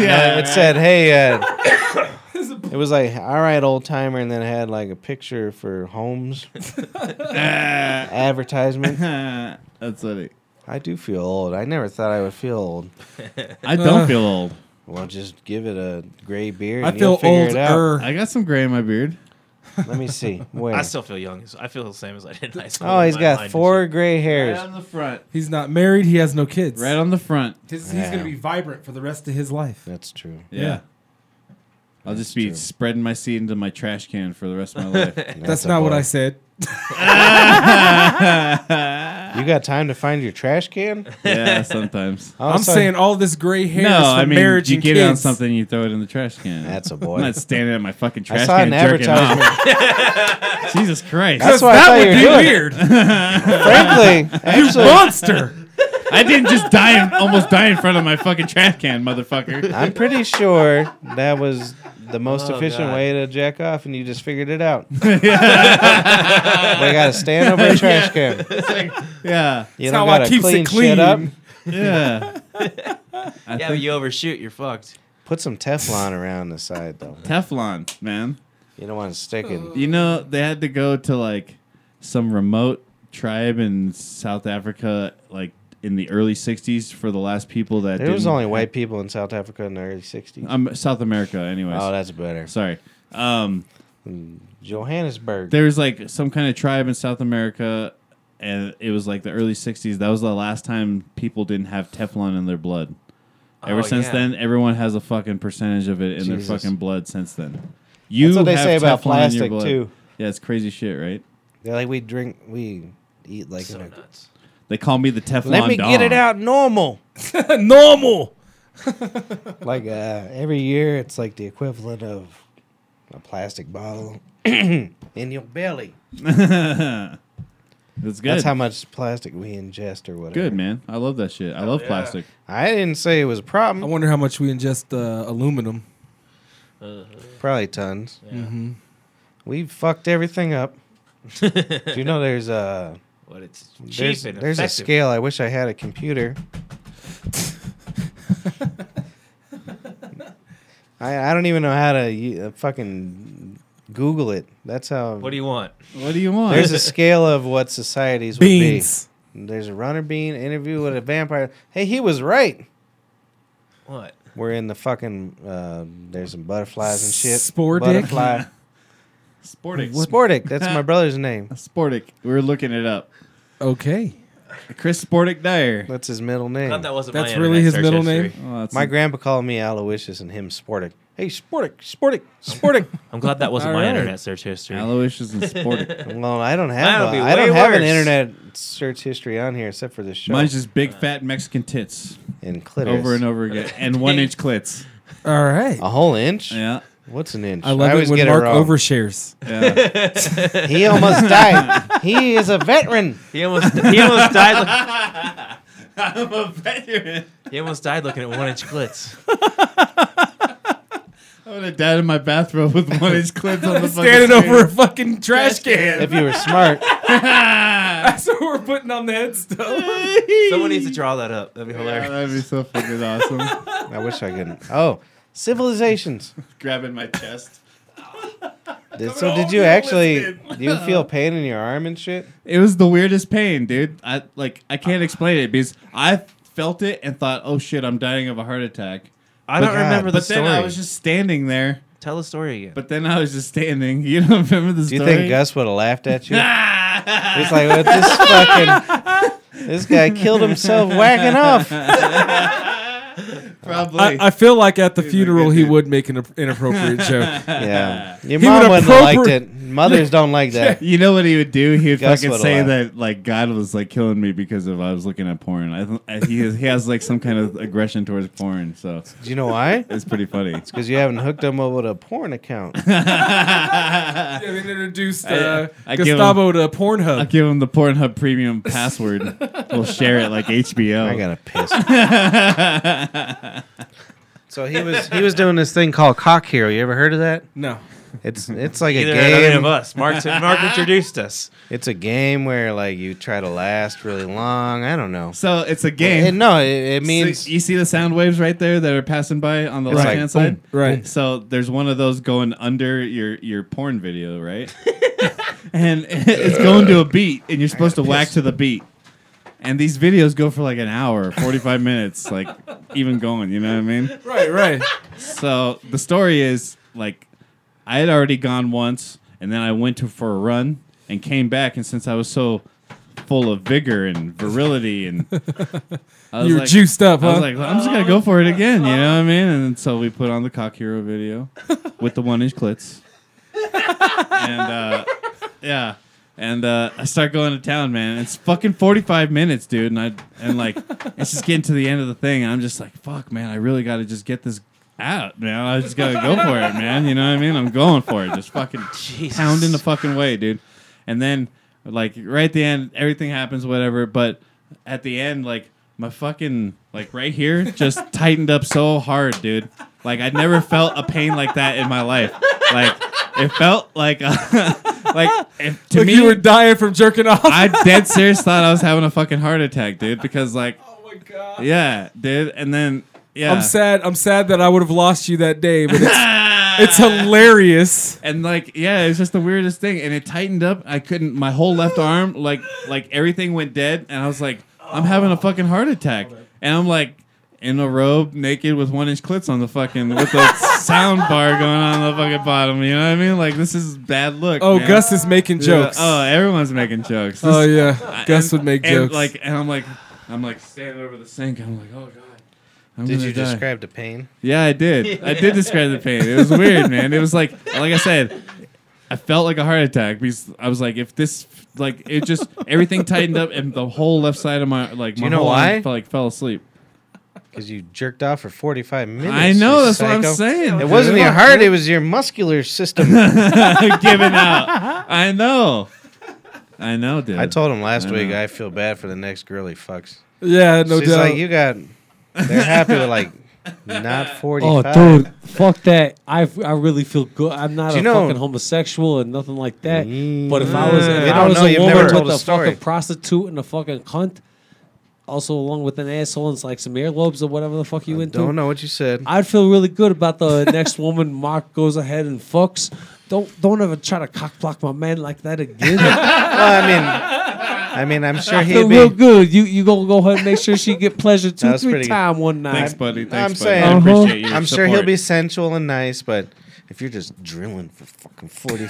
Speaker 3: yeah, it said, "Hey." Uh, it was like, "All right, old timer," and then it had like a picture for Holmes advertisement.
Speaker 9: That's funny.
Speaker 3: I do feel old. I never thought I would feel old.
Speaker 9: I don't Uh. feel old.
Speaker 3: Well, just give it a gray beard.
Speaker 9: I
Speaker 3: and you'll
Speaker 9: feel
Speaker 3: figure it out.
Speaker 9: older. I got some gray in my beard.
Speaker 3: Let me see. Wait.
Speaker 8: I still feel young. as- I feel the same as I did in high school.
Speaker 3: oh, he's
Speaker 8: My
Speaker 3: got
Speaker 8: mind-
Speaker 3: four gray hairs.
Speaker 9: on the front.
Speaker 2: He's not married. He has no kids.
Speaker 9: Right on the front.
Speaker 2: His, He's gonna be vibrant for the rest of his life.
Speaker 3: That's true.
Speaker 9: Yeah. I'll just be spreading my seed into my trash can for the rest of my life.
Speaker 2: That's not what I said.
Speaker 3: You got time to find your trash can?
Speaker 9: Yeah, sometimes.
Speaker 3: Oh,
Speaker 2: I'm
Speaker 3: so-
Speaker 2: saying all this gray hair
Speaker 9: no,
Speaker 2: is from
Speaker 9: I mean,
Speaker 2: marriage
Speaker 9: you
Speaker 2: and
Speaker 9: get
Speaker 2: kids.
Speaker 9: it on something, you throw it in the trash can.
Speaker 3: That's a boy.
Speaker 9: I'm not standing at my fucking
Speaker 3: I
Speaker 9: trash
Speaker 3: saw
Speaker 9: can
Speaker 3: an
Speaker 9: jerking off.
Speaker 3: advertisement.
Speaker 9: Jesus Christ.
Speaker 3: That's what I thought you were doing. Frankly, actually,
Speaker 9: I didn't just die, in, almost die in front of my fucking trash can, motherfucker.
Speaker 3: I'm pretty sure that was the most
Speaker 9: Oh,
Speaker 3: efficient
Speaker 9: God.
Speaker 3: way to jack off, and you just figured it out. they got to stand over a trash
Speaker 9: Yeah.
Speaker 3: can.
Speaker 9: It's like- yeah.
Speaker 3: You don't got to clean, shit up.
Speaker 9: Yeah. I
Speaker 8: yeah, but
Speaker 9: think-
Speaker 8: you overshoot, you're fucked.
Speaker 3: Put some Teflon around the side, though.
Speaker 9: Teflon, man.
Speaker 3: You don't want to stick it.
Speaker 9: You know, they had to go to like some remote tribe in South Africa, like in the early 60s, for the last people that
Speaker 3: There was
Speaker 9: didn't-
Speaker 3: only white people in South Africa in the early 60s.
Speaker 9: Um, South America, anyways.
Speaker 3: Oh, that's better.
Speaker 9: Sorry. Um,
Speaker 3: Johannesburg.
Speaker 9: There was like some kind of tribe in South America, and it was like the early 60s. That was the last time people didn't have Teflon in their blood. Ever
Speaker 3: Oh,
Speaker 9: since
Speaker 3: yeah.
Speaker 9: then, everyone has a fucking percentage of it in
Speaker 3: Jesus.
Speaker 9: their fucking blood since then. You
Speaker 3: what they
Speaker 9: have
Speaker 3: say about
Speaker 9: Teflon in your
Speaker 3: plastic,
Speaker 9: blood.
Speaker 3: too.
Speaker 9: Yeah, it's crazy shit, right?
Speaker 3: They're like, we drink, we eat like a-
Speaker 9: They call me the Teflon
Speaker 3: Let me get it
Speaker 9: Don.
Speaker 3: out normal.
Speaker 2: normal.
Speaker 3: like uh, every year, it's like the equivalent of a plastic bottle in your belly.
Speaker 9: That's good.
Speaker 3: That's how much plastic we ingest or whatever.
Speaker 9: Good, man. I love that shit. I love plastic.
Speaker 3: I didn't say it was a problem.
Speaker 2: I wonder how much we ingest uh, aluminum.
Speaker 3: Probably tons. Mm-hmm. We fucked everything up. Do you know there's a
Speaker 8: But it's cheap
Speaker 3: there's,
Speaker 8: and
Speaker 3: there's a
Speaker 8: effective.
Speaker 3: scale. I wish I had a computer. I I don't even know how to u- uh, fucking Google it. That's how.
Speaker 8: What do you want?
Speaker 9: What do you want?
Speaker 3: There's a scale of what societies would
Speaker 9: Beans.
Speaker 3: be. There's a runner bean interview with a vampire. Hey, he was right.
Speaker 8: What?
Speaker 3: We're in the fucking. Uh, there's some butterflies and shit.
Speaker 9: Spordic?
Speaker 3: Butterfly.
Speaker 9: Sportic.
Speaker 3: Spordic. That's my brother's name.
Speaker 9: Sportic. We were looking it up.
Speaker 2: Okay.
Speaker 9: Chris Sportic Dyer. Oh,
Speaker 3: That's his middle name.
Speaker 8: thought that wasn't my
Speaker 2: That's really his middle name.
Speaker 3: my grandpa called me Aloysius and him Sportic. Hey, Sportic, Sportic, Sportic.
Speaker 8: I'm glad that wasn't my internet search history.
Speaker 9: Aloysius and Sportic.
Speaker 3: well, I don't
Speaker 8: That'll
Speaker 3: have.
Speaker 8: be
Speaker 3: A, I don't
Speaker 8: way
Speaker 3: have an
Speaker 8: worse.
Speaker 3: internet search history on here except for this show.
Speaker 9: Mine's just big fat Mexican tits.
Speaker 3: And clitoris.
Speaker 9: Over and over again. And one inch clits.
Speaker 2: All right.
Speaker 3: A whole inch.
Speaker 9: Yeah.
Speaker 3: What's an inch?
Speaker 2: I love it
Speaker 3: always
Speaker 2: when
Speaker 3: get
Speaker 2: Mark
Speaker 3: wrong.
Speaker 2: overshares.
Speaker 8: Yeah.
Speaker 3: he almost died. He is a veteran.
Speaker 8: He almost he almost died. Look-
Speaker 9: I'm a veteran.
Speaker 8: he almost died looking at one inch glitz.
Speaker 9: I would have died in my bathrobe with one inch clits on the fucking
Speaker 2: Standing
Speaker 9: screen.
Speaker 2: over a fucking trash can.
Speaker 3: If you were smart.
Speaker 2: That's what we're putting on the headstone.
Speaker 8: Someone needs to draw that up. That'd be hilarious.
Speaker 9: That'd be so fucking awesome.
Speaker 3: I wish I could. Oh, civilizations.
Speaker 9: Grabbing my chest.
Speaker 3: Did, so did you actually? Do you feel pain in your arm and shit?
Speaker 9: It was the weirdest pain, dude. I like I can't explain it because I felt it and thought, "Oh shit, I'm dying of a heart attack."
Speaker 8: I don't remember the
Speaker 9: but then I
Speaker 8: story.
Speaker 9: was just standing there.
Speaker 8: Tell the story again.
Speaker 9: But then I was just standing. You don't remember the
Speaker 3: Do you
Speaker 9: story?
Speaker 3: think Gus would have laughed at you? He's like, what this fucking this guy killed himself whacking off.
Speaker 9: Probably.
Speaker 2: I, I feel like at the funeral he would make an inappropriate joke.
Speaker 3: Yeah. Your
Speaker 2: He
Speaker 3: mom
Speaker 2: would
Speaker 3: wouldn't have liked
Speaker 2: appropri-
Speaker 3: it. Mothers don't like that.
Speaker 9: You know what he would do? He would
Speaker 3: Gus
Speaker 9: fucking
Speaker 3: would've
Speaker 9: say
Speaker 3: laughed.
Speaker 9: that like God was like killing me because of I was looking at porn. I, th- I he has, he has like some kind of aggression towards porn. So
Speaker 3: Do you know why?
Speaker 9: it's pretty funny.
Speaker 3: It's because you haven't hooked them up with a porn account.
Speaker 2: Yeah, they introduced
Speaker 9: I-
Speaker 2: uh,
Speaker 9: I give
Speaker 2: Gustavo to
Speaker 9: I'll
Speaker 2: Pornhub.
Speaker 9: give him the Pornhub premium password. we'll share it like HBO.
Speaker 3: I gotta piss. so he was he was doing this thing called Cock Hero. You ever heard of that?
Speaker 2: No.
Speaker 3: It's it's like
Speaker 8: Either
Speaker 3: a
Speaker 8: any of
Speaker 3: game.
Speaker 8: us. Mark, Mark introduced us.
Speaker 3: It's a game where like you try to last really long. I don't know.
Speaker 9: So it's a game.
Speaker 3: It, no, it, it means
Speaker 9: So you see the sound waves right there that are passing by on the
Speaker 3: It's
Speaker 9: left
Speaker 3: like,
Speaker 9: hand side.
Speaker 2: boom, right.
Speaker 9: So there's one of those going under your your porn video, right? and it's going to a beat, and you're supposed to whack to the beat. And these videos go for like an hour, 45 minutes, like even going. You know what I mean?
Speaker 2: Right, right.
Speaker 9: So the story is like I had already gone once, and then I went to for a run and came back, and since I was so full of vigor and virility and I was
Speaker 2: You were
Speaker 9: like-
Speaker 2: juiced up,
Speaker 9: I
Speaker 2: huh?
Speaker 9: was like, I'm just gonna go for it again, you know what I mean? And so we put on the cock hero video with the one inch clits, and uh, yeah, and uh, I start going to town, man. It's fucking 45 minutes, dude, and I and like it's just getting to the end of the thing, and I'm just like, fuck, man, I really got to just get this out, man. I just gotta go for it, man. You know what I mean? I'm going for it, just fucking pounding the fucking way, dude. And then like right at the end, everything happens, whatever. But at the end, like my fucking like right here just tightened up so hard, dude. Like I never felt a pain like that in my life. Like it felt like uh, like if, to
Speaker 2: Like
Speaker 9: me
Speaker 2: you were dying from jerking off.
Speaker 9: I dead serious thought I was having a fucking heart attack, dude, because like yeah, dude, and then yeah.
Speaker 2: I'm sad. I'm sad that I would have lost you that day, but it's, it's hilarious.
Speaker 9: and like yeah it was just the weirdest thing and it tightened up i couldn't my whole left arm like like everything went dead and i was like i'm having a fucking heart attack and i'm like in a robe naked with one inch clits on the fucking with the sound bar going on the fucking bottom you know what i mean like this is bad look
Speaker 2: Oh,
Speaker 9: man.
Speaker 2: Gus is making
Speaker 9: Yeah.
Speaker 2: jokes.
Speaker 9: oh everyone's making jokes This-
Speaker 2: oh yeah, Gus
Speaker 9: and-
Speaker 2: would make
Speaker 9: and,
Speaker 2: jokes.
Speaker 9: like and i'm like i'm like standing over the sink i'm like oh god I'm
Speaker 3: did
Speaker 9: gonna
Speaker 3: you
Speaker 9: die.
Speaker 3: describe the pain?
Speaker 9: Yeah, I did. I did describe the pain. It was weird, man. It was like, like I said, I felt like a heart attack because I was like, if this, like, it just everything tightened up and the whole left side of my, like,
Speaker 3: Do
Speaker 9: my
Speaker 3: you know
Speaker 9: whole
Speaker 3: why?
Speaker 9: arm, fell- like fell asleep.
Speaker 3: Because you jerked off for forty five minutes.
Speaker 9: I know
Speaker 3: you
Speaker 9: that's what I'm
Speaker 3: psycho.
Speaker 9: saying.
Speaker 3: It wasn't your heart; it was your muscular system.
Speaker 9: giving out. I know. I know, dude.
Speaker 3: I told him last
Speaker 9: I
Speaker 3: week
Speaker 9: know.
Speaker 3: I feel bad for the next girl he fucks.
Speaker 2: yeah, no
Speaker 3: She's
Speaker 2: doubt.
Speaker 3: like, you got. They're happy with like not forty
Speaker 1: Oh,
Speaker 3: five.
Speaker 1: dude, fuck that. I, f- I really feel good. I'm not
Speaker 3: Do you
Speaker 1: a
Speaker 3: know-
Speaker 1: fucking homosexual and nothing like that. But if I was,
Speaker 3: Mm.
Speaker 1: if
Speaker 3: You
Speaker 1: I
Speaker 3: don't
Speaker 1: was
Speaker 3: know,
Speaker 1: a
Speaker 3: you've never
Speaker 1: woman
Speaker 3: told
Speaker 1: with
Speaker 3: a
Speaker 1: a
Speaker 3: story.
Speaker 1: fucking prostitute and a fucking cunt, also along with an asshole and like some earlobes or whatever the fuck you into,
Speaker 3: Don't know what you said.
Speaker 1: I'd feel really good about the next woman Mark goes ahead and fucks. Don't don't ever try to cock block my man like that again. I
Speaker 3: Well, I mean, I mean, I'm sure
Speaker 1: feel
Speaker 3: he'd
Speaker 1: real
Speaker 3: be.
Speaker 1: good. You you gonna go ahead and make sure she get pleasure two
Speaker 3: was
Speaker 1: three
Speaker 3: pretty good.
Speaker 1: time one night.
Speaker 9: Thanks, buddy.
Speaker 3: I'm
Speaker 9: Thanks, buddy.
Speaker 3: saying-
Speaker 9: I appreciate
Speaker 2: Uh-huh.
Speaker 9: your
Speaker 3: I'm sure he'll
Speaker 9: support.
Speaker 3: be sensual and nice, but if you're just drilling for fucking 45, do you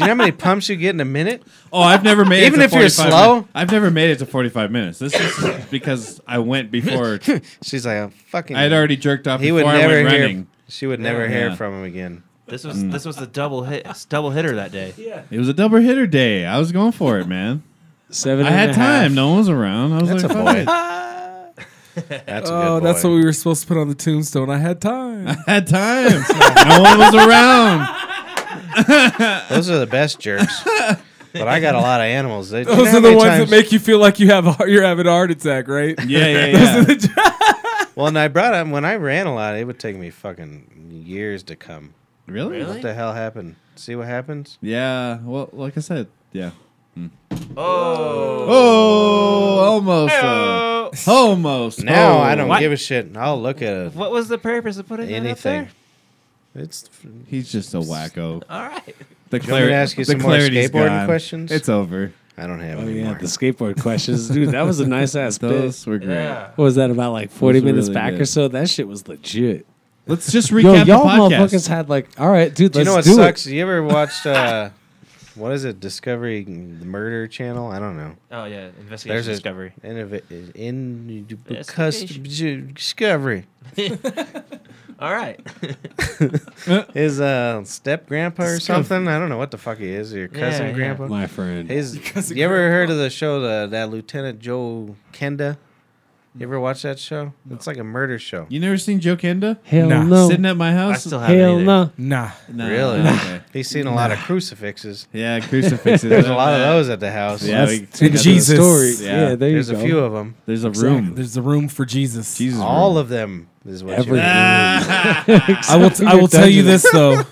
Speaker 3: know how many pumps you get in a minute?
Speaker 9: Oh, I've never made
Speaker 3: Even
Speaker 9: it to
Speaker 3: if you're
Speaker 9: 45
Speaker 3: slow?
Speaker 9: min- I've never made it to 45 minutes. This is because I went before.
Speaker 3: She's like, I'm fucking.
Speaker 9: I had already jerked off
Speaker 3: He
Speaker 9: before
Speaker 3: would never
Speaker 9: I
Speaker 3: hear.
Speaker 9: went running.
Speaker 3: She would never hear
Speaker 9: Yeah.
Speaker 3: from him again.
Speaker 8: This was this was the double hit double hitter that day.
Speaker 9: It was a double hitter day. I was going for it, man.
Speaker 1: Seven.
Speaker 9: I
Speaker 1: and a
Speaker 9: had
Speaker 1: half.
Speaker 9: time. No one was around. I was
Speaker 3: That's
Speaker 9: like,
Speaker 3: a boy.
Speaker 9: "Fuck it."
Speaker 3: That's a
Speaker 2: oh,
Speaker 3: good boy.
Speaker 2: that's what we were supposed to put on the tombstone. I had time.
Speaker 9: I had time. no one was around.
Speaker 3: Those are the best jerks. but I got a lot of animals. They,
Speaker 2: Those are the ones that make you feel like you have a, heart- you're having a heart attack, right?
Speaker 9: Yeah, yeah, yeah.
Speaker 3: Well, and I brought up when I ran a lot, it would take me fucking years to come.
Speaker 9: really?
Speaker 3: What the hell happened? See what happens?
Speaker 9: Yeah. Well, like I said, yeah.
Speaker 8: Oh,
Speaker 9: Oh, almost. Uh,
Speaker 8: Oh.
Speaker 9: almost.
Speaker 3: Now
Speaker 9: Oh.
Speaker 3: I don't
Speaker 8: What?
Speaker 3: give a shit. I'll look at it.
Speaker 8: What was the purpose of putting that up
Speaker 3: anything.
Speaker 8: there?
Speaker 3: It's. You
Speaker 9: He's just a wacko.
Speaker 8: All right.
Speaker 9: The
Speaker 3: want me
Speaker 9: clarity.
Speaker 3: to ask you
Speaker 9: the
Speaker 3: some more
Speaker 9: clarity's
Speaker 3: skateboarding
Speaker 9: gone.
Speaker 3: questions?
Speaker 9: It's over.
Speaker 3: I don't have
Speaker 1: Oh
Speaker 3: any
Speaker 1: yeah,
Speaker 3: more.
Speaker 1: the skateboard questions, dude. That was a nice ass bit.
Speaker 9: Those were great.
Speaker 1: What was that about like forty
Speaker 9: Those were
Speaker 1: minutes
Speaker 9: really
Speaker 1: back or
Speaker 9: good.
Speaker 1: so? That shit was legit.
Speaker 9: Let's just
Speaker 1: Yo,
Speaker 9: recap
Speaker 1: y'all
Speaker 9: the podcast.
Speaker 1: motherfuckers had like, all right, dude,
Speaker 3: do you
Speaker 1: let's
Speaker 3: know what
Speaker 1: do
Speaker 3: sucks?
Speaker 1: it.
Speaker 3: You ever watched? Uh, What is it? Discovery the Murder Channel? I don't know.
Speaker 8: Oh, yeah, Investigation
Speaker 3: a-
Speaker 8: Discovery.
Speaker 3: innov- in,
Speaker 8: Investigation.
Speaker 3: discovery.
Speaker 8: All right.
Speaker 3: his uh, step grandpa or
Speaker 8: Discovery.
Speaker 3: something. I don't know what the fuck he is. Your
Speaker 8: Yeah,
Speaker 3: cousin
Speaker 8: yeah.
Speaker 3: grandpa,
Speaker 11: My friend.
Speaker 3: His.
Speaker 2: Cousin
Speaker 3: you ever heard of the show the, that Lieutenant Joe Kenda? You ever watch that show? It's like a murder show.
Speaker 9: You never seen Joe Kenda?
Speaker 1: Hell Nah. no.
Speaker 9: Sitting at my house?
Speaker 3: I still haven't Hell either.
Speaker 1: no.
Speaker 2: Nah.
Speaker 9: Nah,
Speaker 3: really?
Speaker 9: okay.
Speaker 3: He's seen a lot of crucifixes.
Speaker 9: Yeah, crucifixes.
Speaker 3: There's a lot of those at the house.
Speaker 9: Yeah, we-
Speaker 1: That's- and Jesus. story. Yeah, there you
Speaker 3: There's
Speaker 1: go.
Speaker 3: a few of them.
Speaker 9: There's a
Speaker 2: Exactly.
Speaker 9: room.
Speaker 2: There's a room for Jesus. Jesus.
Speaker 3: All of them is what
Speaker 1: Every-
Speaker 3: you
Speaker 2: I will. T- I will tell you this though.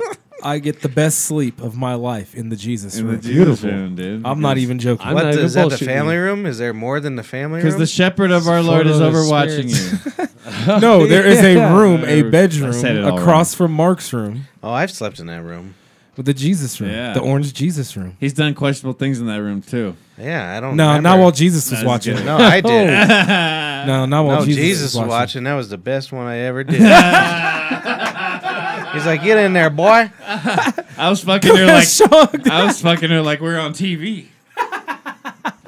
Speaker 2: I get the best sleep of my life in the Jesus
Speaker 9: In the
Speaker 2: room.
Speaker 9: Jesus Beautiful. room, dude.
Speaker 2: I'm not even joking.
Speaker 3: What is that the family room? Is there more than the family room?
Speaker 9: Because the shepherd of our Lord is
Speaker 1: Photos,
Speaker 9: over watching you.
Speaker 1: spirits.
Speaker 2: no, there is a
Speaker 1: Yeah.
Speaker 2: room,
Speaker 9: I
Speaker 2: a bedroom
Speaker 9: said it all
Speaker 2: across from Mark's room,
Speaker 3: Oh, I've slept in that room.
Speaker 2: with the Jesus room,
Speaker 9: Yeah.
Speaker 2: the orange Jesus room.
Speaker 9: He's done questionable things in that room, too.
Speaker 3: Yeah, I
Speaker 9: Oh,
Speaker 3: don't.
Speaker 2: No,
Speaker 3: remember.
Speaker 2: not while Jesus was
Speaker 9: No, just
Speaker 2: watching.
Speaker 9: kidding.
Speaker 3: No, I did.
Speaker 2: No, not while
Speaker 3: no, Jesus,
Speaker 2: Jesus,
Speaker 3: was watching. That was the best one I ever did.
Speaker 9: I
Speaker 3: He's like, get in there, boy.
Speaker 9: was fucking her like
Speaker 2: Shocked.
Speaker 9: I was fucking her like we're on TV.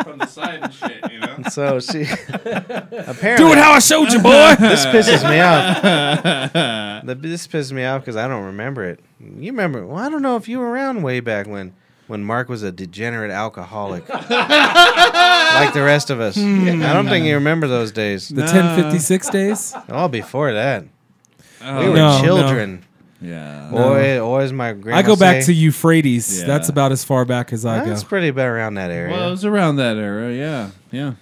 Speaker 9: From the side and shit, you know?
Speaker 3: So she apparently
Speaker 2: Do it how I showed you, boy.
Speaker 3: this pisses me off. The, this pisses me off because I don't remember it. You remember? Well, I don't know if you were around way back when when Mark was a degenerate alcoholic, like the rest of us.
Speaker 2: Hmm.
Speaker 3: I don't think you remember those days.
Speaker 2: the 1056 days.
Speaker 3: All before that, we
Speaker 9: Oh,
Speaker 3: were
Speaker 2: No, no.
Speaker 3: children.
Speaker 9: Yeah.
Speaker 3: Boy, or as my grandma
Speaker 2: I go back
Speaker 3: say,
Speaker 2: to Euphrates.
Speaker 9: Yeah.
Speaker 2: That's about as far back as I go.
Speaker 3: That's pretty bad around that area.
Speaker 9: Well, it was around that era, yeah. Yeah.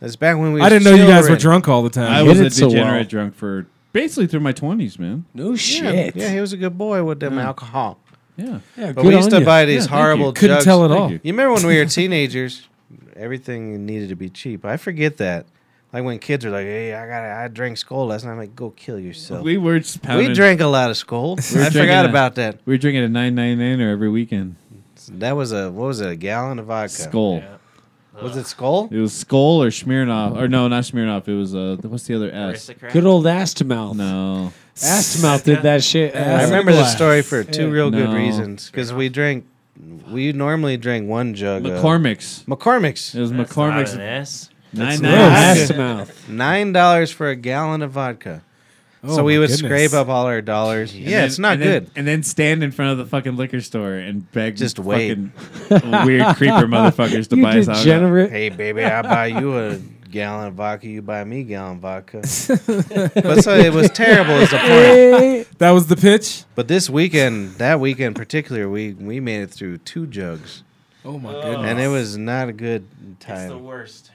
Speaker 3: It's back when we.
Speaker 2: I
Speaker 3: was
Speaker 2: didn't know you guys were
Speaker 3: children.
Speaker 2: drunk all the
Speaker 9: I
Speaker 2: time.
Speaker 1: hit
Speaker 9: was a
Speaker 1: it so well.
Speaker 9: degenerate drunk for basically through my twenties, man.
Speaker 1: No
Speaker 3: Yeah,
Speaker 1: shit.
Speaker 3: yeah, he was a good boy with them alcohol.
Speaker 9: Yeah.
Speaker 1: Yeah,
Speaker 3: But
Speaker 1: good
Speaker 3: we used
Speaker 1: on
Speaker 3: to
Speaker 1: ya.
Speaker 3: buy these
Speaker 9: Yeah, thank you.
Speaker 3: horrible
Speaker 2: Couldn't
Speaker 3: jugs.
Speaker 2: tell at
Speaker 9: Thank
Speaker 2: all.
Speaker 9: you.
Speaker 3: You remember when we were teenagers, everything needed to be cheap. I forget that. Like when kids are like, "Hey, I got to I drank Skol last night." I'm like, "Go kill yourself." We,
Speaker 9: We were just pounding.
Speaker 3: drank a lot of Skol.
Speaker 9: We were
Speaker 3: I
Speaker 9: drinking
Speaker 3: forgot
Speaker 9: a-
Speaker 3: about that.
Speaker 9: We were drinking a nine nine nine or every weekend.
Speaker 3: That was a what was it? A gallon of vodka.
Speaker 9: Skull.
Speaker 3: Was it Skol?
Speaker 9: It was Skull or Smirnoff or no, not Smirnoff. It was uh, what's the other S?
Speaker 8: Aristocrat.
Speaker 1: Good old ass to mouth.
Speaker 9: No,
Speaker 1: Ass to mouth did that shit.
Speaker 3: I
Speaker 1: Ass-
Speaker 3: remember this story for two real good
Speaker 9: No.
Speaker 3: reasons because we drank. We normally drank one jug. of-
Speaker 9: McCormick's.
Speaker 3: McCormick's.
Speaker 9: It was
Speaker 8: That's
Speaker 9: McCormick's
Speaker 8: not an S.
Speaker 9: nine
Speaker 1: No,
Speaker 9: nine.
Speaker 1: ass to mouth.
Speaker 3: Nine dollars for a gallon of vodka.
Speaker 2: Oh,
Speaker 3: so we
Speaker 2: my
Speaker 3: would
Speaker 2: goodness.
Speaker 3: scrape up all our dollars. yeah, it's not
Speaker 9: and
Speaker 3: good.
Speaker 9: Then, and then stand in front of the fucking liquor store and beg
Speaker 3: Just wait.
Speaker 9: fucking weird creeper motherfuckers to
Speaker 1: You
Speaker 9: buy us out.
Speaker 1: degenerate.
Speaker 3: hey, baby, I buy you a gallon of vodka. You buy me a gallon of vodka. but so it was terrible as a point.
Speaker 1: Hey.
Speaker 2: That was the pitch.
Speaker 3: But this weekend, that weekend in particular, we we made it through two jugs,
Speaker 2: Oh my goodness.
Speaker 3: and it was not a good
Speaker 8: It's the
Speaker 3: time.
Speaker 8: worst.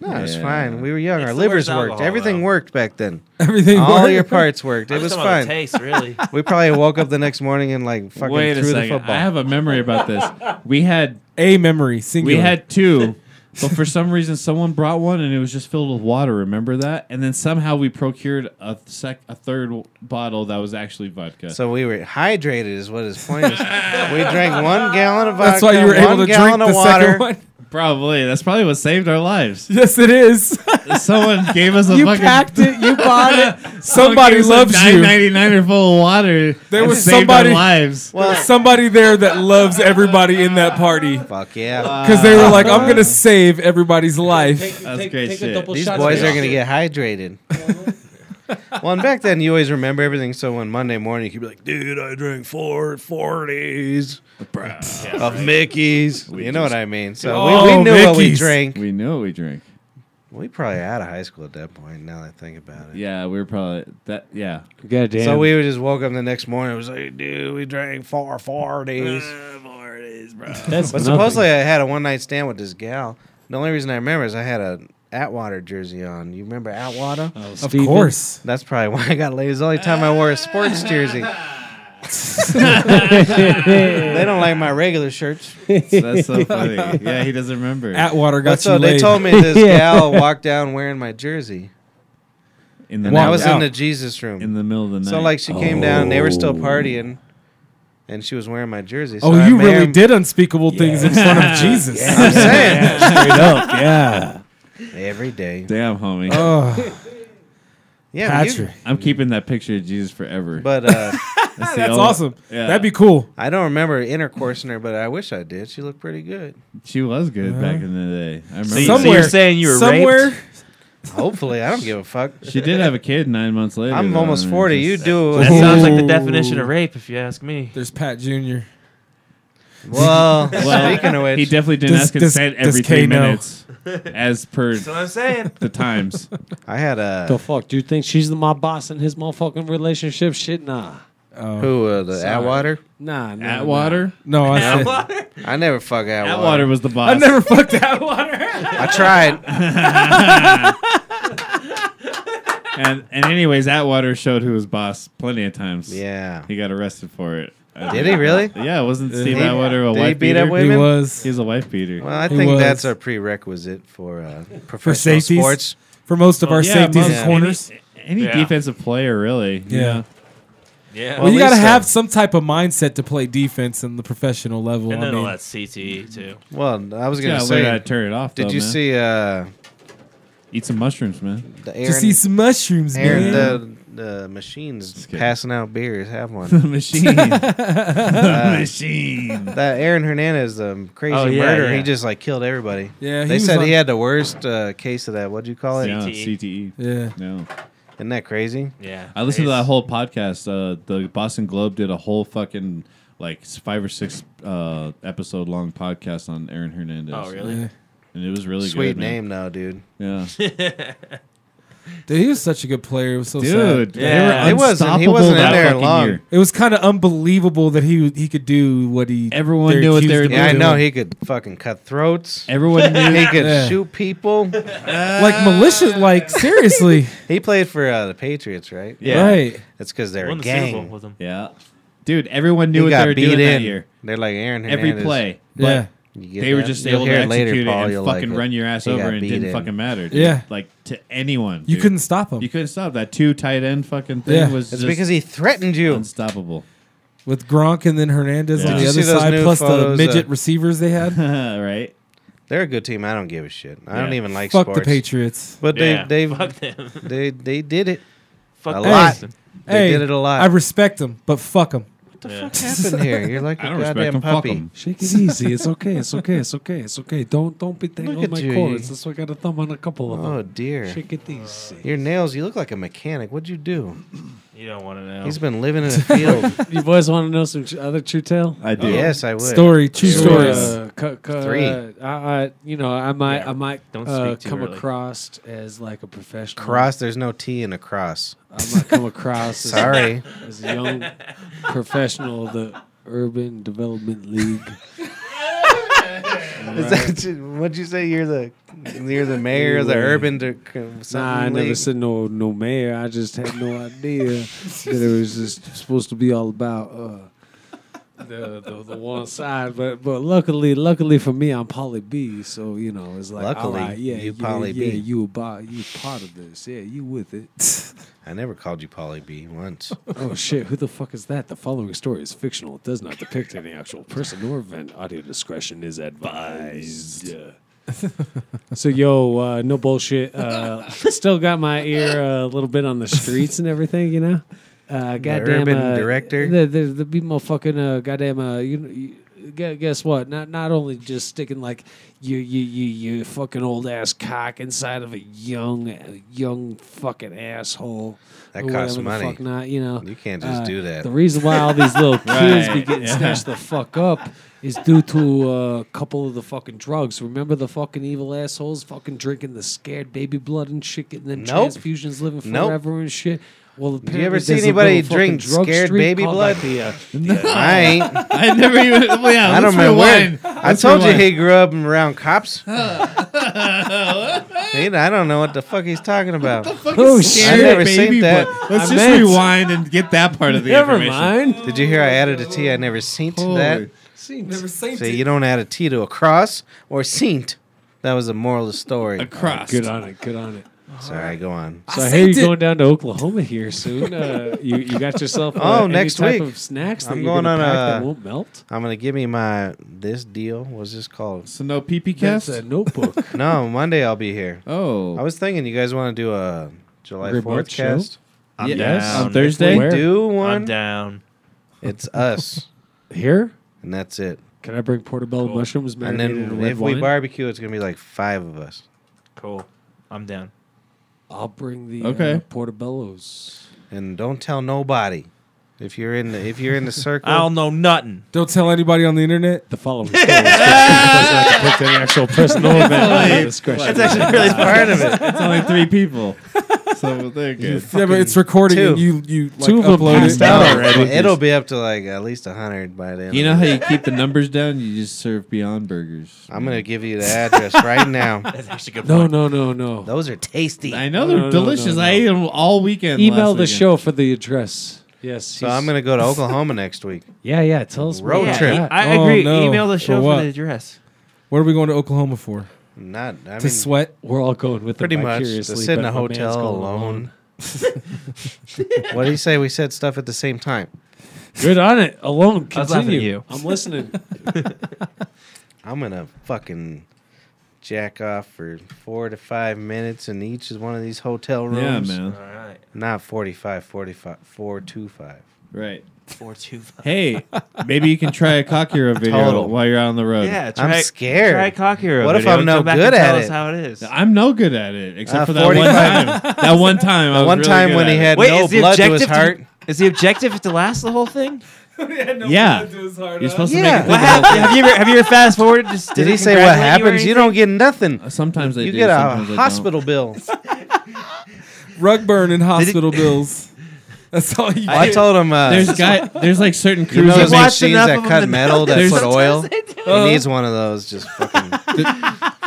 Speaker 3: No, it was
Speaker 9: Yeah.
Speaker 3: fine. We were young.
Speaker 8: It's
Speaker 3: our
Speaker 8: the
Speaker 3: livers
Speaker 8: worst
Speaker 3: worked.
Speaker 8: alcohol,
Speaker 3: Everything
Speaker 8: though.
Speaker 3: worked back then.
Speaker 2: Everything.
Speaker 3: All
Speaker 2: worked.
Speaker 3: your parts worked. It
Speaker 8: I'm
Speaker 3: was
Speaker 8: just talking about the
Speaker 3: fine.
Speaker 8: Taste really.
Speaker 3: We probably woke up the next morning and like fucking
Speaker 9: Wait a
Speaker 3: threw the
Speaker 9: second.
Speaker 3: football.
Speaker 9: I have a memory about this. We had
Speaker 2: A memory. Singular.
Speaker 9: We had two, but for some reason, someone brought one and it was just filled with water. Remember that? And then somehow we procured a sec, a third w- bottle that was actually vodka.
Speaker 3: So we were hydrated, is what his point is. we drank one gallon of vodka,
Speaker 2: That's why you were
Speaker 3: one
Speaker 2: able to drink
Speaker 3: gallon
Speaker 2: the
Speaker 3: of water.
Speaker 2: second one.
Speaker 9: probably that's probably what saved our lives.
Speaker 2: Yes, it is.
Speaker 9: someone gave us a
Speaker 2: you
Speaker 9: fucking.
Speaker 2: packed it. You bought it. Somebody loves you.
Speaker 9: Ninety niner full of water.
Speaker 2: There
Speaker 9: and
Speaker 2: was
Speaker 9: saved
Speaker 2: somebody-
Speaker 9: Our lives.
Speaker 2: There was somebody there that loves everybody in that party
Speaker 3: Fuck yeah.
Speaker 2: because they were like, "I'm gonna save everybody's life."
Speaker 9: That's great shit.
Speaker 3: These boys are going to get hydrated. well, and back then, you always remember everything. So when Monday morning, you'd be like, dude, I drank four 40s of Mickey's. you know what I mean? So we, we
Speaker 2: Oh,
Speaker 3: knew what we
Speaker 2: Mickey's.
Speaker 3: drank.
Speaker 9: we knew what we drank.
Speaker 3: We probably out of high school at that point, now that I think about it.
Speaker 9: Yeah, we were probably that. Yeah,
Speaker 1: Goddamn.
Speaker 3: So we would just woke up the next morning. It was like, dude, we drank four 40s.
Speaker 1: That's
Speaker 3: But supposedly I had a one night stand with this gal. The only reason I remember is I had a Atwater jersey on. You remember Atwater?
Speaker 2: Of course.
Speaker 3: That's probably why I got laid. It's the only time I wore a sports jersey. they don't like my regular shirts.
Speaker 9: that's so funny. Yeah, he doesn't remember.
Speaker 2: Atwater got
Speaker 3: But so
Speaker 2: you
Speaker 3: they
Speaker 2: laid.
Speaker 3: told me this gal walked down wearing my jersey.
Speaker 9: in the
Speaker 3: And I
Speaker 9: night-
Speaker 3: was
Speaker 2: out.
Speaker 3: in the Jesus room.
Speaker 9: in the middle of the night.
Speaker 3: so like she came down and they were still partying and she was wearing my jersey. So
Speaker 2: oh,
Speaker 3: I
Speaker 2: you
Speaker 3: may
Speaker 2: really
Speaker 3: have-
Speaker 2: did unspeakable things in front of Jesus.
Speaker 3: I'm saying
Speaker 1: straight up. Yeah.
Speaker 3: every day.
Speaker 9: damn homie.
Speaker 2: Oh,
Speaker 3: Yeah, but you-
Speaker 2: Patrick.
Speaker 9: I'm keeping that picture of Jesus forever.
Speaker 3: But uh,
Speaker 2: That's That's only- awesome. Yeah. That'd be cool.
Speaker 3: I don't remember intercoursing her, but I wish I did. She looked pretty good.
Speaker 9: She was good
Speaker 3: Uh-huh.
Speaker 9: back in the day. I remember.
Speaker 3: So you- so Somewhere- you're saying you were somewhere- raped?
Speaker 9: Hopefully,
Speaker 3: I don't give a fuck.
Speaker 9: She did have a kid nine months later.
Speaker 3: I'm
Speaker 9: though,
Speaker 3: almost
Speaker 9: and
Speaker 3: 40.
Speaker 9: just-
Speaker 3: You do-
Speaker 8: That sounds like the definition of rape, if you ask me.
Speaker 2: There's Pat Jr.
Speaker 3: Well,
Speaker 9: Well, he definitely didn't ask consent every three minutes, as per
Speaker 8: That's what I'm saying.
Speaker 9: the times.
Speaker 3: I had a
Speaker 1: The fuck? Do you think she's my boss in his motherfucking relationship? Shit, nah.
Speaker 3: Who, uh, the Atwater?
Speaker 1: Nah, nah.
Speaker 9: Atwater?
Speaker 1: Nah.
Speaker 2: No, I
Speaker 1: said-
Speaker 3: Atwater? I never fuck Atwater.
Speaker 9: Atwater was the boss.
Speaker 2: I never fucked Atwater.
Speaker 3: I tried.
Speaker 9: and and anyways, Atwater showed who was boss plenty of times.
Speaker 3: Yeah,
Speaker 9: he got arrested for it.
Speaker 3: Did
Speaker 9: I think-
Speaker 3: he really?
Speaker 9: Yeah, wasn't
Speaker 3: Did
Speaker 9: Steve
Speaker 3: he-
Speaker 9: Atwater a
Speaker 3: did he
Speaker 9: wife
Speaker 3: beat
Speaker 9: beater?
Speaker 3: up women? He
Speaker 2: was.
Speaker 9: He's a wife beater.
Speaker 3: Well, I
Speaker 2: He
Speaker 3: think
Speaker 2: was.
Speaker 3: that's a prerequisite for uh,
Speaker 2: for
Speaker 3: professional
Speaker 2: safeties,
Speaker 3: sports.
Speaker 2: for most of our safeties and corners.
Speaker 9: Any defensive player, really?
Speaker 2: Yeah.
Speaker 9: Yeah.
Speaker 8: Yeah.
Speaker 2: Well, you got
Speaker 3: uh,
Speaker 2: to have some type of mindset to play defense in the professional level.
Speaker 8: and
Speaker 2: I
Speaker 8: then all
Speaker 2: mean,
Speaker 8: that CTE too.
Speaker 3: Well, I was gonna
Speaker 9: Yeah, we
Speaker 3: say,
Speaker 9: gotta turn it off,
Speaker 3: Did
Speaker 9: though,
Speaker 3: you
Speaker 9: man.
Speaker 3: see uh,
Speaker 9: Eat some mushrooms, man.
Speaker 3: the Aaron,
Speaker 2: Just eat some mushrooms,
Speaker 3: Aaron,
Speaker 2: man.
Speaker 3: The, the machines passing out beers. Have one.
Speaker 9: The machine.
Speaker 3: Uh,
Speaker 9: machine.
Speaker 3: That Aaron Hernandez, um, crazy
Speaker 9: Oh, yeah,
Speaker 3: murder.
Speaker 9: yeah.
Speaker 3: He just like killed everybody.
Speaker 2: Yeah, he
Speaker 3: they
Speaker 2: was
Speaker 3: said
Speaker 2: on-
Speaker 3: he had the worst uh, case of that. What'd you
Speaker 8: E.
Speaker 3: call it?
Speaker 9: Yeah, CTE.
Speaker 2: Yeah.
Speaker 9: E. No.
Speaker 3: Isn't that crazy?
Speaker 8: Yeah.
Speaker 9: I listened to that whole podcast. Uh, the Boston Globe did a whole fucking like s- five or six uh, episode long podcast on Aaron Hernandez.
Speaker 8: Oh, really? Yeah.
Speaker 9: And it was really
Speaker 3: Sweet
Speaker 9: good, man.
Speaker 3: name though, dude.
Speaker 9: Yeah,
Speaker 2: Dude, he was such a good player. It was so sad.
Speaker 9: Dude, they Yeah. were He wasn't- he wasn't in unstoppable there that fucking long. year.
Speaker 2: It was kind of unbelievable that he he could do what he.
Speaker 9: Everyone knew what they were
Speaker 3: Yeah, I know he could fucking cut throats.
Speaker 9: Everyone knew-
Speaker 3: he could
Speaker 2: Yeah.
Speaker 3: shoot people.
Speaker 2: Like militia, like seriously.
Speaker 3: He played for uh, the Patriots, right?
Speaker 2: Yeah. Right.
Speaker 3: That's because they're
Speaker 8: Won
Speaker 3: a
Speaker 8: the Super Bowl
Speaker 3: gang.
Speaker 8: with him.
Speaker 9: yeah, dude. Everyone knew
Speaker 3: He
Speaker 9: what
Speaker 3: got
Speaker 9: they were
Speaker 3: beat
Speaker 9: doing that
Speaker 3: in.
Speaker 9: year.
Speaker 3: They're like Aaron
Speaker 9: Every
Speaker 3: Hernandez.
Speaker 9: play.
Speaker 2: Yeah.
Speaker 9: But
Speaker 3: You get
Speaker 9: They were
Speaker 3: that?
Speaker 9: just
Speaker 3: You'll
Speaker 9: able to
Speaker 3: hear it
Speaker 9: execute
Speaker 3: later,
Speaker 9: it
Speaker 3: Paul,
Speaker 9: and
Speaker 3: you'll
Speaker 9: fucking
Speaker 3: like it.
Speaker 9: run your ass
Speaker 3: He
Speaker 9: over
Speaker 3: got
Speaker 9: and it
Speaker 3: beat
Speaker 9: didn't
Speaker 3: in.
Speaker 9: fucking matter. dude.
Speaker 2: Yeah.
Speaker 9: like to anyone.
Speaker 2: You
Speaker 9: dude.
Speaker 2: couldn't stop him.
Speaker 9: You couldn't stop that two tight end fucking thing.
Speaker 2: Yeah.
Speaker 9: Was
Speaker 3: It's
Speaker 9: just
Speaker 3: because he threatened you.
Speaker 9: unstoppable.
Speaker 2: With Gronk and then Hernandez
Speaker 3: Did
Speaker 2: on
Speaker 3: you
Speaker 2: the
Speaker 3: see
Speaker 2: other
Speaker 3: those
Speaker 2: side,
Speaker 3: new
Speaker 2: plus
Speaker 3: photos,
Speaker 2: the midget
Speaker 3: uh,
Speaker 2: receivers they had.
Speaker 9: right.
Speaker 3: They're a good team. I don't give a shit. I
Speaker 9: Yeah.
Speaker 3: don't even like
Speaker 2: Fuck the
Speaker 3: sports.
Speaker 2: Patriots.
Speaker 3: But
Speaker 8: Yeah,
Speaker 3: they
Speaker 8: fuck
Speaker 3: they
Speaker 8: them.
Speaker 3: they they did it.
Speaker 8: Fuck
Speaker 3: a
Speaker 8: them.
Speaker 3: lot. They
Speaker 8: Hey.
Speaker 3: did it a lot.
Speaker 2: I respect him, but fuck him.
Speaker 3: what the fuck happened here? You're like
Speaker 9: I
Speaker 3: a
Speaker 9: don't respect
Speaker 3: goddamn
Speaker 9: him. Fuck
Speaker 3: puppy.
Speaker 9: him.
Speaker 1: Shake it easy. It's okay. It's okay. It's okay. It's okay. Don't don't be
Speaker 3: Look
Speaker 1: thinking on
Speaker 3: at
Speaker 1: my
Speaker 3: you.
Speaker 1: chords. That's why I got a thumb on a couple of them.
Speaker 3: Oh dear.
Speaker 1: Shake it easy.
Speaker 3: Your nails. You look like a mechanic. What'd you do?
Speaker 8: You don't want to know.
Speaker 3: He's been living in a field.
Speaker 1: You boys want to know some tr- other true tale?
Speaker 9: I do.
Speaker 3: yes, I would.
Speaker 2: Story, true
Speaker 3: Here we
Speaker 2: stories.
Speaker 3: go.
Speaker 1: Uh, cu- cu-
Speaker 3: Three.
Speaker 1: uh, I, I, you know, I might,
Speaker 8: Yeah,
Speaker 1: I might
Speaker 8: don't
Speaker 1: uh,
Speaker 8: speak too
Speaker 1: come
Speaker 8: early.
Speaker 1: across as like a professional.
Speaker 3: Cross. There's no T in a cross.
Speaker 1: I might come across as,
Speaker 3: Sorry.
Speaker 1: as a young professional of the Urban Development League.
Speaker 3: Is that you- what'd you say? You're the you're the mayor of the
Speaker 1: Anyway.
Speaker 3: urban. De- something
Speaker 1: Nah, I never
Speaker 3: league?
Speaker 1: said no no mayor. I just had no idea that it was just supposed to be all about uh, the, the the one side. But but luckily, luckily for me, I'm Polly B. So you know, it's like all
Speaker 3: Luckily,
Speaker 1: right, yeah,
Speaker 3: you
Speaker 1: yeah,
Speaker 3: Polly
Speaker 1: yeah,
Speaker 3: B.
Speaker 1: You about you part of this? Yeah, you with it?
Speaker 3: I never called you Polly B once.
Speaker 1: oh shit! Who the fuck is that? The following story is fictional. It does not depict any actual person or event. Audio discretion is advised. So yo, uh, no bullshit. Uh, still got my ear uh, a little bit on the streets and everything, you know. Uh, goddamn,
Speaker 3: urban
Speaker 1: uh,
Speaker 3: director?
Speaker 1: The the, the be motherfucking uh, goddamn. Uh, you, you gu- guess what? Not not only just sticking like you you you you fucking old ass cock inside of a young young fucking asshole.
Speaker 3: That
Speaker 1: or
Speaker 3: costs
Speaker 1: whatever the
Speaker 3: money.
Speaker 1: Fuck not you know.
Speaker 3: You can't just
Speaker 1: Uh,
Speaker 3: do that.
Speaker 1: The reason why all these little kids be
Speaker 9: Right,
Speaker 1: getting
Speaker 9: yeah.
Speaker 1: snatched the fuck up is due to uh, a couple of the fucking drugs. Remember the fucking evil assholes fucking drinking the scared baby blood and shit, getting them
Speaker 3: Nope.
Speaker 1: transfusions, living
Speaker 3: Nope.
Speaker 1: forever and shit. Well,
Speaker 3: you ever
Speaker 1: apparently
Speaker 3: see
Speaker 1: there's a
Speaker 3: anybody
Speaker 1: little fucking
Speaker 3: drink
Speaker 1: drug
Speaker 3: scared
Speaker 1: street
Speaker 3: baby
Speaker 1: called, like,
Speaker 3: blood?
Speaker 1: the, uh,
Speaker 3: I ain't.
Speaker 9: I never even. Well, yeah,
Speaker 3: I don't
Speaker 9: let's
Speaker 3: remember. When.
Speaker 9: rewind.
Speaker 3: I
Speaker 9: Let's
Speaker 3: told you
Speaker 9: rewind.
Speaker 3: he grew up around cops. Dude, I don't know what the fuck he's talking about.
Speaker 1: oh
Speaker 3: I
Speaker 1: shit!
Speaker 3: never seen that.
Speaker 9: blood. Let's
Speaker 1: I
Speaker 9: just
Speaker 1: meant-
Speaker 9: rewind and get that part of the
Speaker 1: Never
Speaker 9: information.
Speaker 1: mind.
Speaker 3: Did you hear I added a T? I never seen to that.
Speaker 9: Holy.
Speaker 2: Never seen
Speaker 3: See, you don't add a T to a cross or seint. That was the moral of the story.
Speaker 9: Across.
Speaker 1: Good on it. Good on it.
Speaker 3: Sorry, go on.
Speaker 1: So I,
Speaker 2: I
Speaker 1: hear
Speaker 2: sent
Speaker 1: you
Speaker 2: it.
Speaker 1: going down to Oklahoma here soon. Uh, you you got yourself uh,
Speaker 3: Oh,
Speaker 1: any
Speaker 3: next
Speaker 1: type
Speaker 3: week.
Speaker 1: of snacks that
Speaker 3: I'm
Speaker 1: you're
Speaker 3: going
Speaker 1: gonna
Speaker 3: on
Speaker 1: pack
Speaker 3: a-
Speaker 1: that won't melt.
Speaker 3: I'm gonna give me my this deal. What's this called?
Speaker 9: So no pee pee
Speaker 1: That's
Speaker 9: cast.
Speaker 1: a notebook.
Speaker 3: No, Monday I'll be here.
Speaker 9: Oh,
Speaker 3: I was thinking you guys want to do a July
Speaker 1: Remote
Speaker 3: Fourth
Speaker 1: show?
Speaker 3: cast.
Speaker 8: I'm
Speaker 9: Yeah,
Speaker 8: down.
Speaker 9: on Thursday.
Speaker 1: Where?
Speaker 3: Do
Speaker 8: I'm
Speaker 3: one.
Speaker 8: down.
Speaker 3: It's us.
Speaker 1: Here?
Speaker 3: And that's it.
Speaker 1: Can I bring portobello mushrooms?
Speaker 3: And
Speaker 1: marinated in
Speaker 3: then
Speaker 1: red
Speaker 3: if we
Speaker 1: wine?
Speaker 3: barbecue, it's going to be like five of us.
Speaker 8: Cool. I'm down.
Speaker 1: I'll bring the
Speaker 3: Okay.
Speaker 1: uh, portobellos.
Speaker 3: And don't tell nobody if you're in the if you're in the circle.
Speaker 8: I don't know nothing.
Speaker 2: Don't tell anybody on the internet.
Speaker 1: The following story is not an actual personal event. at discretion.
Speaker 9: It's only three people. So there you go.
Speaker 2: yeah, but it's recording
Speaker 3: two.
Speaker 2: and you you like,
Speaker 1: Two of 'em
Speaker 2: upload
Speaker 1: passed
Speaker 2: it.
Speaker 1: out.
Speaker 3: It'll-
Speaker 9: already.
Speaker 3: It'll be up to like at least hundred by then.
Speaker 9: You know how you keep the numbers down? You just serve Beyond Burgers.
Speaker 3: I'm gonna give you the address right now.
Speaker 8: That's actually a good.
Speaker 1: No, no, no, no.
Speaker 3: Those are tasty.
Speaker 9: I know
Speaker 1: No,
Speaker 9: they're
Speaker 1: no, no,
Speaker 9: delicious.
Speaker 1: no,
Speaker 9: I ate them all weekend.
Speaker 1: Email
Speaker 9: last
Speaker 1: the
Speaker 9: weekend.
Speaker 1: show for the address. Yes.
Speaker 3: So
Speaker 1: he's-
Speaker 3: I'm gonna go to Oklahoma next week.
Speaker 1: Yeah, yeah. Tell us
Speaker 3: Road
Speaker 1: more about
Speaker 3: trip.
Speaker 1: that.
Speaker 8: e- I
Speaker 2: Oh,
Speaker 8: agree.
Speaker 2: no.
Speaker 8: Email the
Speaker 2: For
Speaker 8: show for
Speaker 2: what?
Speaker 8: the address.
Speaker 2: What are we going to Oklahoma for?
Speaker 3: Not I mean,
Speaker 2: to sweat?
Speaker 1: Oh, We're all going with
Speaker 3: Pretty
Speaker 1: them
Speaker 3: much. To
Speaker 1: vicariously,
Speaker 3: sit in
Speaker 1: but
Speaker 3: a
Speaker 1: my man's
Speaker 3: hotel
Speaker 1: going
Speaker 3: alone. what do you say? We said stuff at the same time.
Speaker 1: Good on it. Alone.
Speaker 8: I was laughing at
Speaker 1: Continue.
Speaker 8: you.
Speaker 1: I'm listening.
Speaker 3: I'm gonna fucking jack off for four to five minutes in each of one of these hotel
Speaker 9: Yeah,
Speaker 3: rooms.
Speaker 9: man.
Speaker 8: All right.
Speaker 3: Not 45, 45, 425.
Speaker 9: Right.
Speaker 8: Four two five.
Speaker 9: Hey, maybe you can try a Kakira video
Speaker 3: Total.
Speaker 9: while you're on the road.
Speaker 8: Yeah,
Speaker 3: I'm
Speaker 8: try,
Speaker 3: scared.
Speaker 8: Try cock hero.
Speaker 3: What if
Speaker 8: video
Speaker 3: I'm
Speaker 8: and
Speaker 3: no
Speaker 8: come back
Speaker 3: good
Speaker 8: and tell
Speaker 3: at
Speaker 8: Us
Speaker 3: it?
Speaker 8: how it is.
Speaker 9: I'm no good at it, except
Speaker 3: Uh,
Speaker 9: for that
Speaker 3: 45.
Speaker 9: one time. That one time. I was
Speaker 3: One
Speaker 9: really
Speaker 3: time
Speaker 9: good
Speaker 3: when
Speaker 9: at
Speaker 3: he
Speaker 9: it.
Speaker 3: had no blood to his heart.
Speaker 8: is the objective to last the whole thing?
Speaker 9: Yeah.
Speaker 2: You're
Speaker 9: You're supposed
Speaker 3: Yeah.
Speaker 9: to make it think
Speaker 8: What happened? have you ever have you ever fast forwarded? Just,
Speaker 3: Did
Speaker 8: it
Speaker 3: he say what
Speaker 8: congratulate or
Speaker 3: happens? You, don't get nothing.
Speaker 9: of- Sometimes they
Speaker 3: you
Speaker 9: do.
Speaker 3: get a
Speaker 9: sometimes they don't.
Speaker 3: hospital bill.
Speaker 2: Rug burn and hospital bills. That's all you.
Speaker 3: I told him uh,
Speaker 9: There's guy. There's like certain
Speaker 3: you
Speaker 9: crews.
Speaker 3: know
Speaker 9: that
Speaker 3: those
Speaker 9: make-
Speaker 8: watched
Speaker 3: machines
Speaker 8: enough
Speaker 3: that
Speaker 8: of them
Speaker 3: cut
Speaker 8: to
Speaker 3: metal that
Speaker 9: There's-
Speaker 3: put oil.
Speaker 2: Uh-huh.
Speaker 3: He needs one of those. Just fucking.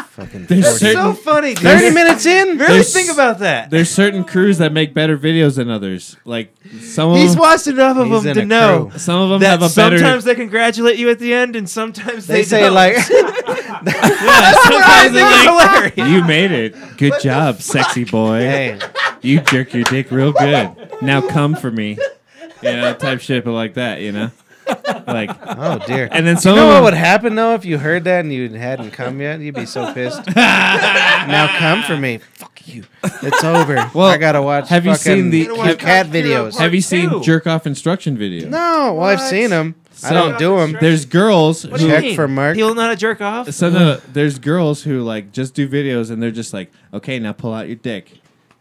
Speaker 3: fucking
Speaker 9: There's
Speaker 3: 40.
Speaker 9: certain-
Speaker 8: So funny. dude.
Speaker 3: Thirty minutes in.
Speaker 8: Really
Speaker 9: There's-
Speaker 8: think about that.
Speaker 9: There's certain crews that make better videos than others. Like some of
Speaker 8: He's
Speaker 9: them,
Speaker 8: watched enough of
Speaker 3: He's
Speaker 8: them
Speaker 3: in
Speaker 8: to
Speaker 3: a
Speaker 8: know
Speaker 3: crew.
Speaker 9: some of them
Speaker 8: that
Speaker 9: have a better.
Speaker 8: sometimes they congratulate you at the end, and sometimes they,
Speaker 3: They say
Speaker 8: don't.
Speaker 3: like
Speaker 9: sometimes
Speaker 8: It's
Speaker 9: they're like,
Speaker 8: hilarious.
Speaker 9: you made it. Good job, sexy boy.
Speaker 3: Hey,
Speaker 9: You jerk your dick real good. Now come for me. You know, type shit, but like that, you know? Like,
Speaker 3: oh dear.
Speaker 9: and then some
Speaker 3: you know
Speaker 9: of
Speaker 3: what
Speaker 9: them,
Speaker 3: would happen though if you heard that and you hadn't come yet? You'd be so pissed. now come for me. Fuck you. It's over.
Speaker 9: Well,
Speaker 3: I gotta watch.
Speaker 9: have you
Speaker 3: fucking
Speaker 9: seen the-
Speaker 3: kitty cat videos?
Speaker 9: have you seen
Speaker 8: Two.
Speaker 9: jerk off instruction video?
Speaker 3: no, well I've seen them. I
Speaker 9: So-
Speaker 3: don't do them.
Speaker 9: There's girls
Speaker 8: What do you
Speaker 9: who.
Speaker 3: Check
Speaker 8: mean?
Speaker 3: for Mark.
Speaker 8: He'll not a jerk off.
Speaker 9: So no, there's girls who like just do videos and they're just like, okay, now pull out your dick.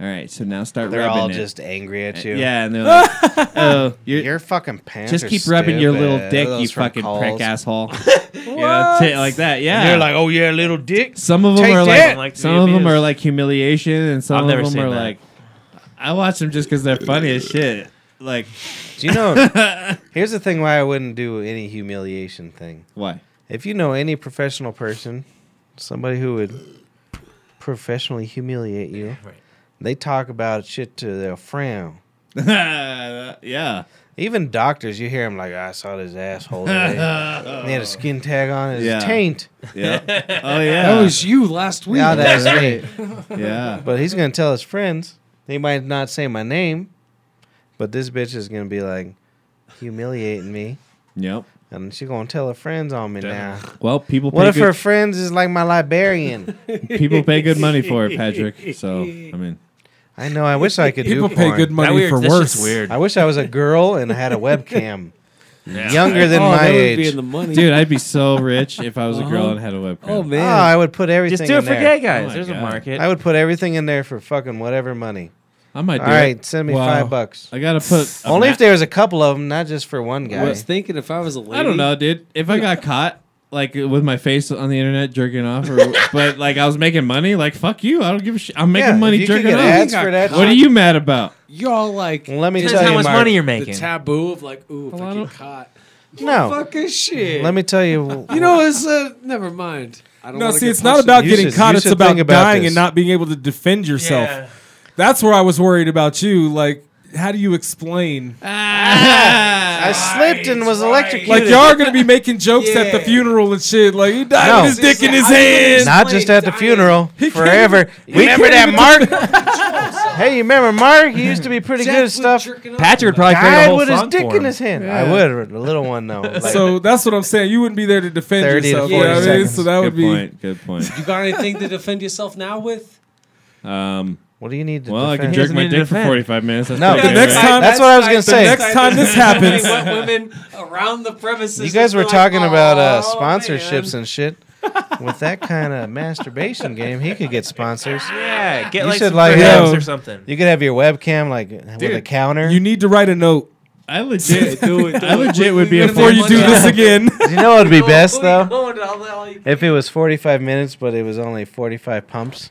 Speaker 9: All right, so now start
Speaker 3: They're
Speaker 9: rubbing
Speaker 3: all
Speaker 9: it.
Speaker 3: just angry at you.
Speaker 9: yeah, and they're like, oh, you're,
Speaker 3: Your fucking pants.
Speaker 9: just
Speaker 3: are
Speaker 9: keep rubbing your little
Speaker 3: stupid.
Speaker 9: dick,
Speaker 3: Those
Speaker 9: you
Speaker 3: from
Speaker 9: fucking
Speaker 3: Kohl's.
Speaker 9: prick asshole. you know, shit like that. Yeah,
Speaker 3: And you're like, oh yeah, little dick.
Speaker 9: Some of them
Speaker 3: Take
Speaker 9: are
Speaker 3: that.
Speaker 9: like,
Speaker 8: Like to
Speaker 9: some
Speaker 8: be
Speaker 9: of them are
Speaker 8: abused.
Speaker 9: like humiliation, and some
Speaker 8: I've
Speaker 9: of
Speaker 8: never
Speaker 9: them
Speaker 8: seen
Speaker 9: are
Speaker 8: that.
Speaker 9: like, I watch them just because they're funny as shit. Like,
Speaker 3: Do you know? here's the thing: why I wouldn't do any humiliation thing.
Speaker 9: why?
Speaker 3: If you know any professional person, somebody who would professionally humiliate you, they talk about shit to their friend.
Speaker 9: yeah,
Speaker 3: Even doctors, you hear them like, I saw this asshole today. and he had a skin tag on his
Speaker 9: Yeah.
Speaker 3: taint.
Speaker 9: Oh, yeah. Oh
Speaker 1: That
Speaker 9: yeah,
Speaker 1: was you last week.
Speaker 3: Now that's me.
Speaker 9: yeah.
Speaker 3: But he's going to tell his friends. They might not say my name, but this bitch is going to be like, humiliating me.
Speaker 9: Yep.
Speaker 3: And she going to tell her friends on me now.
Speaker 9: Well, people
Speaker 3: What
Speaker 9: pay
Speaker 3: if her
Speaker 9: good,
Speaker 3: friends is like my librarian?
Speaker 9: people pay good money for it, Patrick. So I mean,
Speaker 3: I know. I wish I could
Speaker 2: People
Speaker 3: do
Speaker 2: pay
Speaker 3: porn.
Speaker 2: good money for worse.
Speaker 3: I wish I was a girl and I had a webcam. Younger than
Speaker 1: oh,
Speaker 3: my
Speaker 1: that
Speaker 3: age.
Speaker 1: would be in the money.
Speaker 9: dude, I'd be so rich if I was a girl and had a webcam.
Speaker 1: oh
Speaker 3: Oh,
Speaker 1: man.
Speaker 3: I would put everything
Speaker 8: Just do
Speaker 3: in
Speaker 8: it for
Speaker 3: there.
Speaker 8: gay guys.
Speaker 9: my
Speaker 8: There's a
Speaker 9: God.
Speaker 8: market.
Speaker 3: I would put everything in there for fucking whatever money.
Speaker 9: I might do
Speaker 3: All
Speaker 9: it.
Speaker 3: right, send me
Speaker 9: Wow.
Speaker 3: five bucks.
Speaker 9: I gotta put a
Speaker 3: Only
Speaker 9: ma-
Speaker 3: if there was a couple of them, not just for one guy.
Speaker 1: I was thinking if I was a lady.
Speaker 9: I don't know, dude. If I got caught like with my face on the internet jerking off, or, but like I was making money, like fuck you, I don't give a shit. I'm making
Speaker 3: Yeah, if
Speaker 9: money
Speaker 3: you could
Speaker 9: jerking
Speaker 3: get
Speaker 9: off.
Speaker 3: ads for that
Speaker 9: What are
Speaker 3: shit.
Speaker 9: you mad about?
Speaker 1: Y'all like
Speaker 3: Well, Let me
Speaker 8: Depends
Speaker 3: tell
Speaker 8: how
Speaker 3: you,
Speaker 8: much
Speaker 3: Mark,
Speaker 8: money you're
Speaker 1: the
Speaker 8: making.
Speaker 1: taboo of like, ooh, if I
Speaker 9: don't-
Speaker 1: get caught.
Speaker 3: No.
Speaker 1: Fucking shit.
Speaker 3: Let me tell you.
Speaker 1: You know, it's uh, never mind. I don't
Speaker 2: No,
Speaker 1: wanna
Speaker 2: see,
Speaker 1: get
Speaker 2: it's not
Speaker 1: punched
Speaker 2: about
Speaker 1: in
Speaker 3: You
Speaker 2: getting
Speaker 3: should-
Speaker 2: caught.
Speaker 3: you
Speaker 2: It's
Speaker 3: should
Speaker 2: about
Speaker 3: think about
Speaker 2: dying
Speaker 3: this.
Speaker 2: and not being able to defend yourself.
Speaker 8: Yeah.
Speaker 2: That's where I was worried about you. Like, how do you explain?
Speaker 3: I slipped and was electrocuted.
Speaker 2: Like, y'all are going to be making jokes at the funeral and shit. Like, he died
Speaker 3: No.
Speaker 2: with his dick in his
Speaker 1: I didn't
Speaker 2: hand.
Speaker 1: even-
Speaker 3: not just at the
Speaker 1: Dying.
Speaker 3: funeral, forever. Remember that, Mark? hey, you remember Mark? He used to be pretty good at stuff.
Speaker 8: Patrick would probably create a
Speaker 3: Died
Speaker 8: whole
Speaker 3: with his
Speaker 8: song
Speaker 3: dick
Speaker 8: for
Speaker 3: in
Speaker 8: him.
Speaker 3: his hand. I would. A little one though. Like,
Speaker 2: So that's what I'm saying. You wouldn't be there to defend
Speaker 3: 30 to
Speaker 2: yourself. you know
Speaker 3: 40
Speaker 2: what I mean?
Speaker 3: seconds.
Speaker 2: So that
Speaker 9: Good
Speaker 2: would be.
Speaker 9: point. Good point.
Speaker 1: You got anything to defend yourself now with?
Speaker 9: Um,
Speaker 3: What do you need to
Speaker 9: Well, I can
Speaker 3: defend?
Speaker 9: jerk my dick for 45 minutes. That's
Speaker 3: no,
Speaker 9: pretty
Speaker 3: the
Speaker 9: good,
Speaker 3: next
Speaker 9: right?
Speaker 3: time, that's what I was gonna say.
Speaker 1: what women around the premises.
Speaker 3: You guys
Speaker 1: would
Speaker 3: were
Speaker 1: be like,
Speaker 3: talking about uh,
Speaker 1: "Oh,
Speaker 3: sponsorships and shit. With that kind of masturbation game, he could get sponsors.
Speaker 8: Yeah, get
Speaker 3: you
Speaker 8: like
Speaker 3: should
Speaker 8: some
Speaker 3: like
Speaker 8: friends
Speaker 3: have-
Speaker 8: or something.
Speaker 3: You could have your webcam like with a counter.
Speaker 2: You need to write a note.
Speaker 9: I legit,
Speaker 3: Do it, do
Speaker 9: I
Speaker 3: it.
Speaker 9: legit
Speaker 3: We-
Speaker 9: would be
Speaker 3: we
Speaker 9: a
Speaker 3: gotta
Speaker 2: Before
Speaker 3: make
Speaker 2: you
Speaker 3: one
Speaker 2: do
Speaker 3: down.
Speaker 2: this again.
Speaker 3: You know what would be best though? If it was 45 minutes, but it was only 45 pumps.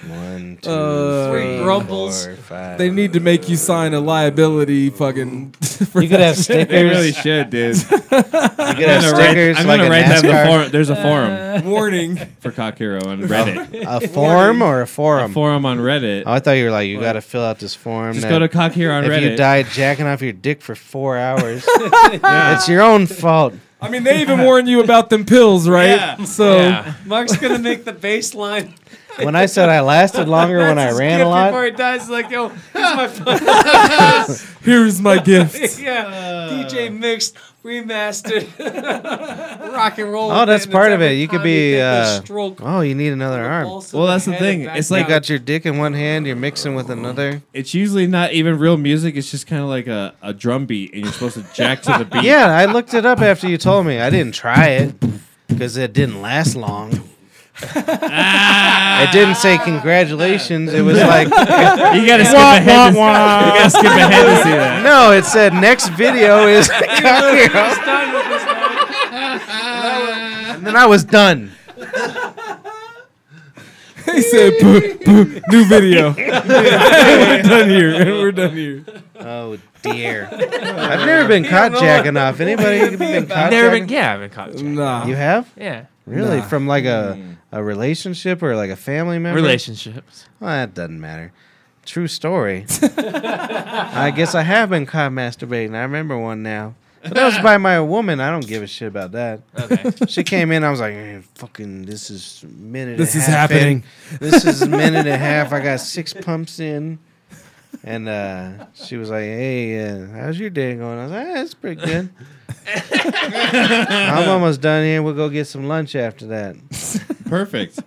Speaker 3: One, two, three, four, five.
Speaker 2: They need to make you sign a liability fucking. for
Speaker 3: You could
Speaker 2: that
Speaker 3: have
Speaker 2: shit.
Speaker 3: stickers.
Speaker 9: They really should, dude. you could
Speaker 3: I'm gonna stickers
Speaker 9: I'm
Speaker 3: like
Speaker 9: gonna
Speaker 3: a
Speaker 9: write that in the
Speaker 3: NASCAR.
Speaker 9: forum. There's a forum
Speaker 2: Warning.
Speaker 9: for Cock Hero on Reddit.
Speaker 3: A form or a forum?
Speaker 9: A forum on Reddit.
Speaker 3: Oh, I thought you were like, you got to fill out this form.
Speaker 9: Just
Speaker 3: that
Speaker 9: go to Cock Hero on
Speaker 3: if
Speaker 9: Reddit.
Speaker 3: you died jacking off your dick for four hours, it's your own fault.
Speaker 2: I mean, they even warn you about them pills, right?
Speaker 9: Yeah.
Speaker 2: So
Speaker 9: Yeah.
Speaker 1: Mark's gonna make the baseline.
Speaker 3: When I said I lasted longer when I ran a
Speaker 1: Before
Speaker 3: lot,
Speaker 1: he dies, he's like, yo, here's my phone.
Speaker 2: here's my gift.
Speaker 1: yeah, DJ mixed, remastered, rock and roll.
Speaker 3: Oh, that's
Speaker 1: band.
Speaker 3: part of
Speaker 1: every
Speaker 3: it. You could
Speaker 1: time you
Speaker 3: be,
Speaker 1: get the
Speaker 3: uh,
Speaker 1: stroke.
Speaker 3: oh, you need another arm.
Speaker 1: Balls
Speaker 9: Well,
Speaker 1: in
Speaker 9: that's the
Speaker 1: head and
Speaker 9: thing.
Speaker 1: back
Speaker 9: It's
Speaker 3: You
Speaker 9: like-
Speaker 1: down.
Speaker 3: got your dick in one hand, you're mixing with another.
Speaker 9: It's usually not even real music. It's just kind of like a, a drum beat, and you're supposed to jack to the beat.
Speaker 3: Yeah, I looked it up after you told me. I didn't try it because it didn't last long. it didn't say congratulations. It was like,
Speaker 9: You gotta skip ahead. to- You gotta skip ahead to see that.
Speaker 3: no, it said next video is Cock Hero.
Speaker 1: Done with this now.
Speaker 3: And then I was done.
Speaker 2: They said, "Boo, boo, new video. we're done here. And we're done here.
Speaker 3: Oh dear. I've never been caught jacking off. Anybody been caught?
Speaker 8: I've never been.
Speaker 3: jacking-
Speaker 8: Yeah, I've been caught. jacking.
Speaker 2: Nah.
Speaker 3: You have?
Speaker 8: Yeah,
Speaker 3: Really? From like
Speaker 1: Mm.
Speaker 3: a, a relationship or like a family member?
Speaker 8: relationships.
Speaker 3: Well, that doesn't matter. True story. I guess I have been caught masturbating. I remember one now. But that was by my woman. I don't give a shit about that.
Speaker 8: Okay.
Speaker 3: She came in. I was like, "Eh, "Fucking, this is minute.
Speaker 2: This
Speaker 3: and
Speaker 2: is
Speaker 3: a half in.
Speaker 2: happening."
Speaker 3: This is a minute and a half. I got six pumps in." And uh, she was like, "Hey, uh, how's your day going?" I was like, "That's pretty good. I'm almost done here. We'll go get some lunch after that."
Speaker 9: Perfect.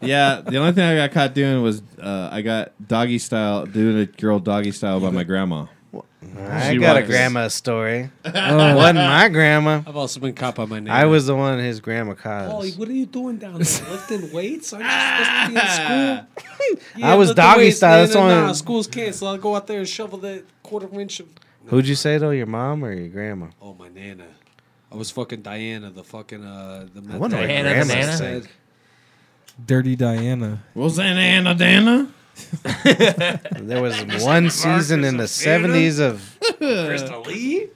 Speaker 9: Yeah, the only thing I got caught doing was uh, I got doggy style, doing a girl doggy style by my grandma.
Speaker 3: I
Speaker 9: She
Speaker 3: got a
Speaker 9: was.
Speaker 3: grandma story. Wasn't my grandma.
Speaker 1: I've also been caught by my neighbor.
Speaker 3: I was the one his grandma
Speaker 1: Ollie,
Speaker 3: caused.
Speaker 1: what are you doing down there? Lifting weights? Aren't you supposed to be in school?
Speaker 3: I was
Speaker 1: lift the
Speaker 3: doggy
Speaker 1: weights,
Speaker 3: style,
Speaker 1: nah,
Speaker 3: that's
Speaker 1: nah,
Speaker 3: why-
Speaker 1: nah, school's canceled. I'll go out there and shovel that quarter inch of.
Speaker 3: Who'd you say though? Your mom or your grandma?
Speaker 1: Oh my nana, I was fucking Diana, the fucking uh, the.
Speaker 3: I wonder what
Speaker 8: Diana
Speaker 3: grandma's
Speaker 8: Banana?
Speaker 3: said.
Speaker 2: Dirty Diana.
Speaker 9: Was that Anna Dana?
Speaker 3: There was one season in the seventies of.
Speaker 1: Crystal Lee.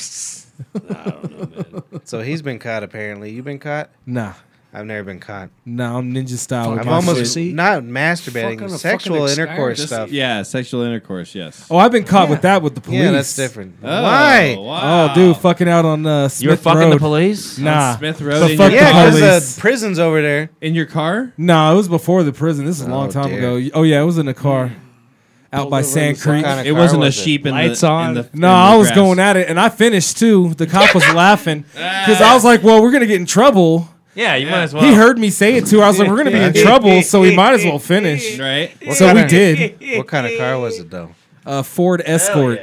Speaker 1: I don't know, man.
Speaker 3: So he's been caught. Apparently, you've been caught.
Speaker 2: Nah.
Speaker 3: I've never been caught.
Speaker 2: Nah, I'm ninja style. with
Speaker 3: I've
Speaker 2: my
Speaker 3: almost
Speaker 2: shit.
Speaker 3: not
Speaker 1: Fuck on a
Speaker 3: masturbating,
Speaker 1: fucking
Speaker 3: sexual
Speaker 1: Excalibur.
Speaker 3: intercourse
Speaker 1: Just-
Speaker 3: stuff. Yeah,
Speaker 9: Yeah, sexual intercourse. Yes.
Speaker 2: Oh, I've been caught with that with the police.
Speaker 3: that's different.
Speaker 9: Oh,
Speaker 3: Why?
Speaker 9: wow.
Speaker 2: Oh, dude, fucking out on uh, Smith
Speaker 8: You were fucking
Speaker 2: Road.
Speaker 8: the police.
Speaker 2: Nah.
Speaker 9: On Smith Road
Speaker 2: The
Speaker 9: in
Speaker 2: fuck
Speaker 9: your,
Speaker 2: the
Speaker 3: Yeah,
Speaker 2: police.
Speaker 3: because the prison's over there.
Speaker 9: in your car?
Speaker 2: No, it was before the prison. This is a long
Speaker 3: Oh,
Speaker 2: time
Speaker 3: dear.
Speaker 2: ago. Oh yeah, it was in a car, out by Sand Creek.
Speaker 3: What kind of
Speaker 9: It
Speaker 3: car
Speaker 9: wasn't
Speaker 3: was
Speaker 9: a
Speaker 3: it?
Speaker 9: sheep in
Speaker 6: Lights
Speaker 9: the
Speaker 6: on?
Speaker 9: In the,
Speaker 2: No, I was going at it, and I finished too. The cop was laughing because I was like, "Well, we're gonna get in trouble."
Speaker 8: Yeah, you might as well.
Speaker 2: He heard me say it too. I was like, "We're gonna be in trouble, so we might as well finish."
Speaker 9: right.
Speaker 3: What
Speaker 2: So we
Speaker 3: kinda-
Speaker 2: did.
Speaker 3: What kind of car was it though?
Speaker 2: A Ford Escort,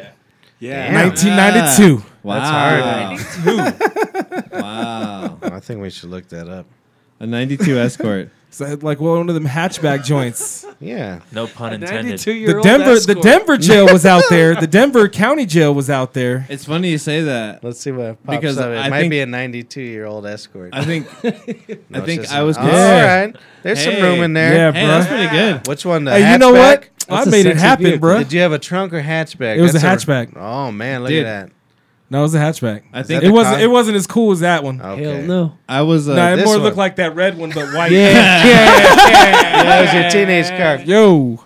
Speaker 3: Yeah,
Speaker 2: 1992.
Speaker 9: Wow. wow.
Speaker 3: I think we should look that up.
Speaker 9: A '92 Escort.
Speaker 2: So I had, like one of them hatchback joints.
Speaker 3: Yeah,
Speaker 8: No pun intended.
Speaker 1: Ninety-two year
Speaker 2: The
Speaker 1: old.
Speaker 2: Denver, the Denver jail was out there. The Denver County Jail was out there.
Speaker 9: It's funny you say that.
Speaker 3: let's see what pops
Speaker 9: Because
Speaker 3: up. It
Speaker 9: I
Speaker 3: might
Speaker 9: think-
Speaker 3: be a 92 year old escort.
Speaker 9: I think.
Speaker 3: No,
Speaker 9: I
Speaker 3: it's
Speaker 9: think
Speaker 3: just
Speaker 9: I
Speaker 3: an-
Speaker 9: was.
Speaker 3: Oh,
Speaker 2: Yeah.
Speaker 3: All right, there's some room
Speaker 9: Hey.
Speaker 3: in there.
Speaker 2: Yeah,
Speaker 9: Hey,
Speaker 2: bro.
Speaker 9: that's pretty good.
Speaker 3: Which one? The
Speaker 2: Hey, you know
Speaker 3: hatchback?
Speaker 2: what? I
Speaker 1: That's a
Speaker 2: made it
Speaker 1: sexy
Speaker 2: happen,
Speaker 1: vehicle.
Speaker 2: bro.
Speaker 3: Did you have a trunk or hatchback?
Speaker 2: It was a hatchback.
Speaker 3: oh man, look
Speaker 9: Dude.
Speaker 3: at
Speaker 2: No, it was a hatchback.
Speaker 9: I think
Speaker 2: it
Speaker 3: the
Speaker 2: wasn't.
Speaker 3: con-
Speaker 2: It wasn't as cool as that one.
Speaker 3: that. Okay.
Speaker 1: Hell no.
Speaker 9: I was. Uh,
Speaker 2: no, it
Speaker 3: this
Speaker 2: more
Speaker 3: one.
Speaker 2: looked like that red one, but white.
Speaker 3: Yeah, yeah, yeah, yeah. That was your teenage car.
Speaker 2: Yo,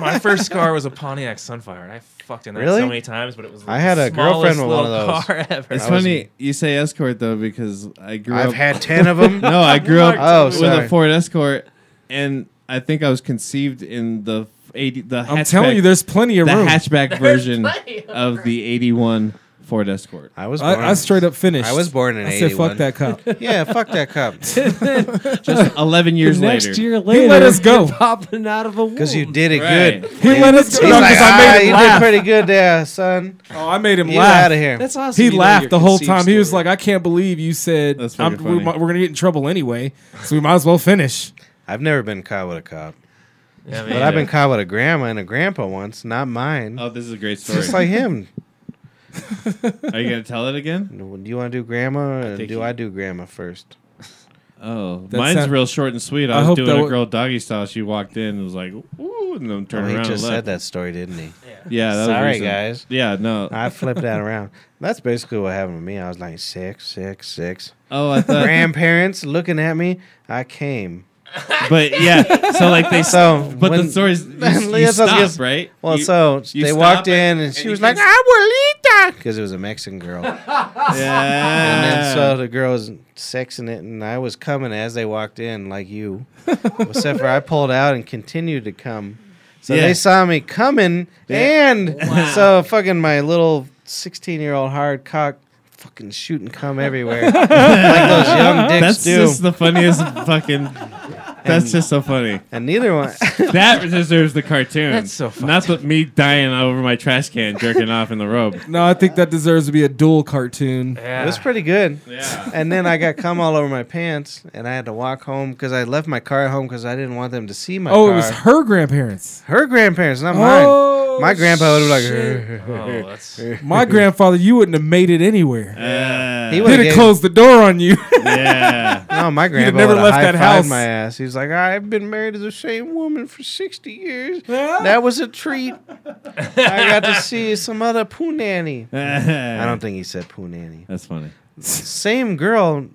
Speaker 8: My first car was a Pontiac Sunfire, and I fucked in that
Speaker 3: Really?
Speaker 8: so many times, but it was.
Speaker 3: I had a
Speaker 8: smallest
Speaker 3: girlfriend with one of
Speaker 8: little
Speaker 3: those.
Speaker 8: Car ever.
Speaker 9: It's
Speaker 3: I was-
Speaker 9: funny you say Escort though because I grew
Speaker 3: I've
Speaker 9: up.
Speaker 3: had ten of them.
Speaker 9: no, I grew up
Speaker 3: Oh,
Speaker 9: with
Speaker 3: sorry.
Speaker 9: a Ford Escort, and I think I was conceived in the eighty. The
Speaker 2: I'm telling you, there's plenty of
Speaker 9: the
Speaker 2: room.
Speaker 9: hatchback
Speaker 2: There's
Speaker 9: version
Speaker 2: plenty of
Speaker 9: of the '81 Ford Escort.
Speaker 3: I was.
Speaker 2: I,
Speaker 3: born-
Speaker 2: I straight up finished.
Speaker 3: I was born in
Speaker 2: I
Speaker 3: 81.
Speaker 2: said, fuck that cop.
Speaker 3: yeah, fuck that cop.
Speaker 9: Just 11 years
Speaker 1: The
Speaker 9: later.
Speaker 1: Next year
Speaker 2: let
Speaker 1: later,
Speaker 2: us go.
Speaker 1: you're popping out of a womb.
Speaker 3: Because you did it
Speaker 9: Right.
Speaker 3: good.
Speaker 2: He let us
Speaker 3: He's
Speaker 2: go. No, 'cause
Speaker 3: like,
Speaker 2: I
Speaker 3: ah,
Speaker 2: made him
Speaker 3: you
Speaker 2: laugh.
Speaker 3: did pretty good there, son.
Speaker 2: Oh, I made him
Speaker 3: You
Speaker 2: laugh.
Speaker 3: out of here.
Speaker 1: That's awesome.
Speaker 2: He
Speaker 1: you know
Speaker 2: laughed
Speaker 1: your
Speaker 2: the whole
Speaker 1: conceit
Speaker 2: time. He was
Speaker 1: story.
Speaker 2: like, "I can't believe you said
Speaker 9: That's
Speaker 2: I'm,
Speaker 9: fucking
Speaker 2: we,
Speaker 9: funny.
Speaker 2: mi- we're gonna get in trouble anyway, so we might as well finish."
Speaker 3: I've never been caught with a cop,
Speaker 8: Yeah,
Speaker 3: but I've been caught with a grandma and a grandpa once, not mine.
Speaker 9: Oh, this is a great story.
Speaker 3: Just like him.
Speaker 9: Are you gonna tell it again?
Speaker 3: Do you want to do grandma, or
Speaker 9: think
Speaker 3: do
Speaker 9: he-
Speaker 3: I do grandma first?
Speaker 9: Oh,
Speaker 2: That
Speaker 9: mine's
Speaker 2: sound-
Speaker 9: real short and sweet.
Speaker 2: I
Speaker 9: I, was
Speaker 2: hope
Speaker 9: doing
Speaker 2: that
Speaker 9: a
Speaker 2: w-
Speaker 9: girl doggy style. She walked in and was like, "Ooh," and then
Speaker 3: Oh,
Speaker 9: turned
Speaker 3: he
Speaker 9: around.
Speaker 3: just said
Speaker 9: and left.
Speaker 3: that story, didn't he?
Speaker 9: Yeah. That
Speaker 3: Sorry,
Speaker 9: was recent.
Speaker 3: guys. Uh,
Speaker 9: Yeah. No.
Speaker 3: I flipped that around. That's basically what happened to me. I was like six, six, six.
Speaker 9: Oh, I thought.
Speaker 3: Grandparents looking at me. I came.
Speaker 9: but yeah. So like they.
Speaker 3: So,
Speaker 9: But
Speaker 3: when-
Speaker 9: the story's you, you
Speaker 3: Yes, I was
Speaker 9: stop,
Speaker 3: just-
Speaker 9: right?
Speaker 3: Well,
Speaker 9: You-
Speaker 3: so
Speaker 9: you
Speaker 3: they
Speaker 9: stop
Speaker 3: walked
Speaker 9: it,
Speaker 3: in, and,
Speaker 9: and
Speaker 3: she
Speaker 9: you
Speaker 3: was like,
Speaker 9: can-
Speaker 3: "Abuelita," because it was a Mexican girl.
Speaker 9: yeah.
Speaker 3: And then so the girl was sexing it, and I was coming as they walked in, like you. Except for I pulled out and continued to come. So
Speaker 9: Yeah.
Speaker 3: they saw me coming, and so fucking my little 16 year old hard cock fucking shooting cum everywhere. like those young dicks
Speaker 9: that's
Speaker 3: do.
Speaker 9: just the funniest fucking. That's just so funny.
Speaker 3: and neither one.
Speaker 9: That deserves the cartoon.
Speaker 8: That's so funny.
Speaker 9: Not the, me dying over my trash can jerking off in the robe.
Speaker 2: No, I think that deserves to be a dual cartoon.
Speaker 3: It was pretty good.
Speaker 9: Yeah.
Speaker 3: And then I got cum all over my pants, and I had to walk home because I left my car at home because I didn't want them to see my
Speaker 2: Oh,
Speaker 3: car.
Speaker 2: it was her grandparents.
Speaker 3: her grandparents, not mine.
Speaker 2: Oh,
Speaker 3: my grandpa would have like.
Speaker 8: Oh, that's
Speaker 2: My grandfather, you wouldn't have made it anywhere.
Speaker 9: Yeah.
Speaker 3: He
Speaker 2: He'd
Speaker 3: would've
Speaker 2: have
Speaker 3: gave-
Speaker 2: closed the door on you.
Speaker 9: yeah.
Speaker 3: No, my grandpa
Speaker 2: never
Speaker 3: never
Speaker 2: left
Speaker 3: left
Speaker 2: that house.
Speaker 3: My ass. He's like, I've been married to the same woman for sixty years. That was a treat. I got to see some other poo nanny. I don't think he said poo nanny.
Speaker 9: That's funny.
Speaker 3: Same girl.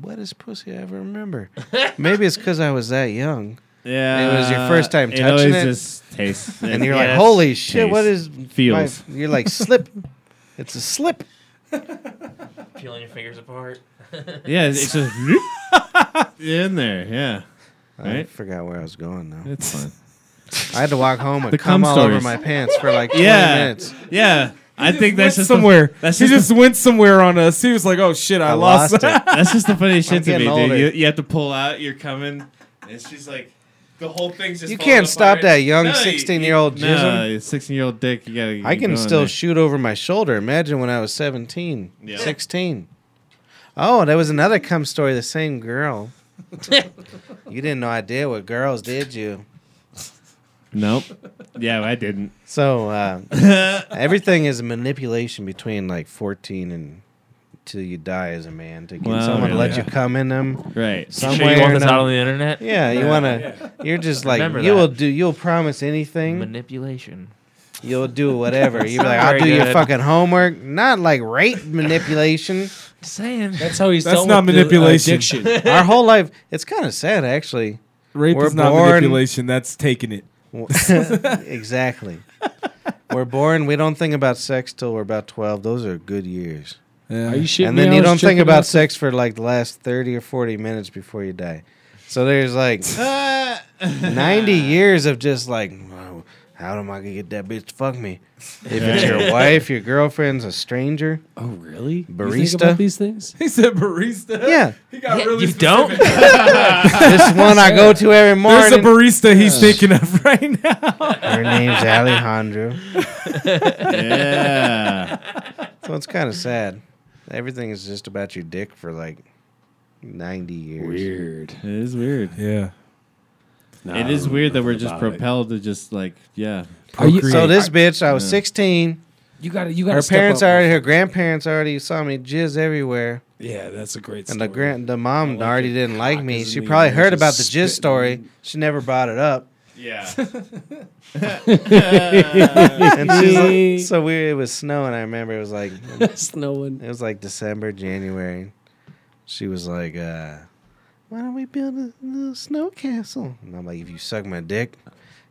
Speaker 3: What is pussy I ever remember? Maybe it's because I was that young,
Speaker 9: Yeah.
Speaker 3: It was your first time touching
Speaker 9: always
Speaker 3: it.
Speaker 9: just tastes.
Speaker 3: and you're
Speaker 9: Yeah,
Speaker 3: like, holy shit,
Speaker 9: taste.
Speaker 3: what is
Speaker 9: Feels.
Speaker 3: my-" You're like slip. It's a slip.
Speaker 8: peeling your fingers apart.
Speaker 9: Yeah, it's just in there. Yeah.
Speaker 3: I
Speaker 9: Right?
Speaker 3: forgot where I was going now.
Speaker 9: It's fun.
Speaker 3: I had to walk home and
Speaker 9: The
Speaker 3: come
Speaker 9: cum
Speaker 3: all over
Speaker 9: stories.
Speaker 3: my pants for like 20
Speaker 9: Yeah.
Speaker 3: minutes.
Speaker 9: Yeah. I think that's just the-
Speaker 2: somewhere.
Speaker 9: that's
Speaker 2: he
Speaker 9: just,
Speaker 2: just went somewhere on us. He was like, "Oh shit, I,
Speaker 3: I
Speaker 2: lost."
Speaker 3: lost it.
Speaker 9: that's just the funniest shit to me,
Speaker 3: getting older.
Speaker 9: dude. You, you have to pull out. You're coming, and she's like, the whole thing's just.
Speaker 3: You
Speaker 9: falling
Speaker 3: can't stop
Speaker 9: apart.
Speaker 3: that young
Speaker 9: No, you-
Speaker 3: 16-year-old
Speaker 9: you-
Speaker 3: jism.
Speaker 9: No, sixteen-year-old dick. You gotta.
Speaker 3: I
Speaker 9: keep
Speaker 3: can
Speaker 9: going
Speaker 3: still
Speaker 9: there.
Speaker 3: shoot over my shoulder. Imagine when I was 17,
Speaker 9: Yeah.
Speaker 3: 16. Oh, there was another cum story, the same girl. you didn't know I did with girls, did you?
Speaker 9: Nope. Yeah, I didn't.
Speaker 3: So uh, everything is manipulation between like 14 and till you die as a man to get
Speaker 9: Well,
Speaker 3: someone to let
Speaker 9: yeah.
Speaker 3: you come in them.
Speaker 9: Right.
Speaker 3: Some
Speaker 8: sure
Speaker 3: way
Speaker 8: you
Speaker 3: or
Speaker 8: want this
Speaker 3: another-
Speaker 8: out on the internet?
Speaker 3: Yeah, you want to. You're just like
Speaker 8: Remember
Speaker 3: you
Speaker 8: that.
Speaker 3: will do. You'll promise anything.
Speaker 8: Manipulation.
Speaker 3: You'll do whatever. You'll be like,
Speaker 8: Not
Speaker 3: I'll
Speaker 8: very
Speaker 3: do your
Speaker 8: good.
Speaker 3: fucking homework. Not like rape manipulation.
Speaker 8: Saying.
Speaker 1: That's how he's
Speaker 2: That's
Speaker 1: dealt
Speaker 2: not
Speaker 1: with
Speaker 2: manipulation.
Speaker 1: The addiction.
Speaker 3: Our whole life. It's kind of sad, actually.
Speaker 2: Rape
Speaker 3: We're
Speaker 2: is not
Speaker 3: born-
Speaker 2: manipulation. That's taking it.
Speaker 3: exactly. We're born. We don't think about sex till we're about 12. Those are good years.
Speaker 1: Are you shitting
Speaker 3: and
Speaker 1: me?
Speaker 3: then
Speaker 1: I
Speaker 3: you
Speaker 1: was
Speaker 3: don't think
Speaker 1: jerking
Speaker 3: about
Speaker 1: off to-
Speaker 3: sex for like the last 30 or 40 minutes before you die. So there's like 90 years of just like, wow, how am I going to get that bitch to fuck me? If it's your wife, your girlfriend's a stranger.
Speaker 1: Oh, really? You think
Speaker 3: Barista?
Speaker 1: about these things?
Speaker 2: He said barista.
Speaker 3: Yeah.
Speaker 2: He got
Speaker 8: Yeah,
Speaker 2: really
Speaker 8: you
Speaker 2: specific.
Speaker 8: don't?
Speaker 3: This one I go to every morning.
Speaker 2: There's a barista he's thinking of right now.
Speaker 3: Her name's Alejandro.
Speaker 9: Yeah.
Speaker 3: So it's kind of sad. Everything is just about your dick for like 90 years.
Speaker 1: Weird.
Speaker 9: it is weird.
Speaker 2: Yeah.
Speaker 9: it is weird that we're just propelled to just like yeah.
Speaker 1: Are you,
Speaker 3: So this bitch, I was 16.
Speaker 1: you got You got
Speaker 3: Her parents already, her grandparents already saw me jizz everywhere,
Speaker 1: Yeah, that's a great.
Speaker 3: and
Speaker 1: story.
Speaker 3: the grand, the mom
Speaker 1: like
Speaker 3: already
Speaker 1: it.
Speaker 3: didn't like
Speaker 1: Cock
Speaker 3: me.
Speaker 1: is
Speaker 3: She
Speaker 1: in the
Speaker 3: probably
Speaker 1: air,
Speaker 3: heard
Speaker 1: just
Speaker 3: about the
Speaker 1: spitting.
Speaker 3: jizz story. She never brought it up,
Speaker 9: Yeah.
Speaker 3: and she's like, so weird. It was snowing. I remember it was like
Speaker 1: snowing.
Speaker 3: It was like December, January. She was like, uh, "Why don't we build a little snow castle?" And I'm like, "If you suck my dick,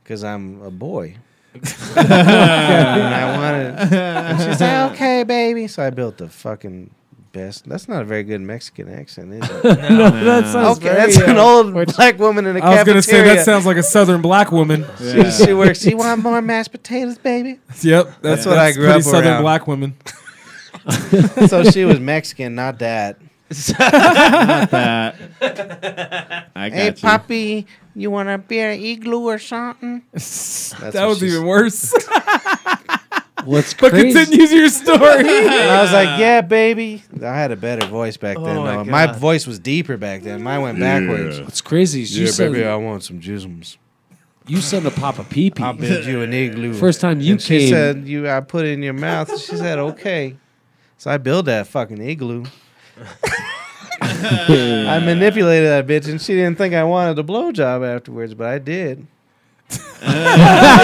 Speaker 3: because I'm a boy." and I wanted. And she's like, "Okay, baby." So I built the fucking best. That's not a very good Mexican accent, is it?
Speaker 2: No, that sounds
Speaker 3: okay. that's
Speaker 2: very,
Speaker 3: an
Speaker 2: uh,
Speaker 3: old
Speaker 2: which-
Speaker 3: black woman in a
Speaker 2: I was
Speaker 3: cafeteria.
Speaker 2: gonna say that sounds like a Southern black woman.
Speaker 3: She, she works. You want more mashed potatoes, baby?
Speaker 2: Yep, that's,
Speaker 3: That's what I grew
Speaker 2: pretty
Speaker 3: up
Speaker 2: Southern
Speaker 3: around.
Speaker 2: black women.
Speaker 3: so she was Mexican, not that.
Speaker 9: Not that. I got
Speaker 3: hey,
Speaker 9: you.
Speaker 3: Poppy, you want a beer igloo or something?
Speaker 2: that was even worse.
Speaker 1: What's
Speaker 2: but
Speaker 1: crazy?
Speaker 2: continues your story.
Speaker 3: I was like, yeah, baby. I had a better voice back then.
Speaker 8: Oh, my
Speaker 3: though. my
Speaker 8: God.
Speaker 3: voice was deeper back then. Mine went backwards.
Speaker 1: What's crazy is you said
Speaker 3: want some jisms.
Speaker 1: you said to pop a pee
Speaker 3: I'll
Speaker 1: pee.
Speaker 3: build you an igloo.
Speaker 1: First time you
Speaker 3: and
Speaker 1: came-
Speaker 3: She said, "You, I put it in your mouth." She said, "Okay." So I built that fucking igloo. I manipulated that bitch, and she didn't think I wanted a blowjob afterwards, but I did.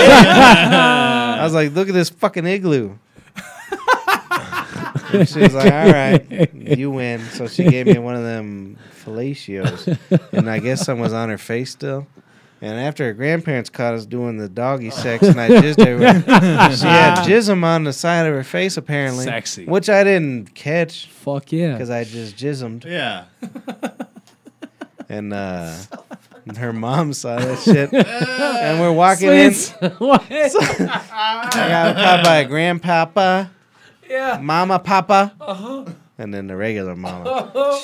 Speaker 3: I was like, "Look at this fucking igloo." And she was like, "All right, you win." So she gave me one of them fellatios, and I guess some was on her face still. And after her grandparents caught us doing the doggy sex, and I jizzed everywhere, she had jism on the side of her face apparently,
Speaker 1: Sexy.
Speaker 3: which I didn't catch
Speaker 1: Fuck yeah.
Speaker 3: because I just jismed.
Speaker 9: Yeah.
Speaker 3: And uh, her mom saw that shit, and we're walking in.
Speaker 1: What?
Speaker 3: I got caught by a grandpapa,
Speaker 1: Yeah. Uh-huh.
Speaker 3: mama, papa, and then the regular mama.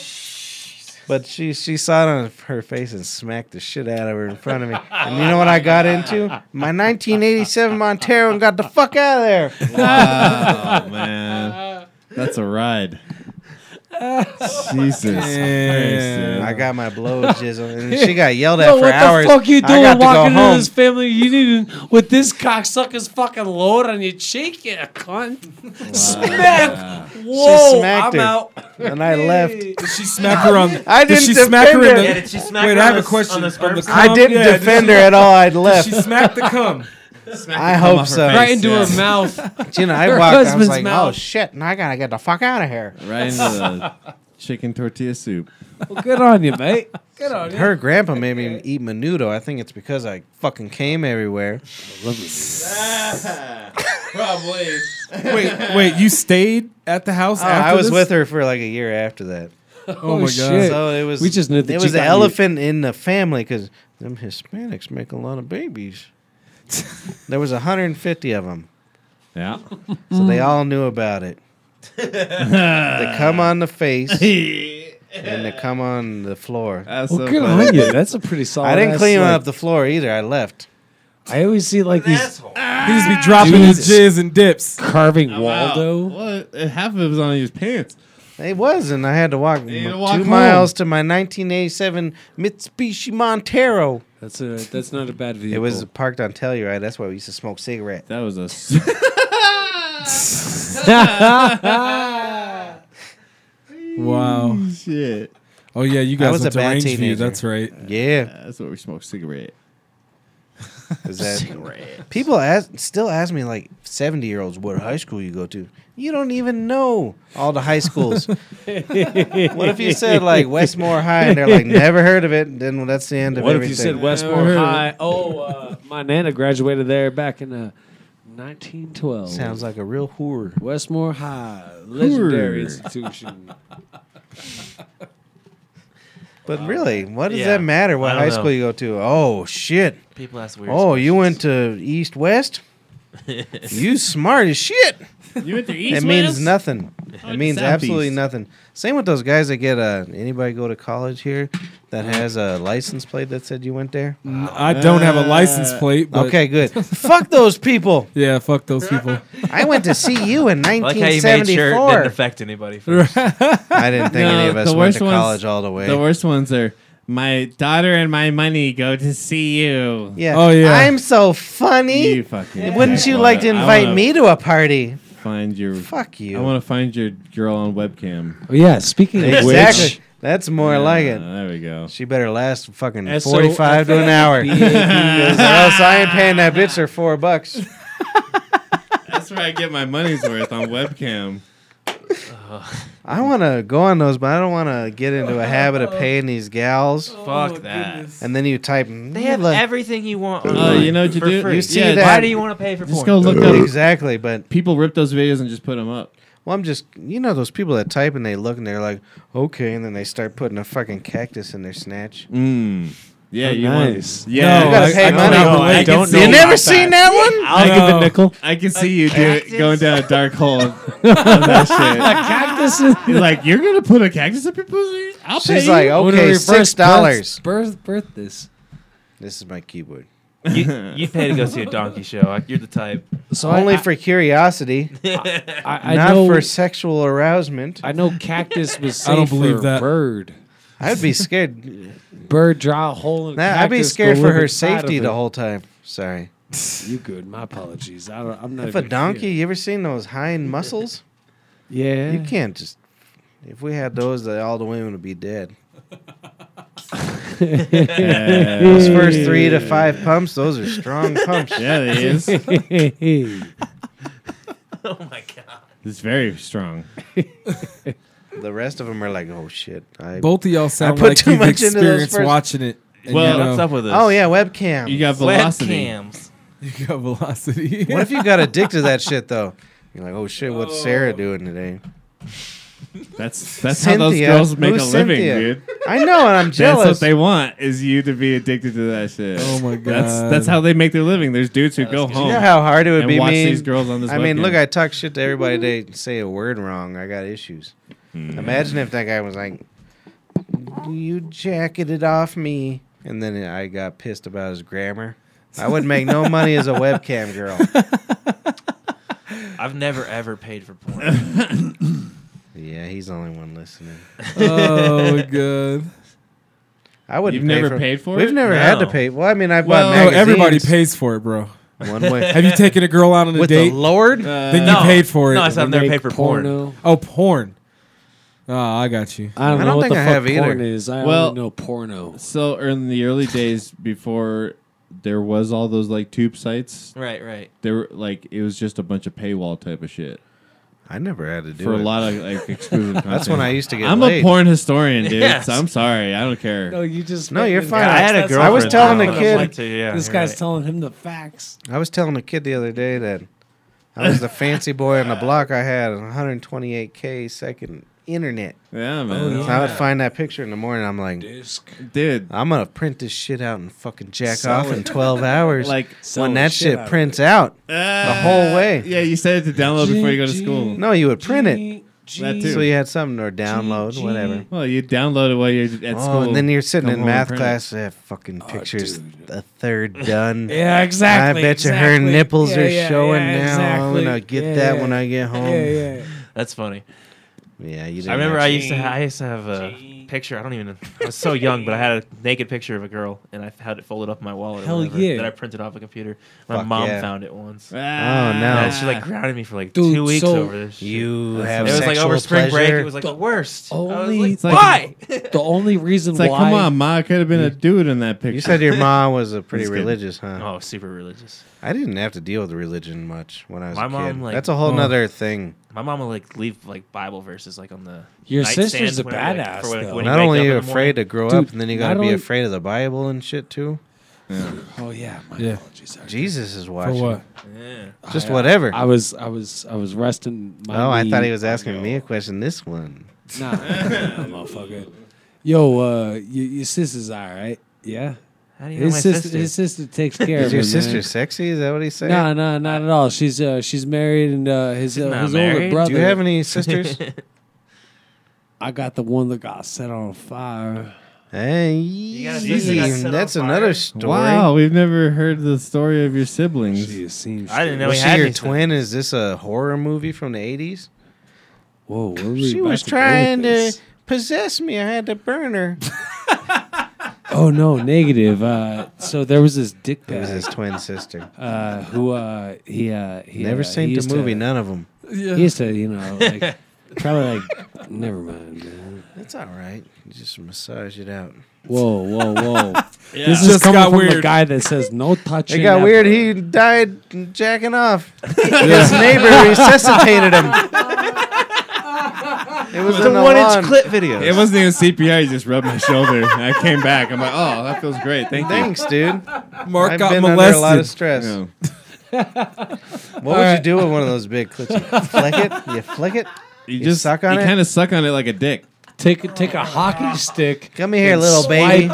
Speaker 3: But she she saw it on her face and smacked the shit out of her in front of me. And you know what I got into? My 1987 Montero and got the fuck out of there.
Speaker 9: Wow, man. That's a ride. Jesus. Christ, dude.
Speaker 3: I got my blows jizzle, and she got yelled at
Speaker 1: Bro,
Speaker 3: for
Speaker 1: what
Speaker 3: hours.
Speaker 1: the fuck you
Speaker 3: I
Speaker 1: doing
Speaker 3: got to go
Speaker 1: walking into
Speaker 3: home.
Speaker 1: this family reunion with this cocksucker's fucking load on your cheek, you cunt? Smack! Whoa,
Speaker 3: smacked
Speaker 1: I'm
Speaker 3: her.
Speaker 1: out.
Speaker 3: and I left.
Speaker 2: Did she smack her on?
Speaker 3: I
Speaker 2: did
Speaker 3: didn't
Speaker 2: she smack her in
Speaker 3: defend
Speaker 2: the?
Speaker 3: her. Yeah,
Speaker 8: did she smack
Speaker 2: Wait,
Speaker 8: her
Speaker 2: I
Speaker 8: on
Speaker 2: have a
Speaker 8: the-
Speaker 2: question.
Speaker 8: on the sperm
Speaker 2: cum?
Speaker 8: side?
Speaker 3: I didn't
Speaker 2: Yeah, did
Speaker 3: defend
Speaker 2: she-
Speaker 3: her at all. I'd
Speaker 2: She
Speaker 3: left.
Speaker 2: smacked the cum.
Speaker 3: I hope so.
Speaker 1: Right into
Speaker 9: yeah.
Speaker 1: her mouth.
Speaker 3: You know, I
Speaker 1: Her
Speaker 3: walked. I was
Speaker 1: husband's
Speaker 3: like, oh
Speaker 1: mouth.
Speaker 3: shit! Now I gotta get the fuck out of here.
Speaker 9: Right into the chicken tortilla soup.
Speaker 1: Well, good on you, mate. Good on you.
Speaker 3: Her grandpa made me eat menudo. I think it's because I fucking came everywhere.
Speaker 9: Probably.
Speaker 2: Wait, wait. You stayed at the house.
Speaker 3: Oh,
Speaker 2: after
Speaker 3: I was
Speaker 2: this?
Speaker 3: with her for like a year after that.
Speaker 2: Oh my god.
Speaker 1: shit.
Speaker 3: So it was.
Speaker 1: We just knew that
Speaker 3: it
Speaker 1: you
Speaker 3: was the
Speaker 1: got
Speaker 3: elephant in the family because them Hispanics make a lot of babies. there was 150 of them,
Speaker 9: Yeah.
Speaker 3: so they all knew about it. they come on the face and they come on the floor.
Speaker 9: That's
Speaker 1: Well,
Speaker 9: so
Speaker 1: good
Speaker 9: funny.
Speaker 1: on you. Oh, That's a pretty solid.
Speaker 3: I didn't
Speaker 1: ass,
Speaker 3: clean
Speaker 1: like-
Speaker 3: up the floor either. I left.
Speaker 1: I always see like these
Speaker 8: Asshole.
Speaker 2: He just be dropping his jizz and dips.
Speaker 1: carving
Speaker 9: Wow.
Speaker 1: Waldo.
Speaker 9: What? Half of it was on his pants.
Speaker 3: It was, and I had to walk,
Speaker 9: had to
Speaker 3: m-
Speaker 9: walk
Speaker 3: two
Speaker 9: home.
Speaker 3: miles to my 1987 Mitsubishi Montero.
Speaker 1: That's a that's not a bad vehicle.
Speaker 3: It was parked on Telluride. That's why we used to smoke cigarettes.
Speaker 9: That was a.
Speaker 2: Wow.
Speaker 9: Shit.
Speaker 2: Oh yeah, you
Speaker 3: I
Speaker 2: guys
Speaker 3: was
Speaker 2: went to
Speaker 3: a bad
Speaker 2: Range View.
Speaker 3: teenager.
Speaker 2: That's right.
Speaker 3: Yeah,
Speaker 9: That's what we smoke cigarette.
Speaker 3: is that, people ask, still ask me like seventy year olds what high school you go to. You don't even know all the high schools. what if you said like Westmore High and they're like never heard of it? Then that's the end of
Speaker 1: What if
Speaker 3: everything.
Speaker 1: you said Westmore High? Oh, uh, my nana graduated there back in uh, 1912.
Speaker 3: Sounds like a real whore.
Speaker 1: Westmore High, legendary
Speaker 9: Hooray.
Speaker 1: institution.
Speaker 3: But really, what does
Speaker 8: Yeah.
Speaker 3: that matter? What
Speaker 8: I don't
Speaker 3: high
Speaker 8: know.
Speaker 3: school you go to? Oh shit.
Speaker 8: People ask weird.
Speaker 3: Oh, you went to East West? you smart as shit.
Speaker 9: You went to East
Speaker 3: it means nothing.
Speaker 9: went
Speaker 3: It
Speaker 9: to
Speaker 3: means
Speaker 9: Southeast.
Speaker 3: absolutely nothing. Same with those guys that get a anybody go to college here
Speaker 8: Uh-huh.
Speaker 3: that has a license plate that said you went there.
Speaker 2: N- I don't have a license plate. But
Speaker 3: Uh, okay, good. Fuck those people.
Speaker 2: Yeah, fuck those people.
Speaker 3: I went to see you in
Speaker 8: I like how you made sure it
Speaker 3: 1974.
Speaker 8: didn't affect anybody. First.
Speaker 3: I didn't think
Speaker 9: No,
Speaker 3: any of us
Speaker 9: the
Speaker 3: went
Speaker 9: worst
Speaker 3: to
Speaker 9: ones-
Speaker 3: college all the way.
Speaker 9: The worst ones are my daughter and my money go to see you.
Speaker 3: yeah.
Speaker 2: Oh, yeah.
Speaker 3: I'm so funny.
Speaker 9: You fucking.
Speaker 3: Wouldn't you like to
Speaker 9: I
Speaker 3: invite
Speaker 9: wanna
Speaker 3: me to a party?
Speaker 9: Find your.
Speaker 3: Fuck you.
Speaker 9: I want to find your girl on webcam.
Speaker 1: Oh, yeah, speaking of
Speaker 3: Exactly. That's more like
Speaker 9: Uh,
Speaker 3: it.
Speaker 9: there we go.
Speaker 3: She better last fucking
Speaker 1: S O F F
Speaker 3: 45 to an hour.
Speaker 1: B A
Speaker 3: 'Cause
Speaker 1: P
Speaker 3: or else I ain't paying that bitch her four bucks.
Speaker 9: That's where I get my money's worth on webcam.
Speaker 3: I want to go on those, but I don't want to get into a habit of paying these gals.
Speaker 1: Oh,
Speaker 8: Fuck that.
Speaker 3: And then you type. mm,
Speaker 8: They have
Speaker 3: look-
Speaker 8: everything you want.
Speaker 9: Oh, you know what you
Speaker 8: for
Speaker 9: do?
Speaker 8: free.
Speaker 9: You
Speaker 3: see
Speaker 8: Why
Speaker 3: that-
Speaker 8: do you want to pay for
Speaker 9: Just
Speaker 8: porn?
Speaker 9: go look up.
Speaker 3: Exactly, but
Speaker 9: People rip those videos and just put them up.
Speaker 3: Well, I'm just, you know, those people that type and they look and they're like, okay, and then they start putting a fucking cactus in their snatch.
Speaker 9: Mm. Yeah,
Speaker 3: Oh,
Speaker 9: you want-
Speaker 3: nice.
Speaker 9: Yeah,
Speaker 3: No, I- I don't know. I don't know
Speaker 9: You
Speaker 3: about
Speaker 9: never
Speaker 3: that.
Speaker 9: seen that one?
Speaker 3: I'll give a nickel.
Speaker 9: I can see you do it,
Speaker 3: cactus?
Speaker 9: going down a dark hole. of that shit.
Speaker 1: cactus.
Speaker 9: You're like, you're gonna put a cactus up your pussy? I'll pay
Speaker 3: She's
Speaker 9: you.
Speaker 3: like,
Speaker 1: What a
Speaker 3: okay,
Speaker 1: reverse
Speaker 3: six dollars.
Speaker 1: Birth, birth this.
Speaker 3: This is my keyboard.
Speaker 8: You, you pay to go see a donkey show. Like, You're the type.
Speaker 1: So I-
Speaker 3: Only
Speaker 1: I-
Speaker 3: for curiosity,
Speaker 1: I, I
Speaker 3: not
Speaker 1: know,
Speaker 3: for sexual arousement.
Speaker 1: I know cactus was safe
Speaker 2: I don't believe
Speaker 1: for
Speaker 2: that.
Speaker 1: bird.
Speaker 3: I'd be scared.
Speaker 1: Bird draw a hole in a
Speaker 3: Nah, I'd be
Speaker 1: cactus,
Speaker 3: scared
Speaker 1: go
Speaker 3: for
Speaker 1: live
Speaker 3: her
Speaker 1: inside of
Speaker 3: safety
Speaker 1: it.
Speaker 3: the whole time. Sorry.
Speaker 1: You good? My apologies. I don't, I'm not.
Speaker 3: If a
Speaker 1: good
Speaker 3: donkey, you ever seen those hind muscles?
Speaker 1: Yeah.
Speaker 3: You can't just. If we had those, then all the women would be dead. Those first three to five pumps, those are strong pumps.
Speaker 9: Yeah, it is.
Speaker 1: That's
Speaker 8: Oh my god.
Speaker 9: It's very strong.
Speaker 3: The rest of them are like, oh shit. I,
Speaker 2: Both of y'all sound
Speaker 3: put
Speaker 2: like
Speaker 3: too
Speaker 2: you've
Speaker 3: much into those
Speaker 2: experienced
Speaker 3: first-
Speaker 2: watching it. and
Speaker 9: Well,
Speaker 2: you know,
Speaker 8: What's up with this?
Speaker 3: oh yeah, webcam.
Speaker 9: You got velocity.
Speaker 8: Webcams.
Speaker 2: you got velocity.
Speaker 3: what if you got addicted to that shit though? You're like, oh shit, what's Sarah doing today?
Speaker 9: That's that's how those
Speaker 3: Cynthia.
Speaker 9: girls make
Speaker 3: Who's
Speaker 9: a living,
Speaker 3: Cynthia?
Speaker 9: dude.
Speaker 3: I know, and I'm
Speaker 9: That's what
Speaker 3: jealous.
Speaker 9: they want is you to be addicted to that shit.
Speaker 2: Oh my
Speaker 9: That's
Speaker 2: God.
Speaker 9: that's how they make their living. There's dudes who go home
Speaker 3: you know how hard it would
Speaker 9: and
Speaker 3: be
Speaker 9: watch
Speaker 3: me.
Speaker 9: these girls on this.
Speaker 3: I mean,
Speaker 9: webcam.
Speaker 3: look, I talk shit to everybody. They say a word wrong. I got issues. Imagine if that guy was like, "You jacketed off me," and then I got pissed about his grammar. I would make no money as a webcam girl.
Speaker 8: I've never ever paid for porn.
Speaker 3: Yeah, he's the only one listening.
Speaker 2: oh, good.
Speaker 3: I would.
Speaker 9: You've never paid for
Speaker 3: We've
Speaker 9: it?
Speaker 3: never had to
Speaker 8: No.
Speaker 3: pay. Well, I mean, I've
Speaker 9: Well,
Speaker 3: bought
Speaker 2: No,
Speaker 3: magazines.
Speaker 2: everybody pays for it, bro.
Speaker 3: one way
Speaker 2: Have you taken a girl out on a
Speaker 3: with
Speaker 2: date?
Speaker 3: the Lord.
Speaker 9: Uh,
Speaker 2: then you
Speaker 8: no.
Speaker 2: paid for it.
Speaker 8: No, I said I've never paid for porn.
Speaker 1: porno.
Speaker 2: oh, porn. Oh, I got you.
Speaker 1: I don't
Speaker 3: I
Speaker 1: know
Speaker 3: don't
Speaker 1: what
Speaker 3: think
Speaker 1: the
Speaker 3: I
Speaker 1: fuck
Speaker 3: have
Speaker 1: porn
Speaker 3: either.
Speaker 1: is. I
Speaker 9: Well-
Speaker 1: only know porno.
Speaker 9: So in the early days before there was all those like tube sites,
Speaker 8: Right, right.
Speaker 9: there were like it was just a bunch of paywall type of shit
Speaker 3: I never had to do
Speaker 9: for
Speaker 3: it.
Speaker 9: a lot of like exclusive. Content.
Speaker 3: That's when I used to get.
Speaker 9: I'm
Speaker 3: laid.
Speaker 9: a porn historian, dude.
Speaker 8: Yes.
Speaker 9: so I'm sorry. I don't care.
Speaker 1: Oh, you just
Speaker 3: No, you're fine.
Speaker 8: Yeah, I had a girl.
Speaker 3: I was telling the kid-
Speaker 8: yeah,
Speaker 1: This
Speaker 8: you're
Speaker 1: guy's
Speaker 8: right.
Speaker 1: telling him the facts.
Speaker 3: I was telling a kid the other day that I was the fancy boy on the block. I had 128k second internet.
Speaker 9: Yeah, man.
Speaker 3: I would find that picture in the morning. I'm like,
Speaker 9: Dude,
Speaker 3: I'm gonna print this shit out and fucking jack off in
Speaker 9: Solid.
Speaker 3: 12 hours.
Speaker 9: like
Speaker 3: when
Speaker 1: Selling
Speaker 3: that
Speaker 1: shit
Speaker 3: shit
Speaker 1: out of
Speaker 3: prints out,
Speaker 9: the
Speaker 3: whole way.
Speaker 9: Yeah, you said it to download before you go to school.
Speaker 3: no, you would print it.
Speaker 9: That too.
Speaker 3: So you had something or download,
Speaker 1: Gee,
Speaker 3: whatever.
Speaker 9: Well, you download it while you're at
Speaker 3: Oh,
Speaker 9: school.
Speaker 3: and then you're sitting
Speaker 9: Come
Speaker 3: in
Speaker 9: home and
Speaker 3: math
Speaker 9: print it.
Speaker 3: class. That fucking picture's a third done.
Speaker 1: Yeah, exactly.
Speaker 3: I bet you her
Speaker 1: exactly.
Speaker 3: nipples
Speaker 1: Yeah,
Speaker 3: are
Speaker 1: yeah,
Speaker 3: showing
Speaker 1: yeah,
Speaker 3: now.
Speaker 1: exactly.
Speaker 3: I'm gonna get
Speaker 1: Yeah,
Speaker 3: that
Speaker 1: yeah.
Speaker 3: when I get home.
Speaker 1: Yeah, yeah.
Speaker 8: That's funny.
Speaker 3: Yeah, you didn't
Speaker 8: I remember I
Speaker 3: actually-
Speaker 8: used to ha- I used to have a picture. I don't even. I was so young, but I had a naked picture of a girl, and I had it folded up in my wallet. or
Speaker 1: Hell
Speaker 8: whatever,
Speaker 1: yeah.
Speaker 8: That I printed off a computer. My
Speaker 3: Fuck
Speaker 8: mom
Speaker 3: yeah.
Speaker 8: found it once.
Speaker 9: Ah.
Speaker 3: no.
Speaker 8: Yeah, she like grounded me for like
Speaker 1: Dude,
Speaker 8: two weeks
Speaker 1: so-
Speaker 8: over this. Shit.
Speaker 3: You
Speaker 8: it
Speaker 3: have
Speaker 8: was like
Speaker 3: sexual
Speaker 8: over spring break.
Speaker 3: pleasure?
Speaker 8: It was like the, worst. I was
Speaker 1: only-
Speaker 8: like,
Speaker 1: It's
Speaker 9: like-
Speaker 8: why?
Speaker 1: The only reason
Speaker 9: It's like,
Speaker 1: why
Speaker 9: come on, Ma. I could have been a dude in that picture.
Speaker 3: You said your mom was a pretty
Speaker 9: Just kidding.
Speaker 3: religious, huh?
Speaker 8: oh, super religious.
Speaker 3: I didn't have to deal with religion much when I was a
Speaker 8: My
Speaker 3: kid.
Speaker 8: mom, like-
Speaker 3: That's a whole
Speaker 2: Oh.
Speaker 3: nother thing.
Speaker 8: My mom would like leave like Bible verses like on the.
Speaker 1: Your
Speaker 8: nightstand
Speaker 1: sister's a
Speaker 8: when I, like,
Speaker 1: badass,
Speaker 8: for, like,
Speaker 1: though.
Speaker 8: when you
Speaker 3: Not
Speaker 8: wake
Speaker 3: only
Speaker 8: up
Speaker 3: are
Speaker 8: in
Speaker 3: you
Speaker 8: the morning.
Speaker 3: afraid to grow
Speaker 1: Dude,
Speaker 3: up, and then you
Speaker 1: not
Speaker 3: got to be
Speaker 1: only-
Speaker 3: afraid of the Bible and shit too.
Speaker 1: Oh yeah, my
Speaker 2: Yeah.
Speaker 1: apologies. Sorry.
Speaker 3: Jesus is
Speaker 2: For
Speaker 3: watching.
Speaker 2: what?
Speaker 8: Yeah.
Speaker 3: Just whatever.
Speaker 1: I was I was I was resting my
Speaker 3: oh, I
Speaker 1: knee.
Speaker 3: thought he was asking me a question. This one.
Speaker 1: Nah, motherfucker. Yo, uh, y- your sister's all right. Yeah.
Speaker 8: How do you know my
Speaker 1: His sister,
Speaker 8: sister?
Speaker 1: his sister takes care of
Speaker 3: Is
Speaker 1: him.
Speaker 3: your
Speaker 1: man.
Speaker 3: sister sexy? Is that what he's saying?
Speaker 1: No, no, not at all. She's uh, she's married, and uh, his uh,
Speaker 8: not
Speaker 1: his older
Speaker 8: married.
Speaker 1: brother.
Speaker 3: Do you have any sisters?
Speaker 1: I got the one that got set on fire.
Speaker 3: hey,
Speaker 8: got a sister that set on
Speaker 3: that's
Speaker 8: fire?
Speaker 3: another story.
Speaker 9: Wow, Oh, we've never heard the story of your siblings.
Speaker 1: She has seen.
Speaker 8: I didn't know
Speaker 3: Was
Speaker 8: he
Speaker 3: she
Speaker 8: had
Speaker 3: your
Speaker 8: any sisters.
Speaker 3: twin? Is this a horror movie from the eighties?
Speaker 1: Whoa, where were
Speaker 3: She
Speaker 1: you about
Speaker 3: was
Speaker 1: to go with
Speaker 3: trying to
Speaker 1: this?
Speaker 3: possess me. I had to burn her.
Speaker 1: Oh no, negative. Uh, so there was this dick
Speaker 3: It was
Speaker 1: bag
Speaker 3: his twin sister.
Speaker 1: uh, who uh, he uh, he
Speaker 3: Never
Speaker 1: uh,
Speaker 3: seen
Speaker 1: he
Speaker 3: the
Speaker 1: used to-
Speaker 3: movie. None of them.
Speaker 1: He used to, you know, like probably like. Never mind. Man.
Speaker 3: That's all right. You just massage it out.
Speaker 1: Whoa, whoa, whoa! This
Speaker 2: Just
Speaker 1: is coming
Speaker 2: got
Speaker 1: from a
Speaker 2: weird.
Speaker 1: guy that says no touching.
Speaker 3: It got
Speaker 1: ever.
Speaker 3: weird. He died jacking off. His neighbor resuscitated him. It was in the
Speaker 8: one
Speaker 3: lawn.
Speaker 8: inch clip video.
Speaker 9: It wasn't even CPR. He just rubbed my shoulder. I came back. I'm like, oh, that feels great. Thank you.
Speaker 3: Thanks, dude.
Speaker 2: Mark
Speaker 3: I've
Speaker 2: got
Speaker 3: been under a lot of
Speaker 2: molested.
Speaker 3: stress.
Speaker 9: No.
Speaker 3: What would you do with one of those big clits? You flick it? You flick it?
Speaker 9: You, just
Speaker 3: suck on
Speaker 9: you
Speaker 3: it?
Speaker 9: kind of suck on it like a dick.
Speaker 1: Take take a hockey stick.
Speaker 3: Come here, little baby.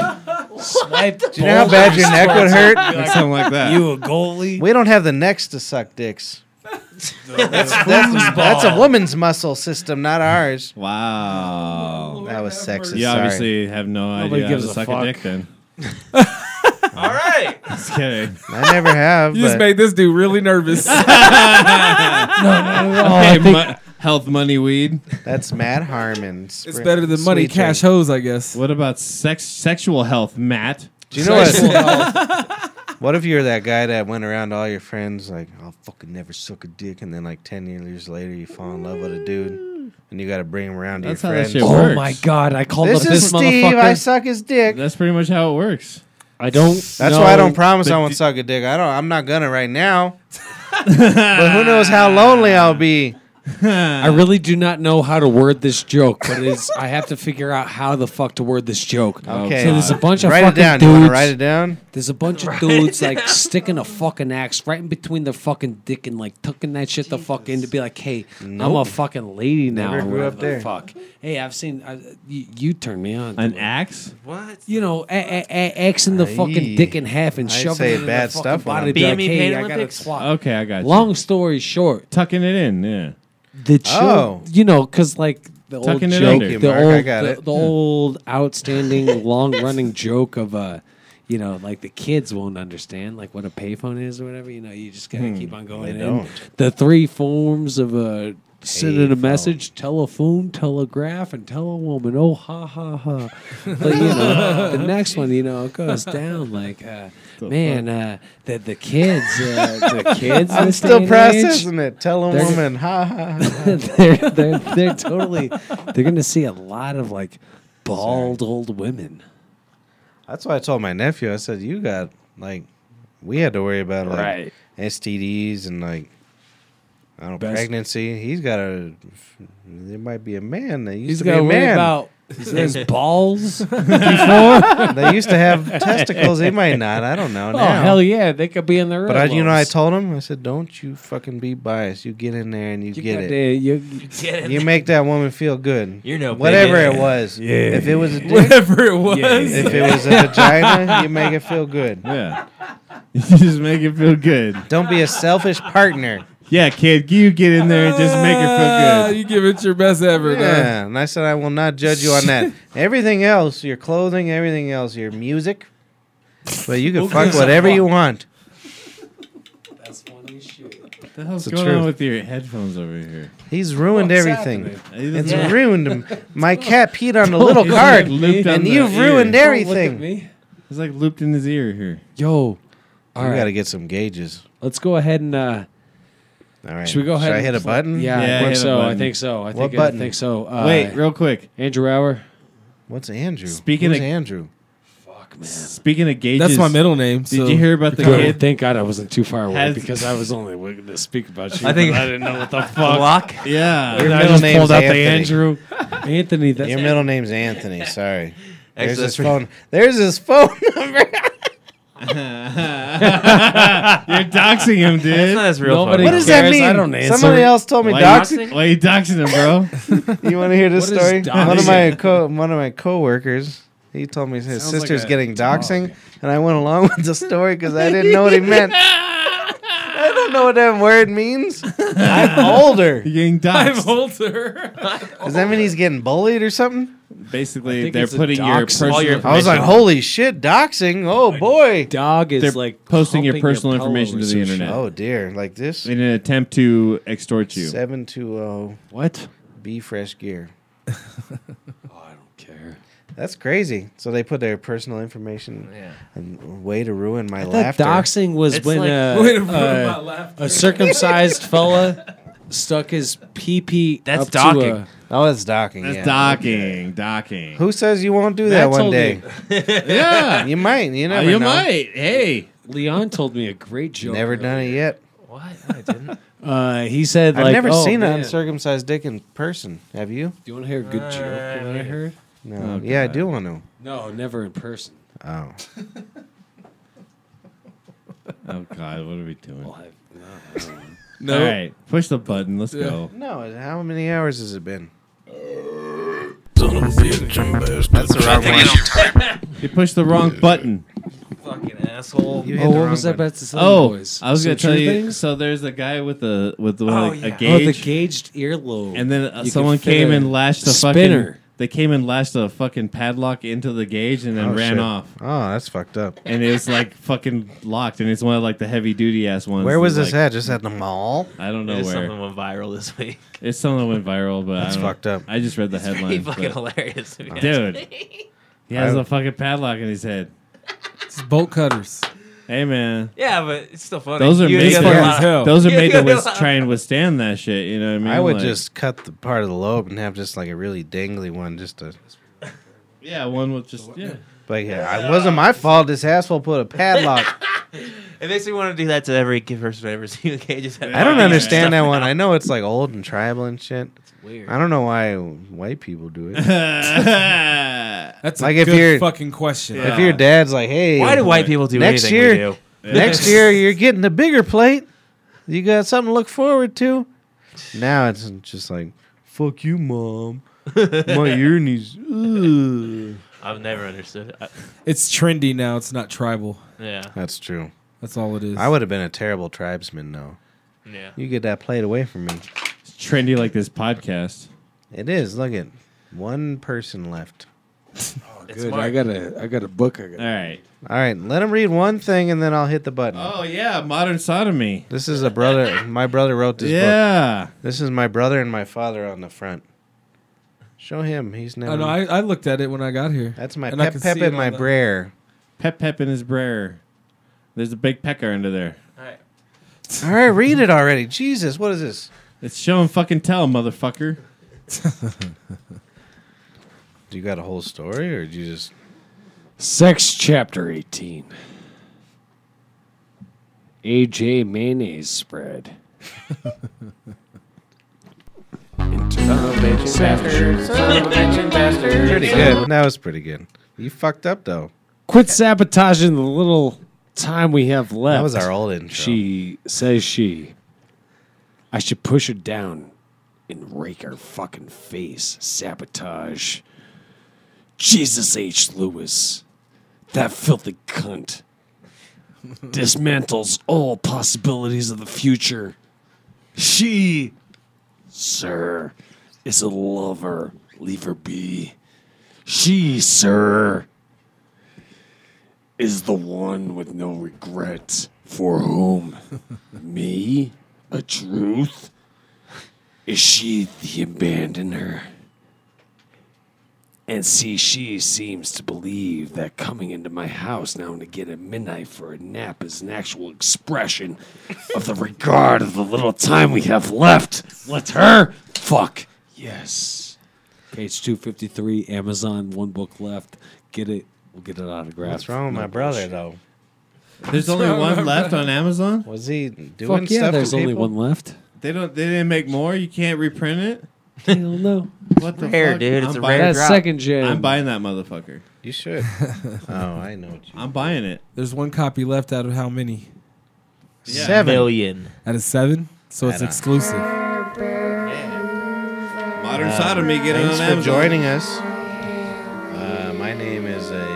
Speaker 1: Swipe. Do
Speaker 3: you know how bad your neck would hurt?
Speaker 9: something like that.
Speaker 1: You a goalie?
Speaker 3: We don't have the necks to suck dicks. that's, that's, that's a woman's muscle system, not ours.
Speaker 9: Wow.
Speaker 3: That was sexist.
Speaker 9: You
Speaker 3: sorry.
Speaker 9: obviously have no
Speaker 1: Nobody
Speaker 9: idea how
Speaker 1: gives
Speaker 9: to
Speaker 1: a
Speaker 9: suck
Speaker 1: fuck.
Speaker 9: a dick then.
Speaker 8: All right.
Speaker 9: Just kidding.
Speaker 3: I never have.
Speaker 2: You just
Speaker 3: but-
Speaker 2: made this dude really nervous.
Speaker 9: hey, mu- health, money, weed.
Speaker 3: That's Matt Harmon.
Speaker 2: it's better than money, cash, hose, I guess.
Speaker 9: What about sex, sexual health, Matt?
Speaker 3: Do you know what? what if you're that guy that went around to all your friends like, I'll fucking never suck a dick, and then like ten years later you fall in love with a dude, and you got to bring him around to
Speaker 9: That's how
Speaker 3: your
Speaker 9: that
Speaker 3: friends.
Speaker 9: shit
Speaker 1: Oh
Speaker 9: works.
Speaker 1: my god! I called
Speaker 3: This
Speaker 1: up
Speaker 3: is
Speaker 1: this
Speaker 3: Steve. I
Speaker 1: motherfucker.
Speaker 3: suck his dick.
Speaker 9: That's pretty much how it works.
Speaker 1: I, don't.
Speaker 3: That's
Speaker 1: know.
Speaker 3: why I don't promise
Speaker 9: but
Speaker 3: I won't
Speaker 9: d-
Speaker 3: suck a dick. I don't. I'm not gonna right now. but who knows how lonely I'll be?
Speaker 1: I really do not know how to word this joke, but it's I have to figure out how the fuck to word this joke.
Speaker 3: Okay.
Speaker 1: So there's a bunch of
Speaker 3: write it
Speaker 1: fucking
Speaker 3: down. You want
Speaker 1: dudes.
Speaker 3: to write it down?
Speaker 1: There's a bunch of dudes like sticking a fucking axe right in between their fucking dick and like tucking that shit the fuck in to be like, hey, I'm a fucking lady now.
Speaker 3: Never
Speaker 1: or
Speaker 3: grew
Speaker 1: whatever
Speaker 3: up
Speaker 1: the
Speaker 3: there.
Speaker 1: Fuck. Hey, I've seen I, you, you turn me on.
Speaker 9: An
Speaker 1: to it.
Speaker 9: axe?
Speaker 8: What?
Speaker 1: You know, a- a- a- axing the fucking
Speaker 3: Aye.
Speaker 1: dick in half and
Speaker 3: I
Speaker 1: shoving
Speaker 3: say
Speaker 1: it in
Speaker 3: bad
Speaker 1: the fucking
Speaker 3: stuff when
Speaker 1: body.
Speaker 3: I'm
Speaker 1: to be like,
Speaker 8: BME
Speaker 1: hey,
Speaker 8: Pan
Speaker 1: I got a
Speaker 8: Olympics?
Speaker 1: twat.
Speaker 9: Okay, I got you.
Speaker 1: Long story short,
Speaker 9: Tucking it in, yeah.
Speaker 1: the chill,
Speaker 3: Oh.
Speaker 1: you know, because like the
Speaker 9: Tucking
Speaker 1: old
Speaker 9: it under.
Speaker 1: joke,
Speaker 9: Thank
Speaker 3: you,
Speaker 1: the
Speaker 3: Mark.
Speaker 1: old,
Speaker 3: I got
Speaker 1: the,
Speaker 3: it.
Speaker 1: the old outstanding, long-running joke of uh, you know, like the kids won't understand like what a payphone is or whatever. You know, you just gotta keep on going.
Speaker 3: Hmm. They
Speaker 1: in.
Speaker 3: don't.
Speaker 1: The three forms of uh, sending a message: telephone, telegraph, and tell a woman. Oh, ha ha ha! But you know, the next one, you know, it goes down like. Uh, Man, uh, the the kids, uh, the kids.
Speaker 3: I'm
Speaker 1: this day
Speaker 3: still
Speaker 1: and age,
Speaker 3: processing it. Tell a
Speaker 1: There's-
Speaker 3: woman, ha ha. ha.
Speaker 1: they're, they're, they're totally they're gonna see a lot of like bald old women
Speaker 3: That's why I told my nephew. I said, "You got like, we had to worry about like
Speaker 8: Right.
Speaker 3: STDs and like, I don't know,
Speaker 1: Best-
Speaker 3: pregnancy. He's got a. There might be a man. They used
Speaker 1: he's
Speaker 3: to be
Speaker 1: gonna
Speaker 3: a
Speaker 1: worry
Speaker 3: man.
Speaker 1: about his balls oh
Speaker 3: they used to have testicles. They might not. I don't know now.
Speaker 1: Oh, hell yeah they could be in the room
Speaker 3: But I, you know, I told him. I said, "Don't you fucking be biased. You get in there and you,
Speaker 1: you
Speaker 3: get
Speaker 1: got
Speaker 3: it.
Speaker 1: the- you,
Speaker 8: Get it.
Speaker 3: You make that woman feel good.
Speaker 8: You're no
Speaker 3: whatever
Speaker 8: bigot.
Speaker 3: it was. Yeah. If it was a dick,
Speaker 2: Whatever it was.
Speaker 3: if it was a vagina, you make it feel good.
Speaker 9: Yeah. you just make it feel good.
Speaker 3: Don't be a selfish partner.
Speaker 9: Yeah, kid, you get in there and just make
Speaker 2: Ah,
Speaker 9: it feel good.
Speaker 2: You give it your best effort. huh?
Speaker 3: Yeah, and I said I will not judge you on that. everything else, your clothing, everything else, your music, but you can fuck whatever you want.
Speaker 9: What the hell's
Speaker 3: the
Speaker 9: going
Speaker 3: truth.
Speaker 9: on with your headphones over here?
Speaker 3: He's ruined
Speaker 1: What's
Speaker 3: everything.
Speaker 1: happening?
Speaker 3: It's ruined him. My cat peed on the little
Speaker 9: It's
Speaker 3: card,
Speaker 9: like looped on
Speaker 3: and
Speaker 9: the
Speaker 3: you've
Speaker 9: ear.
Speaker 3: ruined
Speaker 1: Don't look at
Speaker 3: everything.
Speaker 1: me.
Speaker 9: It's like looped in his ear here.
Speaker 1: yo all
Speaker 3: We
Speaker 1: right,
Speaker 3: got to get some gauges.
Speaker 1: let's go ahead and uh
Speaker 3: All right.
Speaker 1: should we go ahead
Speaker 3: Should I
Speaker 1: and
Speaker 3: hit a
Speaker 1: play-
Speaker 3: button?
Speaker 1: yeah,
Speaker 9: Yeah,
Speaker 1: I think
Speaker 9: hit a
Speaker 1: so i
Speaker 9: button.
Speaker 1: think so i
Speaker 3: What
Speaker 1: think
Speaker 3: button?
Speaker 1: i think so uh,
Speaker 9: Wait, real quick.
Speaker 1: andrew hour
Speaker 3: What's Andrew?
Speaker 9: Speaking
Speaker 3: Who's
Speaker 9: of-
Speaker 3: Andrew,
Speaker 1: fuck man
Speaker 9: Speaking of gauges,
Speaker 2: That's my middle name.
Speaker 9: Did
Speaker 2: so-
Speaker 9: you hear about the
Speaker 1: Good.
Speaker 9: kid?
Speaker 1: Thank God I wasn't too far away
Speaker 9: Has-
Speaker 1: because I was only going to speak about you.
Speaker 8: I think-
Speaker 1: but I didn't know what the fuck.
Speaker 8: Block.
Speaker 9: Yeah.
Speaker 3: Your
Speaker 1: I
Speaker 3: middle
Speaker 1: just
Speaker 3: name's
Speaker 1: pulled out
Speaker 3: Anthony.
Speaker 1: the Andrew. Anthony, that's
Speaker 3: Your middle name's Anthony. Sorry. There's
Speaker 8: Excellent.
Speaker 3: his phone. There's his phone number.
Speaker 9: You're doxing him,
Speaker 8: That's not
Speaker 9: dude.
Speaker 8: his real
Speaker 1: Nobody-
Speaker 8: phone.
Speaker 3: What does that
Speaker 1: cares?
Speaker 3: mean?
Speaker 1: I don't answer.
Speaker 3: Somebody else told me
Speaker 9: Why
Speaker 3: doxing.
Speaker 9: you, why you doxing him, bro?
Speaker 3: You want to hear this
Speaker 1: What is
Speaker 3: story? One of
Speaker 1: doxing?
Speaker 3: my co- one of my coworkers, he told me his
Speaker 9: Sounds like
Speaker 3: sister's
Speaker 9: a
Speaker 3: getting doxing, and I went along with the story because I didn't know what he meant. I don't know what that word means. I'm older.
Speaker 9: You're getting doxed.
Speaker 2: Holter.
Speaker 3: Does that mean he's getting bullied or something?
Speaker 1: I
Speaker 9: Basically,
Speaker 1: think
Speaker 9: they're
Speaker 1: it's a
Speaker 9: putting your
Speaker 1: dox. All
Speaker 9: personal.
Speaker 8: your-
Speaker 3: I was like,
Speaker 9: information-
Speaker 3: holy shit, doxing! Oh boy.
Speaker 1: dog is
Speaker 9: They're
Speaker 1: like
Speaker 9: posting your
Speaker 1: humping
Speaker 9: personal
Speaker 1: pillow
Speaker 9: information
Speaker 1: or
Speaker 9: to the
Speaker 1: some
Speaker 9: internet.
Speaker 1: shit.
Speaker 3: Oh dear, like this.
Speaker 9: in an attempt to extort you.
Speaker 3: Seven two zero
Speaker 1: What?
Speaker 3: B fresh gear.
Speaker 1: Oh, I don't care.
Speaker 3: That's crazy. So they put their personal information.
Speaker 8: Yeah.
Speaker 3: And way to ruin my
Speaker 1: I thought
Speaker 3: laughter.
Speaker 1: doxing was
Speaker 8: It's
Speaker 1: when
Speaker 8: like-
Speaker 1: uh,
Speaker 2: Wait a minute,
Speaker 1: uh,
Speaker 2: I laughed.
Speaker 1: a circumcised fella stuck his pee pee.
Speaker 8: That's
Speaker 1: up to uh,
Speaker 8: docking.
Speaker 1: a-
Speaker 3: Oh, that's docking.
Speaker 9: That's
Speaker 3: yeah.
Speaker 9: docking, docking.
Speaker 3: Who says you won't do
Speaker 1: Matt
Speaker 3: that one
Speaker 1: told
Speaker 3: day?
Speaker 9: Yeah, Uh,
Speaker 3: You might. You never
Speaker 9: you
Speaker 3: know.
Speaker 9: might. Hey,
Speaker 1: Leon told me a great joke.
Speaker 3: Never done it yet.
Speaker 8: What? No, I didn't.
Speaker 1: Uh, he said,
Speaker 3: I've
Speaker 1: like,
Speaker 3: never
Speaker 1: oh,
Speaker 3: seen an
Speaker 1: man.
Speaker 3: uncircumcised dick in person. Have you?
Speaker 1: Do you want to hear a good joke that I heard?
Speaker 3: No.
Speaker 9: Oh,
Speaker 3: yeah, I
Speaker 9: God.
Speaker 3: do want to.
Speaker 1: No, never in person.
Speaker 3: Oh,
Speaker 9: oh god, what are we doing?
Speaker 1: I'll have
Speaker 2: No.
Speaker 9: All right, push the button. Let's go.
Speaker 3: No, how many hours has it been?
Speaker 4: That's
Speaker 3: the wrong
Speaker 9: You pushed the wrong button.
Speaker 8: Fucking asshole.
Speaker 1: You hit Oh, the what wrong was that button. about the Southern
Speaker 9: oh,
Speaker 1: Boys?
Speaker 9: I was
Speaker 1: Some
Speaker 9: gonna tell
Speaker 1: true
Speaker 9: you.
Speaker 1: things?
Speaker 9: So there's a guy with a with one,
Speaker 1: Oh,
Speaker 9: like,
Speaker 1: yeah.
Speaker 9: a
Speaker 1: Oh,
Speaker 9: gauge.
Speaker 1: the gauged earlobe.
Speaker 9: And then uh,
Speaker 1: You
Speaker 9: someone
Speaker 1: can fit
Speaker 9: came
Speaker 1: a
Speaker 9: and lashed the
Speaker 1: spinner.
Speaker 9: fucking. They came and lashed a fucking padlock into the gauge and then
Speaker 3: Oh,
Speaker 9: ran
Speaker 3: shit.
Speaker 9: off.
Speaker 3: Oh, that's fucked up.
Speaker 9: And it was like fucking locked, and it's one of like the heavy duty ass ones.
Speaker 3: Where
Speaker 9: that,
Speaker 3: was this
Speaker 9: like,
Speaker 3: at? Just at the mall?
Speaker 9: I don't know
Speaker 8: There's
Speaker 9: where.
Speaker 8: something went viral this week.
Speaker 9: It's something that went viral, but
Speaker 3: That's
Speaker 9: I don't,
Speaker 3: fucked up.
Speaker 9: I just read the
Speaker 8: pretty
Speaker 9: headline.
Speaker 8: fucking
Speaker 9: but-
Speaker 8: hilarious, to be honest.
Speaker 9: dude. He has
Speaker 3: I-
Speaker 9: a fucking padlock in his head.
Speaker 2: It's bolt cutters.
Speaker 9: Hey man,
Speaker 8: Yeah, but it's still funny.
Speaker 9: those are
Speaker 8: You
Speaker 9: made.
Speaker 8: gotta
Speaker 9: to-
Speaker 8: get a lot of-
Speaker 9: Those are
Speaker 8: you
Speaker 9: made to
Speaker 8: gotta get a
Speaker 9: wis-
Speaker 8: lot of-
Speaker 9: try and withstand that shit. You know what I mean?
Speaker 3: I would
Speaker 9: Like-
Speaker 3: just cut the part of the lobe and have just like a really dangly one, just to.
Speaker 9: Yeah, one with just yeah.
Speaker 3: But
Speaker 8: Uh,
Speaker 3: yeah, it wasn't my fault. This asshole put a padlock.
Speaker 8: It makes me want to do that to every kid person I ever see. Okay, just
Speaker 3: I don't understand that one. I know it's like old and tribal and shit.
Speaker 8: weird.
Speaker 3: I don't know why white people do it.
Speaker 2: That's a
Speaker 3: Like if
Speaker 2: good
Speaker 3: you're-
Speaker 2: fucking question.
Speaker 3: If your dad's like, "Hey,
Speaker 8: Why do white people do
Speaker 3: next
Speaker 8: anything
Speaker 3: year,
Speaker 8: we do?
Speaker 3: Next year you're getting a bigger plate. You got something to look forward to. Now it's just like, fuck you, mom. My ear needs. Ugh.
Speaker 8: I've never understood it. I,
Speaker 2: It's trendy now. It's not tribal.
Speaker 8: yeah,
Speaker 3: That's true.
Speaker 2: That's all it is.
Speaker 3: I would have been a terrible tribesman, though.
Speaker 8: yeah.
Speaker 3: You get that plate away from me.
Speaker 9: It's trendy like this podcast.
Speaker 3: It is. Look at one person left.
Speaker 8: It's smart.
Speaker 1: I got a I got a book. I got.
Speaker 9: All right.
Speaker 3: All right, let him read one thing and then I'll hit the button.
Speaker 9: Oh yeah, modern sodomy.
Speaker 3: This is a brother. My brother wrote this book.
Speaker 9: yeah.
Speaker 3: This is my brother and my father on the front. Show him. He's never.
Speaker 2: I know. I, I looked at it when I got here.
Speaker 3: That's my
Speaker 2: And I
Speaker 3: pep
Speaker 2: can
Speaker 3: pep
Speaker 2: see it
Speaker 3: in my
Speaker 2: on the-
Speaker 3: brer.
Speaker 9: Pep pep in his brer. There's a big pecker under there.
Speaker 3: All right, read it already. Jesus, what is this?
Speaker 9: It's show and fucking tell, motherfucker.
Speaker 3: Do you got a whole story or do you just.
Speaker 1: Sex chapter 18. AJ mayonnaise spread.
Speaker 3: Pretty good. That was pretty good. You fucked up, though.
Speaker 1: Quit sabotaging the little time we have left.
Speaker 3: That was our old intro.
Speaker 1: She says she. I should push her down and rake her fucking face. Sabotage. Jesus H. Lewis. That filthy cunt. Dismantles all possibilities of the future. She, sir, is a lover. Leave her be. She, sir, is the one with no regrets. For whom? Me? A truth? Is she the abandoner? And see, she seems to believe that coming into my house now and again at midnight for a nap is an actual expression of the regard of the little time we have left. Let her fuck. Yes. Page 253, Amazon, one book left. Get it. We'll get it autographed.
Speaker 3: What's wrong with my brother, though?
Speaker 9: There's only one left on Amazon.
Speaker 3: Was he doing
Speaker 1: Fuck yeah,
Speaker 3: stuff?
Speaker 1: there's
Speaker 3: to
Speaker 1: only
Speaker 3: people?
Speaker 1: one left.
Speaker 9: They don't. They didn't make more. You can't reprint it.
Speaker 1: Hell no.
Speaker 9: What the
Speaker 8: Rare,
Speaker 9: fuck?
Speaker 8: dude. It's
Speaker 9: I'm
Speaker 8: a
Speaker 9: buying,
Speaker 8: rare-
Speaker 1: That's
Speaker 8: drop.
Speaker 1: second gen.
Speaker 9: I'm buying that motherfucker.
Speaker 3: You should. oh, I know what you.
Speaker 9: I'm buying it.
Speaker 2: There's one copy left out of how many?
Speaker 9: Yeah.
Speaker 3: Seven.
Speaker 8: Million.
Speaker 2: Out of seven. So it's
Speaker 3: Right on.
Speaker 2: exclusive.
Speaker 9: Modern sodomy. Get it
Speaker 3: Thanks
Speaker 9: on
Speaker 3: for
Speaker 9: Amazon.
Speaker 3: joining us. Uh, my name is a.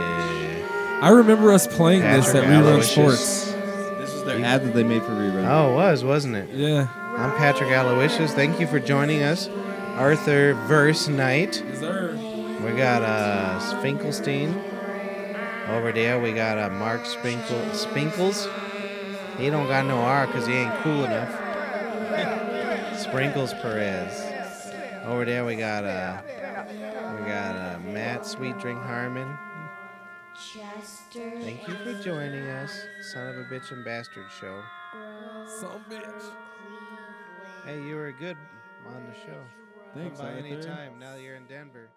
Speaker 2: I remember us playing this at
Speaker 3: Patrick
Speaker 2: Rerun
Speaker 3: Aloysius.
Speaker 2: Sports.
Speaker 9: This is their ad that they made for rerun.
Speaker 3: Oh, it was, wasn't it?
Speaker 2: Yeah.
Speaker 3: I'm Patrick Aloysius. Thank you for joining us. Arthur Verse Night. We got uh, Finkelstein over there. We got uh, Mark Spinkle, Spinkles. He don't got no R because he ain't cool enough. Sprinkles Perez. Over there we got uh, we got uh, Matt Sweet Drink Harmon. Thank you for joining us, son of a bitch and bastard show. Hey, you were good on the show.
Speaker 9: Thanks,
Speaker 3: Come by
Speaker 9: Arthur.
Speaker 3: any time now that you're in Denver.